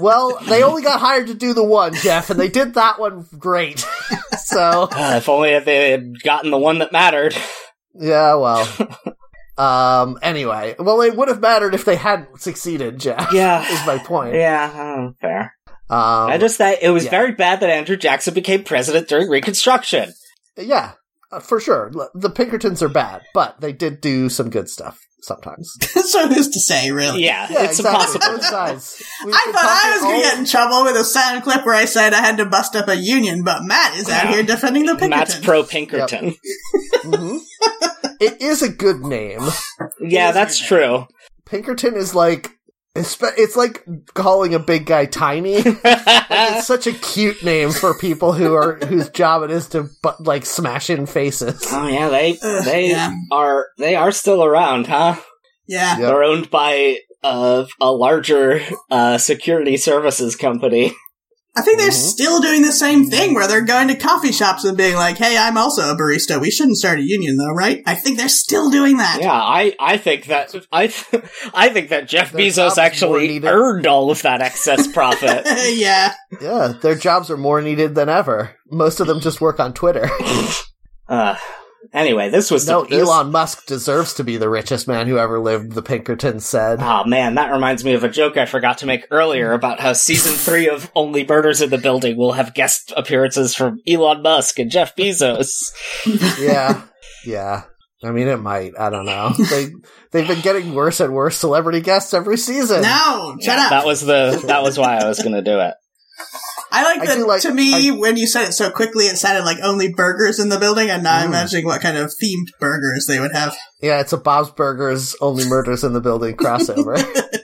[SPEAKER 1] Well, they only got hired to do the one, Jeff, and they did that one great. so
[SPEAKER 2] Ah, if only they had gotten the one that mattered.
[SPEAKER 1] yeah, well. Um anyway. Well it would have mattered if they hadn't succeeded, Jeff.
[SPEAKER 2] Yeah.
[SPEAKER 1] Is my point.
[SPEAKER 2] Yeah, uh, fair.
[SPEAKER 1] Um,
[SPEAKER 2] I just that it was
[SPEAKER 1] yeah.
[SPEAKER 2] very bad that Andrew Jackson became president during Reconstruction.
[SPEAKER 1] Yeah, uh, for sure. L- The Pinkertons are bad, but they did do some good stuff sometimes.
[SPEAKER 3] so who's to say, really?
[SPEAKER 2] Yeah,
[SPEAKER 1] Yeah,
[SPEAKER 2] it's
[SPEAKER 1] exactly.
[SPEAKER 2] impossible.
[SPEAKER 1] Both sides. We've
[SPEAKER 3] I
[SPEAKER 1] been
[SPEAKER 3] thought I was
[SPEAKER 1] talking
[SPEAKER 3] going to
[SPEAKER 1] all-
[SPEAKER 3] get
[SPEAKER 2] Oh.
[SPEAKER 3] in trouble with a sound clip where I said I had to bust up a union, but Matt is out
[SPEAKER 2] Yeah.
[SPEAKER 3] here defending the
[SPEAKER 2] Matt's
[SPEAKER 3] Pinkerton.
[SPEAKER 2] pro Pinkerton.
[SPEAKER 1] Mhm. It is a good name.
[SPEAKER 2] Yeah, that's true.
[SPEAKER 1] Pinkerton is like it's, it's like calling a big guy tiny. It's such a cute name for people who are whose job it is to but like smash in faces.
[SPEAKER 2] Oh yeah, they
[SPEAKER 3] Ugh,
[SPEAKER 2] they
[SPEAKER 3] yeah.
[SPEAKER 2] are they are still around, huh?
[SPEAKER 3] yeah.
[SPEAKER 1] Yep.
[SPEAKER 2] They're owned by uh, a larger uh, security services company.
[SPEAKER 3] I think they're
[SPEAKER 1] Mhm.
[SPEAKER 3] still doing the same thing where they're going to coffee shops and being like, hey, I'm also a barista. We shouldn't start a union though, right? I think they're still doing that.
[SPEAKER 2] Yeah, I, I think that I th- I think that Jeff
[SPEAKER 1] Their jobs
[SPEAKER 2] Bezos
[SPEAKER 1] more
[SPEAKER 2] actually
[SPEAKER 1] needed.
[SPEAKER 2] earned all of that excess profit.
[SPEAKER 3] yeah.
[SPEAKER 1] Yeah, their jobs are more needed than ever. Most of them just work on Twitter.
[SPEAKER 2] uh, anyway, this was
[SPEAKER 1] No,
[SPEAKER 2] this-
[SPEAKER 1] Elon Musk deserves to be the richest man who ever lived. The Pinkerton said.
[SPEAKER 2] Oh man, that reminds me of a joke I forgot to make earlier about how season three of Only Murders in the Building will have guest appearances from Elon Musk and Jeff Bezos.
[SPEAKER 1] yeah, yeah. I mean, it might. I don't know. They they've been getting worse and worse celebrity guests every season.
[SPEAKER 3] No, shut
[SPEAKER 2] Yeah,
[SPEAKER 3] up.
[SPEAKER 2] That was the that was why I was going to do it.
[SPEAKER 3] I like
[SPEAKER 1] I
[SPEAKER 3] that
[SPEAKER 1] do like-
[SPEAKER 3] to me, when you said it so quickly, it sounded like only burgers in the building, and now I'm
[SPEAKER 1] Mm.
[SPEAKER 3] imagining what kind of themed burgers they would have.
[SPEAKER 1] Yeah, it's a Bob's Burgers only murders in the building crossover.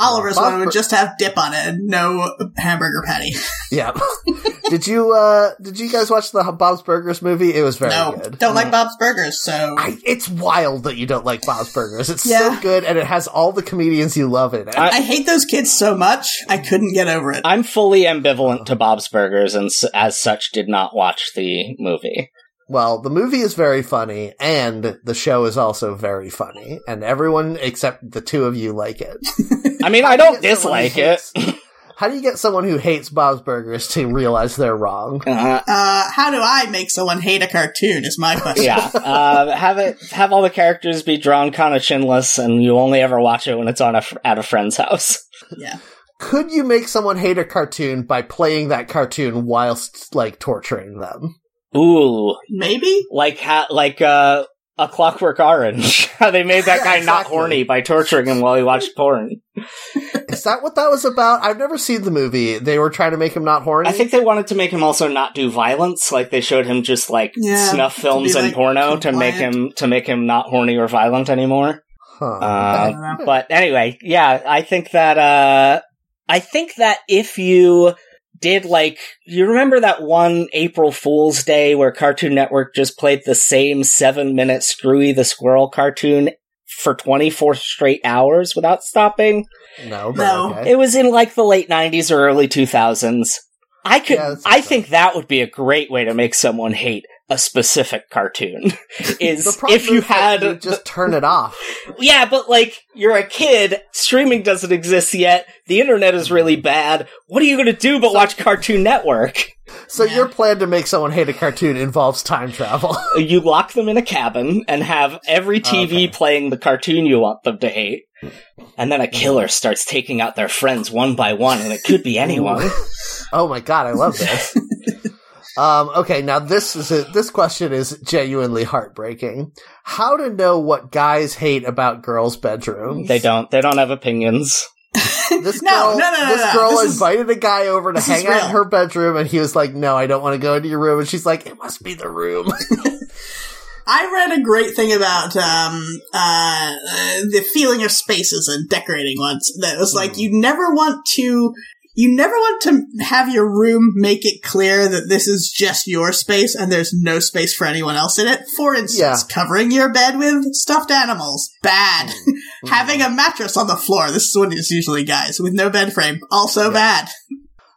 [SPEAKER 3] Oliver's
[SPEAKER 1] Bob
[SPEAKER 3] one would
[SPEAKER 1] Bur-
[SPEAKER 3] just have dip on it and no hamburger patty.
[SPEAKER 1] yeah. did you uh did you guys watch the Bob's Burgers movie? It was very
[SPEAKER 3] no,
[SPEAKER 1] good. Mm.
[SPEAKER 3] don't like Bob's Burgers, so.
[SPEAKER 1] I, it's wild that you don't like Bob's Burgers. It's
[SPEAKER 3] Yeah.
[SPEAKER 1] so good, and it has all the comedians you love in it.
[SPEAKER 2] I-
[SPEAKER 3] I hate those kids so much, I couldn't get over it.
[SPEAKER 2] I'm fully ambivalent to Bob's Burgers, and s- as such, did not watch the movie.
[SPEAKER 1] Well, the movie is very funny, and the show is also very funny, and everyone except the two of you like it.
[SPEAKER 2] I mean, I don't dislike it.
[SPEAKER 1] How do you get someone who hates Bob's Burgers to realize they're wrong?
[SPEAKER 2] Uh,
[SPEAKER 3] Uh, how do I make someone hate a cartoon is my question.
[SPEAKER 2] yeah, uh, have it have all the characters be drawn kind of chinless, and you only ever watch it when it's on a fr- at a friend's house.
[SPEAKER 3] yeah.
[SPEAKER 1] Could you make someone hate a cartoon by playing that cartoon whilst like torturing them?
[SPEAKER 2] Ooh,
[SPEAKER 3] Maybe?
[SPEAKER 2] like ha- like uh, a Clockwork Orange. How they made that
[SPEAKER 1] Yeah,
[SPEAKER 2] guy not
[SPEAKER 1] exactly.
[SPEAKER 2] horny by torturing him while he watched porn.
[SPEAKER 1] Is that what that was about? I've never seen the movie. They were trying to make him not horny.
[SPEAKER 2] I think they wanted to make him also not do violence. Like they showed him just like
[SPEAKER 3] Yeah,
[SPEAKER 2] snuff films
[SPEAKER 3] be,
[SPEAKER 2] and
[SPEAKER 3] like,
[SPEAKER 2] porno to make
[SPEAKER 3] compliant.
[SPEAKER 2] him to make him not horny or violent anymore.
[SPEAKER 1] Huh.
[SPEAKER 2] Uh,
[SPEAKER 3] I don't
[SPEAKER 1] Hmm.
[SPEAKER 3] know.
[SPEAKER 2] But anyway, yeah, I think that uh I think that if you did like you remember that one April Fool's Day where Cartoon Network just played the same 7-minute Screwy the Squirrel cartoon for 24 straight hours without stopping?
[SPEAKER 1] no, but
[SPEAKER 3] No.
[SPEAKER 1] okay.
[SPEAKER 2] It was in like the late 90s or early 2000s. I could.
[SPEAKER 1] Yeah, that's
[SPEAKER 2] I
[SPEAKER 1] awesome.
[SPEAKER 2] think that would be a great way to make someone hate a specific cartoon.
[SPEAKER 1] The
[SPEAKER 2] is
[SPEAKER 1] problem
[SPEAKER 2] if you
[SPEAKER 1] is that
[SPEAKER 2] had,
[SPEAKER 1] you just turn it off.
[SPEAKER 2] yeah, but like you're a kid, streaming doesn't exist yet. The internet is really bad. What are you going to do but watch Cartoon Network?
[SPEAKER 1] So
[SPEAKER 3] Yeah.
[SPEAKER 1] your plan to make someone hate a cartoon involves time travel.
[SPEAKER 2] You lock them in a cabin and have every TV
[SPEAKER 1] Okay.
[SPEAKER 2] playing the cartoon you want them to hate. And then a killer starts taking out their friends one by one, and it could be anyone.
[SPEAKER 1] oh my god, I love this. um, okay, now this is a, this question is genuinely heartbreaking. How to know what guys hate about girls' bedrooms?
[SPEAKER 2] they don't. They don't have opinions.
[SPEAKER 1] This
[SPEAKER 3] No,
[SPEAKER 1] girl,
[SPEAKER 3] no, no, no,
[SPEAKER 1] this
[SPEAKER 3] no.
[SPEAKER 1] girl
[SPEAKER 3] This is-
[SPEAKER 1] invited a guy over to
[SPEAKER 3] this is
[SPEAKER 1] hang out in her
[SPEAKER 3] real.
[SPEAKER 1] bedroom, and he was like, "No, I don't want to go into your room." And she's like, "It must be the room."
[SPEAKER 3] I read a great thing about um, uh, uh, the feeling of spaces and decorating once. That was like you never want to, you never want to have your room make it clear that this is just your space and there's no space for anyone else in it. For instance,
[SPEAKER 1] Yeah.
[SPEAKER 3] covering your bed with stuffed animals, bad. Having a mattress on the floor. This is what it's usually guys with no bed frame, also bad.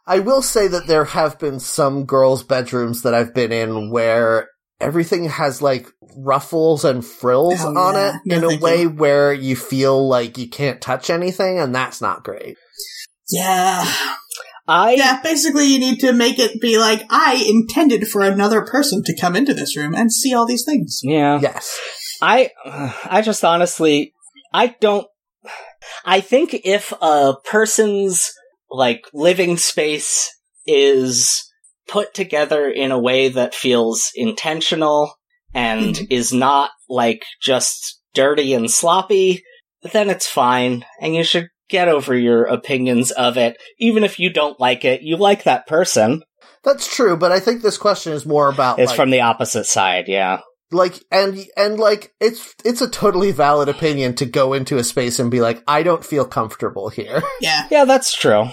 [SPEAKER 1] I will say that there have been some girls' bedrooms that I've been in where everything has like ruffles and frills
[SPEAKER 3] Oh,
[SPEAKER 1] on
[SPEAKER 3] yeah.
[SPEAKER 1] it
[SPEAKER 3] No,
[SPEAKER 1] in a
[SPEAKER 3] thank
[SPEAKER 1] way
[SPEAKER 3] you.
[SPEAKER 1] where you feel like you can't touch anything, and that's not great.
[SPEAKER 3] Yeah.
[SPEAKER 2] I
[SPEAKER 3] Yeah, basically you need to make it be like, I intended for another person to come into this room and see all these things.
[SPEAKER 2] yeah.
[SPEAKER 1] Yes.
[SPEAKER 2] I I just honestly I don't I think if a person's like living space is put together in a way that feels intentional and is not like just dirty and sloppy then it's fine and you should get over your opinions of it even if you don't like it you like that person
[SPEAKER 1] That's true, but I think this question is more about
[SPEAKER 2] it's
[SPEAKER 1] like,
[SPEAKER 2] from the opposite side yeah
[SPEAKER 1] like and and like it's it's a totally valid opinion to go into a space and be like, I don't feel comfortable here.
[SPEAKER 3] Yeah.
[SPEAKER 2] yeah that's true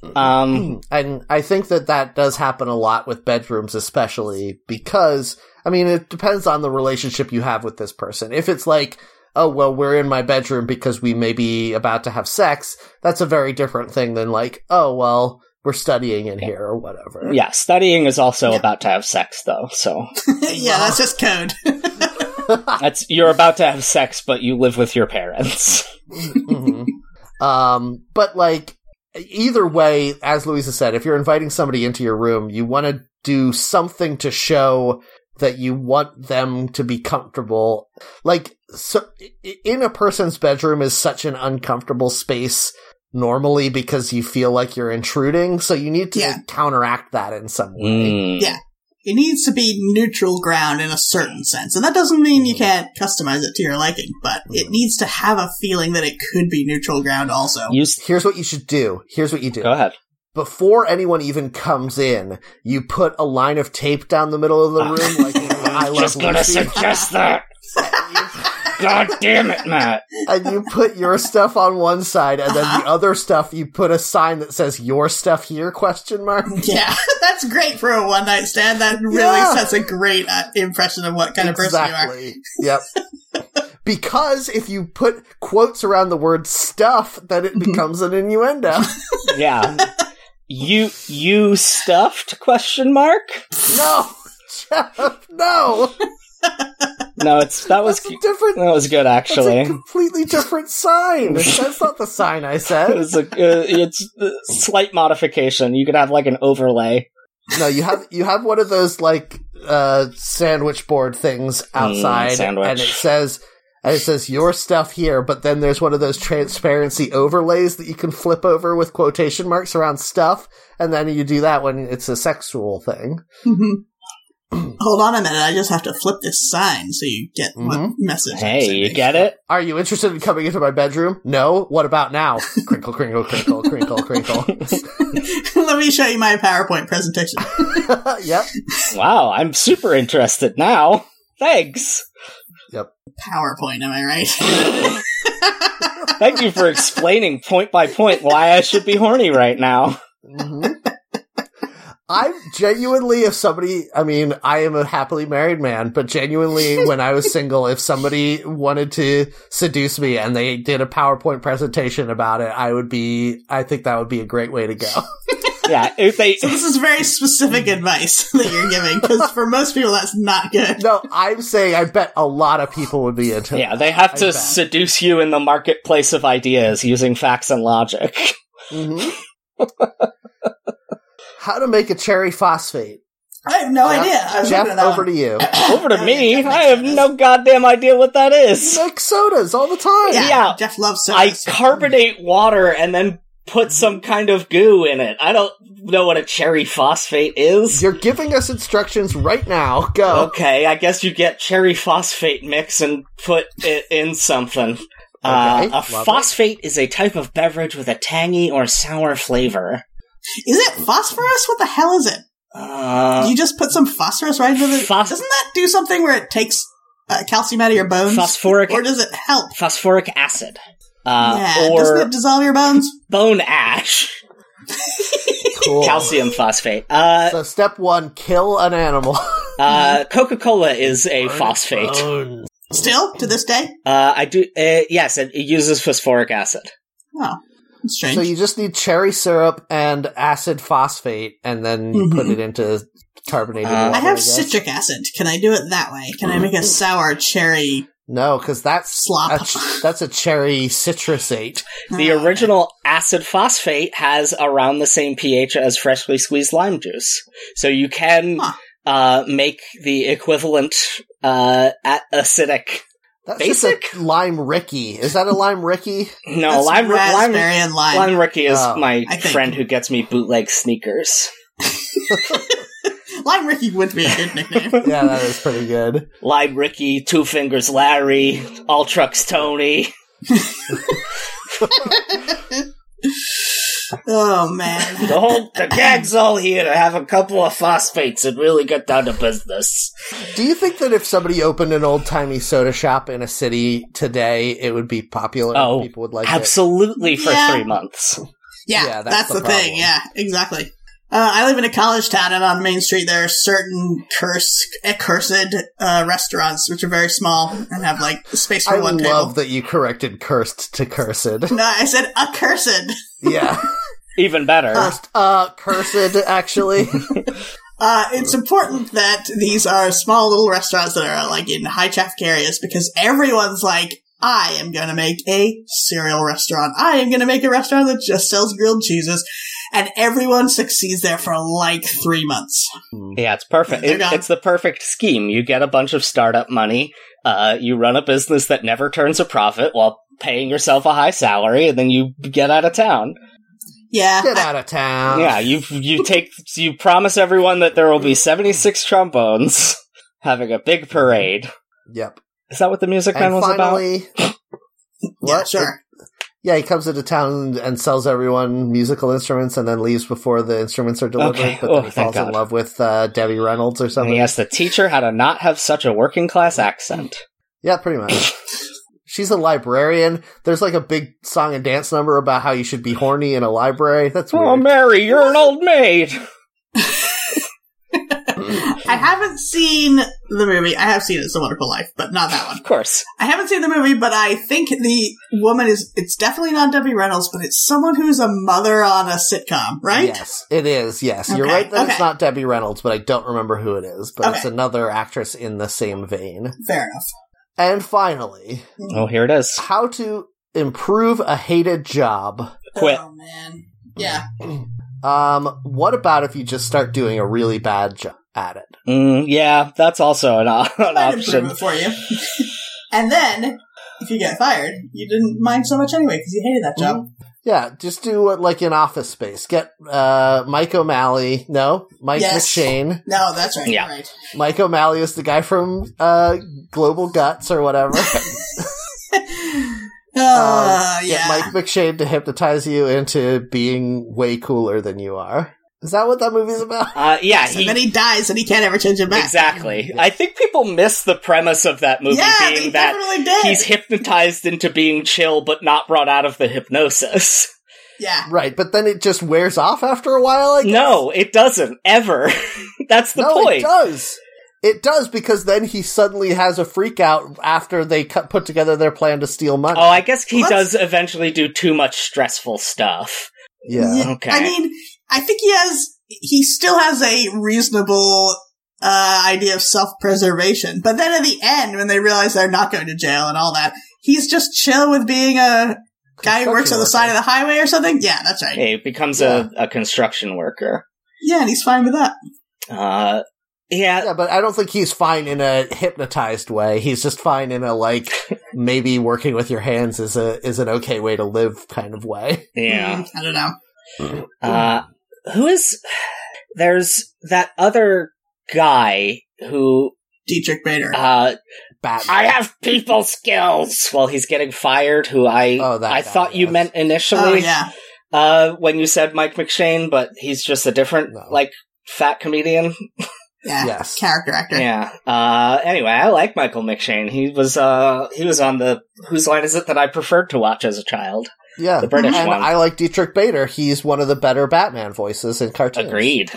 [SPEAKER 1] Hmm.
[SPEAKER 2] um
[SPEAKER 1] and I think that that does happen a lot with bedrooms, especially because, I mean, it depends on the relationship you have with this person. If it's like, oh, well, we're in my bedroom because we may be about to have sex, that's a very different thing than like, oh, well, we're studying in here or whatever.
[SPEAKER 2] Yeah, studying is also about to have sex, though. So
[SPEAKER 3] yeah, that's just code.
[SPEAKER 2] that's you're about to have sex, but you live with your parents.
[SPEAKER 1] Mhm. um, but like, either way, as Louisa said, if you're inviting somebody into your room, you want to do something to show that you want them to be comfortable. Like, so i- in a person's bedroom is such an uncomfortable space normally because you feel like you're intruding. So you need to
[SPEAKER 3] Yeah.
[SPEAKER 1] counteract that in some way.
[SPEAKER 2] Mm.
[SPEAKER 3] Yeah. It needs to be neutral ground in a certain sense. And that doesn't mean you can't customize it to your liking, but it needs to have a feeling that it could be neutral ground also.
[SPEAKER 2] You s-
[SPEAKER 1] Here's what you should do. Here's what you do.
[SPEAKER 2] go ahead.
[SPEAKER 1] before anyone even comes in, you put a line of tape down the middle of the
[SPEAKER 2] Ah.
[SPEAKER 1] room, like in I love
[SPEAKER 2] Just gonna
[SPEAKER 1] Lucy,
[SPEAKER 2] suggest that. God damn it, Matt.
[SPEAKER 1] and you put your stuff on one side, and then the other stuff you put a sign that says "Your stuff here?" question mark.
[SPEAKER 3] Yeah, that's great for a one night stand. That really
[SPEAKER 1] Yeah.
[SPEAKER 3] sets a great uh, impression of what kind of person you are.
[SPEAKER 1] Exactly. Yep. because if you put quotes around the word "stuff," then it becomes an innuendo.
[SPEAKER 2] Yeah. You you stuffed question mark?
[SPEAKER 1] No, Jeff, no,
[SPEAKER 2] No, it's that was
[SPEAKER 1] that's a different.
[SPEAKER 2] that was good
[SPEAKER 1] That's a
[SPEAKER 2] actually.
[SPEAKER 1] completely different sign. That's not the sign I
[SPEAKER 2] It
[SPEAKER 1] said.
[SPEAKER 2] was a uh, it's a slight modification. You could have like an overlay.
[SPEAKER 1] No, you have you have one of those like uh sandwich board things outside
[SPEAKER 2] sandwich.
[SPEAKER 1] and it says and it says your stuff here, but then there's one of those transparency overlays that you can flip over with quotation marks around stuff, and then you do that when it's a sexual thing.
[SPEAKER 3] Mhm. Hold on a minute. I just have to flip this sign so you get what
[SPEAKER 1] Mhm.
[SPEAKER 3] message. I'm
[SPEAKER 2] Hey, you
[SPEAKER 3] sending.
[SPEAKER 2] get it?
[SPEAKER 1] Are you interested in coming into my bedroom? No? What about now? crinkle, crinkle, crinkle, crinkle, crinkle.
[SPEAKER 3] Let me show you my PowerPoint presentation.
[SPEAKER 1] yep.
[SPEAKER 2] Wow, I'm super interested now. Thanks.
[SPEAKER 3] PowerPoint, am I right?
[SPEAKER 2] Thank you for explaining point by point why I should be horny right now.
[SPEAKER 1] hmm I'm genuinely, if somebody, I mean, I am a happily married man, but genuinely, when I was single, if somebody wanted to seduce me and they did a PowerPoint presentation about it, I would be, I think that would be a great way to go.
[SPEAKER 2] yeah, if they
[SPEAKER 3] So this is very specific advice that you're giving because for most people that's not good.
[SPEAKER 1] No, I'm saying I bet a lot of people would be into.
[SPEAKER 2] yeah, they have
[SPEAKER 1] I
[SPEAKER 2] to
[SPEAKER 1] bet.
[SPEAKER 2] seduce you in the marketplace of ideas using facts and logic.
[SPEAKER 1] Mhm. How to make a cherry phosphate?
[SPEAKER 3] I have no
[SPEAKER 1] Jeff-
[SPEAKER 3] idea. I was
[SPEAKER 1] Jeff,
[SPEAKER 3] looking at that
[SPEAKER 1] over to
[SPEAKER 3] one.
[SPEAKER 1] you.
[SPEAKER 2] Over to
[SPEAKER 3] Yeah,
[SPEAKER 2] me,
[SPEAKER 3] yeah, Jeff
[SPEAKER 2] I have
[SPEAKER 3] makes
[SPEAKER 2] no goddamn idea what that is.
[SPEAKER 1] You make sodas all the time.
[SPEAKER 3] yeah,
[SPEAKER 2] yeah.
[SPEAKER 3] Jeff loves
[SPEAKER 2] I
[SPEAKER 3] sodas.
[SPEAKER 2] carbonate water and then put some kind of goo in it. I don't know what a cherry phosphate is.
[SPEAKER 1] You're giving us instructions right now.
[SPEAKER 3] Oh.
[SPEAKER 1] Go.
[SPEAKER 2] Okay, I guess you get cherry phosphate mix and put it in something. Uh,
[SPEAKER 1] Okay,
[SPEAKER 2] a
[SPEAKER 1] love it.
[SPEAKER 2] phosphate is a type of beverage with a tangy or sour flavor.
[SPEAKER 3] Is it phosphorus? What the hell is it?
[SPEAKER 2] Uh,
[SPEAKER 3] you just put some phosphorus right into the.
[SPEAKER 2] Phos-
[SPEAKER 3] doesn't that do something where it takes uh, calcium out of your bones?
[SPEAKER 2] phosphoric
[SPEAKER 3] or does it help?
[SPEAKER 2] phosphoric acid. Uh,
[SPEAKER 3] yeah,
[SPEAKER 2] or
[SPEAKER 3] doesn't it dissolve your bones?
[SPEAKER 2] bone ash,
[SPEAKER 1] Cool.
[SPEAKER 2] calcium phosphate. Uh,
[SPEAKER 1] So step one: kill an animal.
[SPEAKER 2] uh, Coca Cola is a phosphate.
[SPEAKER 3] Oh. Still to this day.
[SPEAKER 2] Uh, I do. Uh, yes, it, it uses phosphoric acid.
[SPEAKER 3] Oh, that's strange.
[SPEAKER 1] so you just need cherry syrup and acid phosphate, and then you
[SPEAKER 3] Mhm.
[SPEAKER 1] put it into carbonated
[SPEAKER 2] Uh,
[SPEAKER 1] water.
[SPEAKER 3] I have
[SPEAKER 1] guess. Mm-hmm.
[SPEAKER 3] citric acid. Can I do it that way? Can I make a sour cherry?
[SPEAKER 1] No, because that's
[SPEAKER 3] Slop.
[SPEAKER 1] A ch- that's a cherry citrusate.
[SPEAKER 2] The
[SPEAKER 3] Ah,
[SPEAKER 2] original acid phosphate has around the same pH as freshly squeezed lime juice. So you can
[SPEAKER 3] Huh.
[SPEAKER 2] uh, make the equivalent uh, a- acidic.
[SPEAKER 1] That's
[SPEAKER 2] Basic?
[SPEAKER 1] just a lime Ricky. Is that a lime Ricky?
[SPEAKER 2] No,
[SPEAKER 3] that's
[SPEAKER 2] Oh, lime,
[SPEAKER 3] raspberry
[SPEAKER 2] lime,
[SPEAKER 3] and lime.
[SPEAKER 2] lime Ricky is
[SPEAKER 1] Oh.
[SPEAKER 2] my
[SPEAKER 3] I think.
[SPEAKER 2] friend who gets me bootleg sneakers.
[SPEAKER 3] Lime Ricky would be a good nickname.
[SPEAKER 1] yeah, that is pretty good.
[SPEAKER 2] Lime Ricky, Two Fingers Larry, All Trucks Tony.
[SPEAKER 3] oh man.
[SPEAKER 2] The whole the gag's all here to have a couple of phosphates and really get down to business.
[SPEAKER 1] Do you think that if somebody opened an old timey soda shop in a city today, it would be popular? and
[SPEAKER 2] Oh,
[SPEAKER 1] people would like it.
[SPEAKER 2] Absolutely for
[SPEAKER 3] Yeah.
[SPEAKER 2] three months.
[SPEAKER 3] Yeah,
[SPEAKER 1] Yeah,
[SPEAKER 3] that's,
[SPEAKER 1] that's
[SPEAKER 3] the,
[SPEAKER 1] the
[SPEAKER 3] thing.
[SPEAKER 1] problem.
[SPEAKER 3] Yeah, exactly. Uh, I live in a college town, and on Main Street there are certain cursed, accursed uh, restaurants which are very small and have like space for
[SPEAKER 1] I
[SPEAKER 3] one
[SPEAKER 1] love
[SPEAKER 3] table.
[SPEAKER 1] that you corrected cursed to cursed.
[SPEAKER 3] No, I said accursed.
[SPEAKER 1] yeah,
[SPEAKER 2] Even better.
[SPEAKER 1] cursed, uh, cursed. Actually,
[SPEAKER 3] Uh, it's important that these are small little restaurants that are like in high traffic areas because everyone's like, I am going to make a cereal restaurant. I am going to make a restaurant that just sells grilled cheeses. And everyone succeeds there for like three months.
[SPEAKER 2] Yeah, it's perfect.
[SPEAKER 3] They're
[SPEAKER 2] It-
[SPEAKER 3] gone.
[SPEAKER 2] it's the perfect scheme. You get a bunch of startup money. Uh, you run a business that never turns a profit while paying yourself a high salary, and then you get out of town.
[SPEAKER 3] Yeah.
[SPEAKER 1] get out of town.
[SPEAKER 2] yeah, you you take you promise everyone that there will be seventy six trombones having a big parade.
[SPEAKER 1] Yep.
[SPEAKER 2] Is that what the music man
[SPEAKER 1] And
[SPEAKER 2] was about?
[SPEAKER 1] finally,
[SPEAKER 3] Yeah,
[SPEAKER 1] what?
[SPEAKER 3] sure.
[SPEAKER 1] Yeah, he comes into town and sells everyone musical instruments, and then leaves before the instruments are delivered.
[SPEAKER 2] Okay.
[SPEAKER 1] But then
[SPEAKER 2] Oh,
[SPEAKER 1] he
[SPEAKER 2] thank
[SPEAKER 1] falls in
[SPEAKER 2] God.
[SPEAKER 1] love with uh, Debbie Reynolds or
[SPEAKER 2] And
[SPEAKER 1] something.
[SPEAKER 2] he asked the teacher how to not have such a working class accent.
[SPEAKER 1] Yeah, pretty much. She's a librarian. There's like a big song and dance number about how you should be horny in a library. That's weird.
[SPEAKER 2] Oh, Mary, you're an old maid.
[SPEAKER 3] I haven't seen the movie. I have seen It's a Wonderful Life, but not that one.
[SPEAKER 2] Of course.
[SPEAKER 3] I haven't seen the movie, but I think the woman is, it's definitely not Debbie Reynolds, but it's someone who's a mother on a sitcom, right?
[SPEAKER 1] Yes, it is. Yes, you're
[SPEAKER 3] Okay,
[SPEAKER 1] right that it's
[SPEAKER 3] okay.
[SPEAKER 1] not Debbie Reynolds, but I don't remember who it is. But it's
[SPEAKER 3] Okay.
[SPEAKER 1] another actress in the same vein.
[SPEAKER 3] Fair enough.
[SPEAKER 1] And finally,
[SPEAKER 2] Oh, here it is.
[SPEAKER 1] how to improve a hated job.
[SPEAKER 2] Quit.
[SPEAKER 3] Oh, man. Yeah.
[SPEAKER 1] Um, what about if you just start doing a really bad job at it?
[SPEAKER 2] Mm, yeah, that's also an, o- an
[SPEAKER 3] might improve
[SPEAKER 2] Mm-hmm. option.
[SPEAKER 3] it for you. and then, if you get fired, you didn't mind so much anyway because you hated that job.
[SPEAKER 1] Hmm?
[SPEAKER 2] Mm-hmm.
[SPEAKER 1] Yeah, just do what like in Office Space. Get uh Mike O'Malley. No, Mike
[SPEAKER 3] Yes.
[SPEAKER 1] McShane.
[SPEAKER 3] No, that's right.
[SPEAKER 2] Yeah.
[SPEAKER 3] Right.
[SPEAKER 1] Mike O'Malley is the guy from uh, Global Guts or whatever.
[SPEAKER 3] Uh,
[SPEAKER 1] Um, Get
[SPEAKER 3] yeah.
[SPEAKER 1] Mike McShane to hypnotize you into being way cooler than you are. Is that what that movie's about?
[SPEAKER 2] Uh, yeah,
[SPEAKER 3] and
[SPEAKER 2] he-
[SPEAKER 3] then he dies and he can't ever change it back.
[SPEAKER 2] exactly. I think people miss the premise of that movie
[SPEAKER 3] Yeah,
[SPEAKER 2] being
[SPEAKER 3] they
[SPEAKER 2] that
[SPEAKER 3] definitely did.
[SPEAKER 2] he's hypnotized into being chill but not brought out of the hypnosis.
[SPEAKER 3] yeah.
[SPEAKER 1] Right, but then it just wears off after a while. I guess.
[SPEAKER 2] No, it doesn't ever. that's the
[SPEAKER 1] no, it
[SPEAKER 2] point.
[SPEAKER 1] does. It does because then he suddenly has a freak out after they cut, put together their plan to steal money.
[SPEAKER 2] Oh, I guess he
[SPEAKER 3] Well, that's-
[SPEAKER 2] does eventually do too much stressful stuff.
[SPEAKER 1] yeah.
[SPEAKER 2] Okay.
[SPEAKER 3] I mean, I think he has, he still has a reasonable, uh, idea of self-preservation. But then at the end, when they realize they're not going to jail and all that, he's just chill with being a guy who works on the side of the highway or something. Yeah, that's right.
[SPEAKER 2] He becomes a, a construction worker.
[SPEAKER 3] Yeah, and he's fine with that.
[SPEAKER 2] Uh, yeah,
[SPEAKER 1] Yeah, but I don't think he's fine in a hypnotized way. He's just fine in a like maybe working with your hands is a is an okay way to live kind of way.
[SPEAKER 2] yeah.
[SPEAKER 3] Mm, I don't know. Mm-hmm.
[SPEAKER 2] Uh, who is? There's that other guy who
[SPEAKER 3] Dietrich Bader.
[SPEAKER 2] uh,
[SPEAKER 1] Batman.
[SPEAKER 2] I have people skills. While he's getting fired, who I
[SPEAKER 1] Oh, that
[SPEAKER 2] I
[SPEAKER 1] guy,
[SPEAKER 2] thought you
[SPEAKER 1] yes.
[SPEAKER 2] meant initially
[SPEAKER 3] oh yeah.
[SPEAKER 2] uh, when you said Mike McShane, but he's just a different
[SPEAKER 1] No.
[SPEAKER 2] like fat comedian.
[SPEAKER 3] Yeah.
[SPEAKER 1] Yes.
[SPEAKER 3] Character actor.
[SPEAKER 2] Yeah. Uh, anyway, I like Michael McShane. He was uh, he was on the whose line is it that I preferred to watch as a child.
[SPEAKER 1] yeah.
[SPEAKER 2] The British
[SPEAKER 1] and
[SPEAKER 2] one.
[SPEAKER 1] I like Dietrich Bader. He's one of the better Batman voices in cartoons.
[SPEAKER 2] Agreed.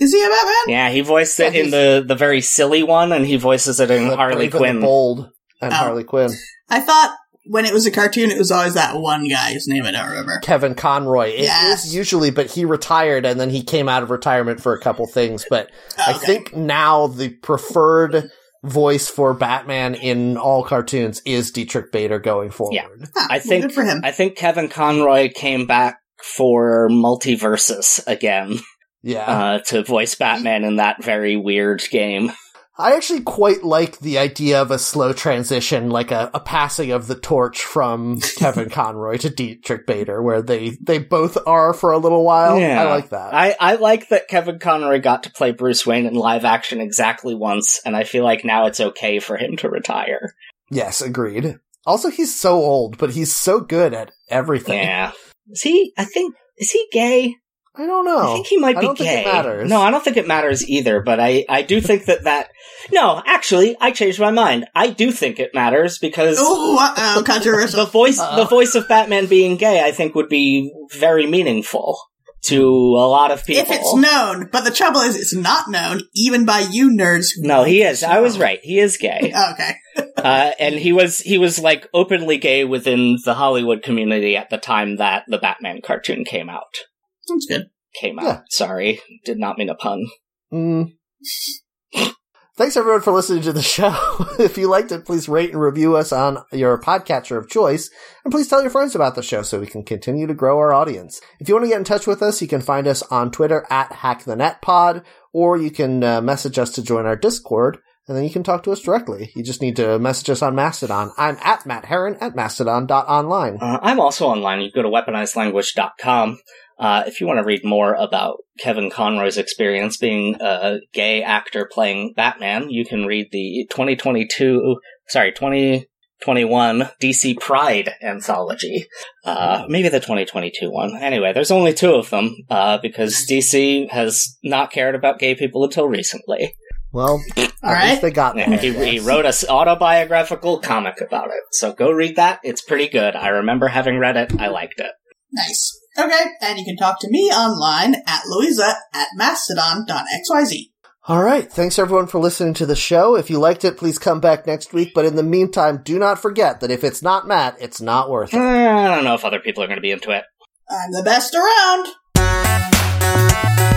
[SPEAKER 3] Is he a Batman?
[SPEAKER 2] Yeah, he voiced it
[SPEAKER 1] Yeah,
[SPEAKER 2] in the the very silly one, and he voices it in
[SPEAKER 1] The
[SPEAKER 2] Harley
[SPEAKER 1] Brave and the
[SPEAKER 2] Quinn.
[SPEAKER 1] Bold and
[SPEAKER 3] Oh.
[SPEAKER 1] Harley Quinn.
[SPEAKER 3] I thought when it was a cartoon, it was always that one guy whose name I don't remember.
[SPEAKER 1] Kevin Conroy. It is
[SPEAKER 3] Yes.
[SPEAKER 1] usually, but he retired and then he came out of retirement for a couple things. But
[SPEAKER 3] Oh,
[SPEAKER 1] I think now the preferred voice for Batman in all cartoons is Dietrich Bader going forward.
[SPEAKER 2] Yeah.
[SPEAKER 3] Huh,
[SPEAKER 2] I
[SPEAKER 3] well,
[SPEAKER 2] think-
[SPEAKER 3] good for him.
[SPEAKER 2] I think Kevin Conroy came back for Multiversus again
[SPEAKER 1] Yeah.
[SPEAKER 2] uh, to voice Batman in that very weird game.
[SPEAKER 1] I actually quite like the idea of a slow transition, like a, a passing of the torch from Kevin Conroy to Dietrich Bader, where they, they both are for a little while.
[SPEAKER 2] Yeah.
[SPEAKER 1] I like that.
[SPEAKER 2] I, I like that Kevin Conroy got to play Bruce Wayne in live action exactly once, and I feel like now it's okay for him to retire.
[SPEAKER 1] yes, agreed. Also, he's so old, but he's so good at everything.
[SPEAKER 2] Yeah. Is he? I think. Is he gay?
[SPEAKER 1] I don't know.
[SPEAKER 2] I think he might
[SPEAKER 1] I
[SPEAKER 2] be
[SPEAKER 1] don't think
[SPEAKER 2] gay.
[SPEAKER 1] it matters.
[SPEAKER 2] No, I don't think it matters either, but I, I do think that that. No, actually, I changed my mind. I do think it matters because.
[SPEAKER 3] Oh, uh-oh,
[SPEAKER 2] the
[SPEAKER 3] controversial.
[SPEAKER 2] voice
[SPEAKER 1] Uh-oh.
[SPEAKER 2] the voice of Batman being gay, I think, would be very meaningful to a lot of people.
[SPEAKER 3] if it's known, but the trouble is, it's not known even by you nerds. Who
[SPEAKER 2] no, he is. I was right. He is gay,
[SPEAKER 3] Oh, okay.
[SPEAKER 2] uh, and he was he was like openly gay within the Hollywood community at the time that the Batman cartoon came out.
[SPEAKER 3] That's good.
[SPEAKER 2] Came out.
[SPEAKER 1] Yeah.
[SPEAKER 2] Sorry, did not mean a pun.
[SPEAKER 1] Mm. Thanks everyone for listening to the show. if you liked it, please rate and review us on your podcatcher of choice, and please tell your friends about the show so we can continue to grow our audience. If you want to get in touch with us, you can find us on Twitter at HackTheNetPod, or you can uh, message us to join our Discord, and then you can talk to us directly. You just need to message us on Mastodon. I'm at Matt Heron at mastodon.online.
[SPEAKER 2] Uh, I'm also online. You can go to weaponizedlanguage.com. Uh, if you want to read more about Kevin Conroy's experience being a gay actor playing Batman, you can read the 2022, sorry, 2021 DC Pride anthology. Uh, maybe the 2022 one. Anyway, there's only two of them, uh, because DC has not cared about gay people until recently.
[SPEAKER 1] Well, at
[SPEAKER 3] All
[SPEAKER 1] least
[SPEAKER 3] right.
[SPEAKER 1] they got
[SPEAKER 2] Yeah,
[SPEAKER 1] there.
[SPEAKER 2] he, he wrote an autobiographical comic about it. So go read that. It's pretty good. I remember having read it. I liked it.
[SPEAKER 3] Nice. Okay. And you can talk to me online at Louisa at mastodon.xyz.
[SPEAKER 1] All right. Thanks everyone for listening to the show. If you liked it, please come back next week. But in the meantime, do not forget that if it's not Matt, it's not worth
[SPEAKER 2] Eh,
[SPEAKER 1] it.
[SPEAKER 2] I don't know if other people are going to be into it.
[SPEAKER 3] I'm the best around.